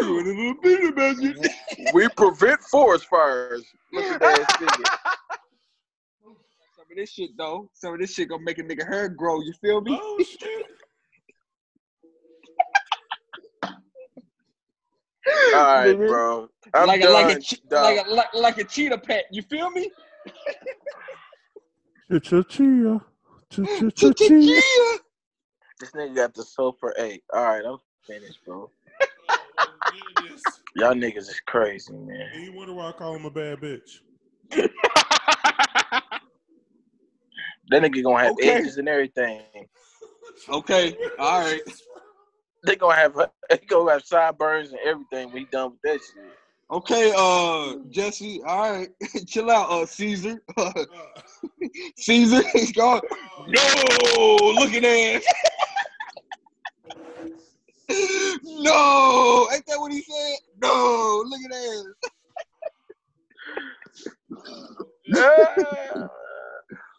B: You want a little bit about you.
C: we prevent forest fires. Look at that figure.
B: Some of this shit though, some of this shit gonna make a nigga hair grow. You feel me?
A: Oh shit.
C: All right, bro. I'm
B: like a
C: done,
B: like a, che-
C: dog.
B: like a like, like a cheetah pet. You feel me?
A: Cha-cha-chia.
B: Cheetah.
C: This nigga got the soul for eight. All right, I'm finished, bro.
A: Goodness.
C: Y'all niggas is crazy, man.
A: And you wonder why I call him a bad bitch.
C: That nigga gonna have
B: Okay.
C: edges and everything.
B: Okay, all right.
C: They gonna have they gonna have sideburns and everything when he done with that shit.
B: okay, uh, Jesse. All right, chill out, uh, Caesar.
A: Uh,
B: Caesar, he's gone. No, look at that. no, ain't that what he said? No, look at that.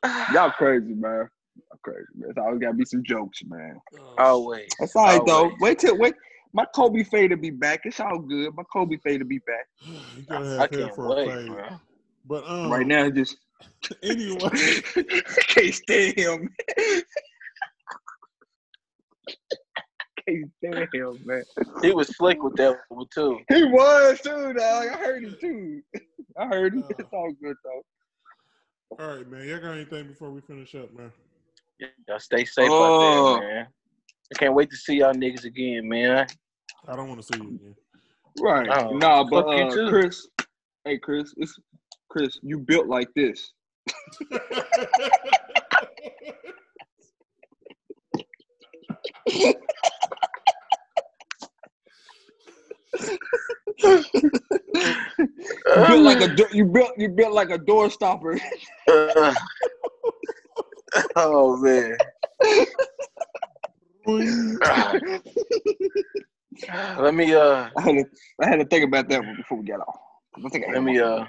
C: Ah.
B: Y'all crazy, man. Y'all crazy, man. It's always gotta be some jokes, man.
C: Always.
B: That's all right, though.
C: Always.
B: Wait till wait. My Kobe fade to be back. It's all good. My Kobe fade to be back.
A: You gotta have
C: I
A: hair
C: can't
A: for a
C: wait,
A: fade.
C: bro.
A: But
C: Mm.
A: um,
B: Right now, it's just
A: anyway,
B: I can't stand him. can't stand him, man.
C: He was slick with that one too.
B: He was too, dog. I heard him too. I heard
C: Oh.
B: him. It's all good though.
A: all right, man. Y'all got anything before we finish up, man?
C: Y'all stay safe
B: Oh.
C: out there, man. I can't wait to see y'all niggas again, man.
A: I don't want to see you again.
B: Right.
C: Oh,
B: nah, but
C: fuck you
B: uh,
C: too.
B: Chris. Hey, Chris. It's Chris. You built like this. You built like
C: Ah.
B: a do- you built you built like a door stopper.
C: Uh, oh man. let me uh
B: I had to, I had to think about that one before we got off. I think I
C: let me uh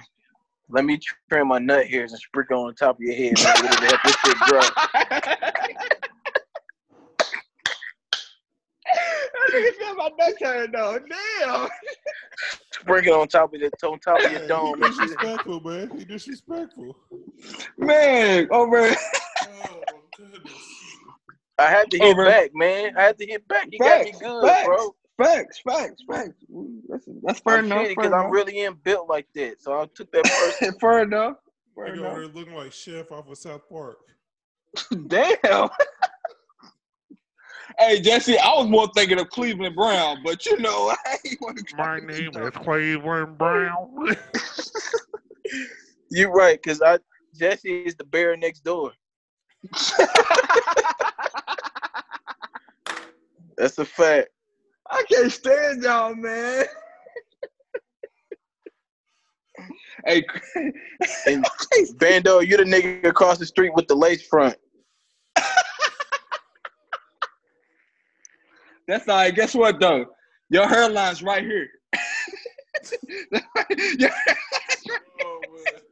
C: let me trim my nut hairs and sprinkle on top of your head. Man, whatever help this shit grow.
B: That nigga said my nut turned on. Damn.
C: sprinkle on top of the on top of your dome.
A: He disrespectful, man. He disrespectful.
B: Man, over.
A: Oh goodness.
C: I had to hit
B: Over.
C: back, man. I had to hit back. You got me
B: Facts,
C: good,
B: facts.
C: bro.
B: Facts, facts, facts. That's, that's fair
C: I'm
B: enough.
C: shitty
B: Fair
C: 'cause
B: enough.
C: I'm really in built like that. So I took that first.
B: fair enough. Fair
A: Nigga over
B: enough.
A: here looking like Chef off of South Park.
B: Damn. hey Jesse, I was more thinking of Cleveland Brown, but you know, I ain't want to.
A: Cleveland Brown.
C: You're right, cause I Jesse is the bear next door. That's a fact.
B: I can't stand y'all, man. hey,
C: And Bando, you're the nigga across the street with the lace front.
B: that's all right. Guess what though? Your hairline's right here. your,
A: oh, man.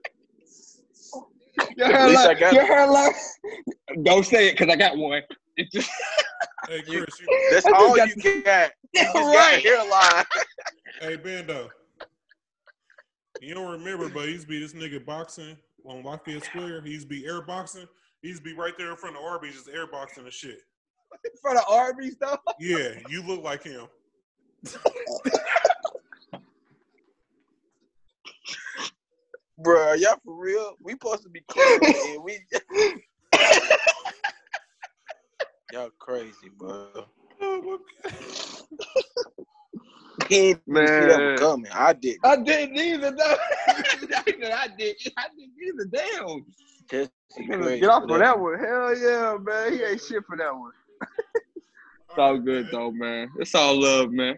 B: your
C: At least I
B: hairline.
C: got
B: Your hairline. Don't say it because I got one. It's just
A: Hey,
C: You-
A: Chris. You,
C: That's
B: I just
C: all
B: got
C: you got. You just got a
B: right.
C: hairline.
A: hey, Bando. You don't remember, but he used to be this nigga boxing on Lafayette Square. He used to be air boxing. He used to be right there in front of Arby's, just air boxing and shit.
B: for the Arby's though.
A: Yeah, you look like him.
C: Bro, y'all for real? We supposed to be clean, man. We y'all crazy, bro.
A: Oh, my
C: He ain't even see that one
B: Man.
C: coming. I did.
B: I didn't either though. I did. I did. I didn't either. Damn.
C: Jesse crazy
B: Get off
C: for
B: of that one. Hell yeah, man. He ain't shit for that one. It's all good though, man. It's all love, man.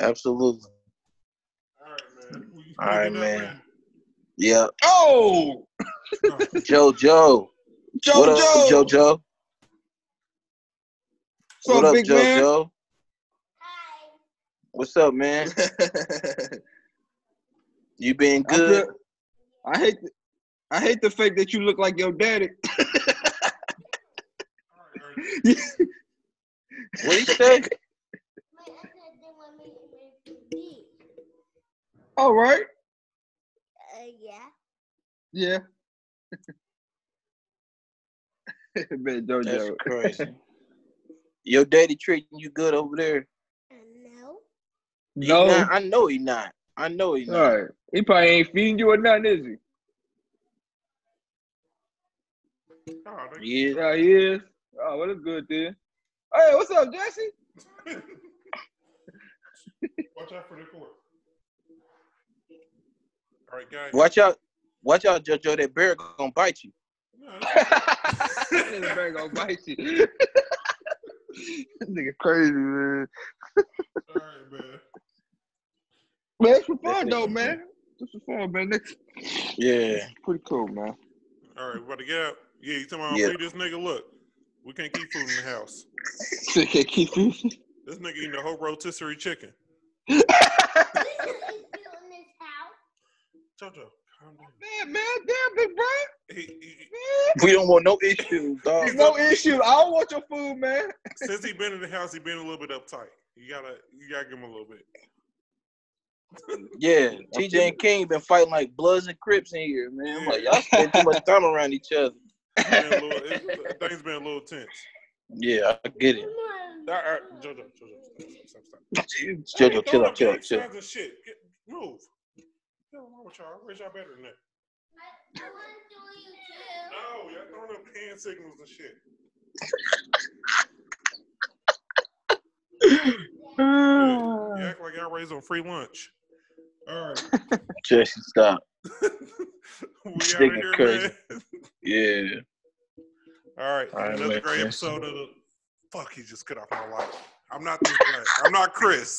C: Absolutely.
A: All right, man. We-
C: All right,
A: we
C: man. Yeah.
B: Oh,
A: got that.
C: JoJo. What up,
B: JoJo.
C: JoJo?
B: So
C: what up,
B: big man.
C: JoJo? What's up, man? You been
B: I
C: good?
B: feel- I hate. The, I hate the fact that you look like your daddy.
A: All right, all right.
C: What he say?
B: all right.
D: Uh, yeah.
B: Yeah. man,
C: That's
B: JoJo.
C: crazy. Your daddy treating you good over there?
D: Uh, no.
C: He
B: No.
C: not- I know he not. I know he not.
B: All right. He probably ain't feeding you or nothing, is he?
A: Oh, thank you.
C: Yeah.
B: Yeah, he is. Oh, well, it's good then. Hey, what's up, Jesse?
A: Watch out for the court. All right, guys.
C: Watch out. Watch out, JoJo. That bear gonna bite you.
A: No,
B: This bear gonna bite you. this nigga crazy, man.
A: all right, man.
B: Man, it's for
C: That
B: fun though,
C: nigga-
B: man. It's for fun, man. That's
C: Yeah.
B: pretty cool, man.
A: All right, we about to get out. Yeah, you talking about
C: Yeah.
A: feed this nigga? Look, we can't keep food in the house.
B: Shit can't keep you.
A: This nigga eating the whole rotisserie chicken.
D: This is built in this house.
A: Jojo, calm down.
B: Man, man, damn, big bro.
A: He, he,
B: Man,
C: We don't want no issues, dog.
B: there's no issue. I don't want your food, man.
A: since he been in the house, he been a little bit uptight. You gotta, you gotta give him a little bit.
C: Yeah, TJ and King been fighting like Bloods and Crips in here, man. I'm like, y'all spend too much time around each other.
A: It's been a little, it's- things been a little tense.
C: Yeah, I get it.
D: Come on.
A: All right, Jojo, Jojo, stop, stop, stop.
C: JoJo, chill out, chill out, chill. out.
A: And shit. Get, move. What's wrong with y'all? I raise y'all better than that.
D: I want to do you too.
A: No, y'all throwing up hand signals and shit.
B: Uh.
A: Good. You act like y'all raised on free lunch. All right.
C: Jesse, stop.
A: we
C: This
A: out of
C: nigga
A: here,
C: crazy.
A: man.
C: Yeah.
A: All right.
C: All right,
A: Another
C: man.
A: great episode of the. Fuck, he just cut off my life. I'm not this black. I'm not Chris.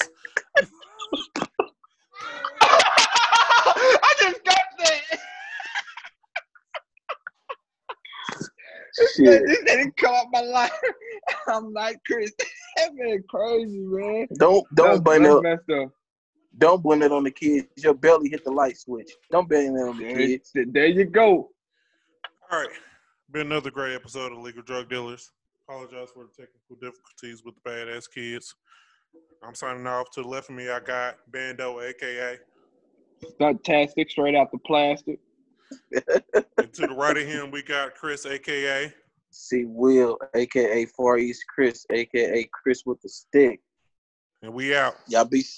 B: I just got that. This
C: Shit.
B: man- This didn't come out my life. I'm like Chris. That man crazy, man.
C: Don't
B: That's-
C: don't blame
B: that's
C: it.
B: messed up.
C: Don't blame it on the kids. Your belly hit the light switch. Don't blame it on the
B: There,
C: kids.
B: there you go.
A: All right. Been another great episode of Legal Drug Dealers. Apologize for the technical difficulties with the badass kids. I'm signing off to the left of me. I got Bando, aka
B: Fantastic, straight out the plastic.
A: And to the right of him, we got Chris, aka
C: See Will, aka Far East Chris, aka Chris with the stick.
A: and we out.
C: Y'all be safe.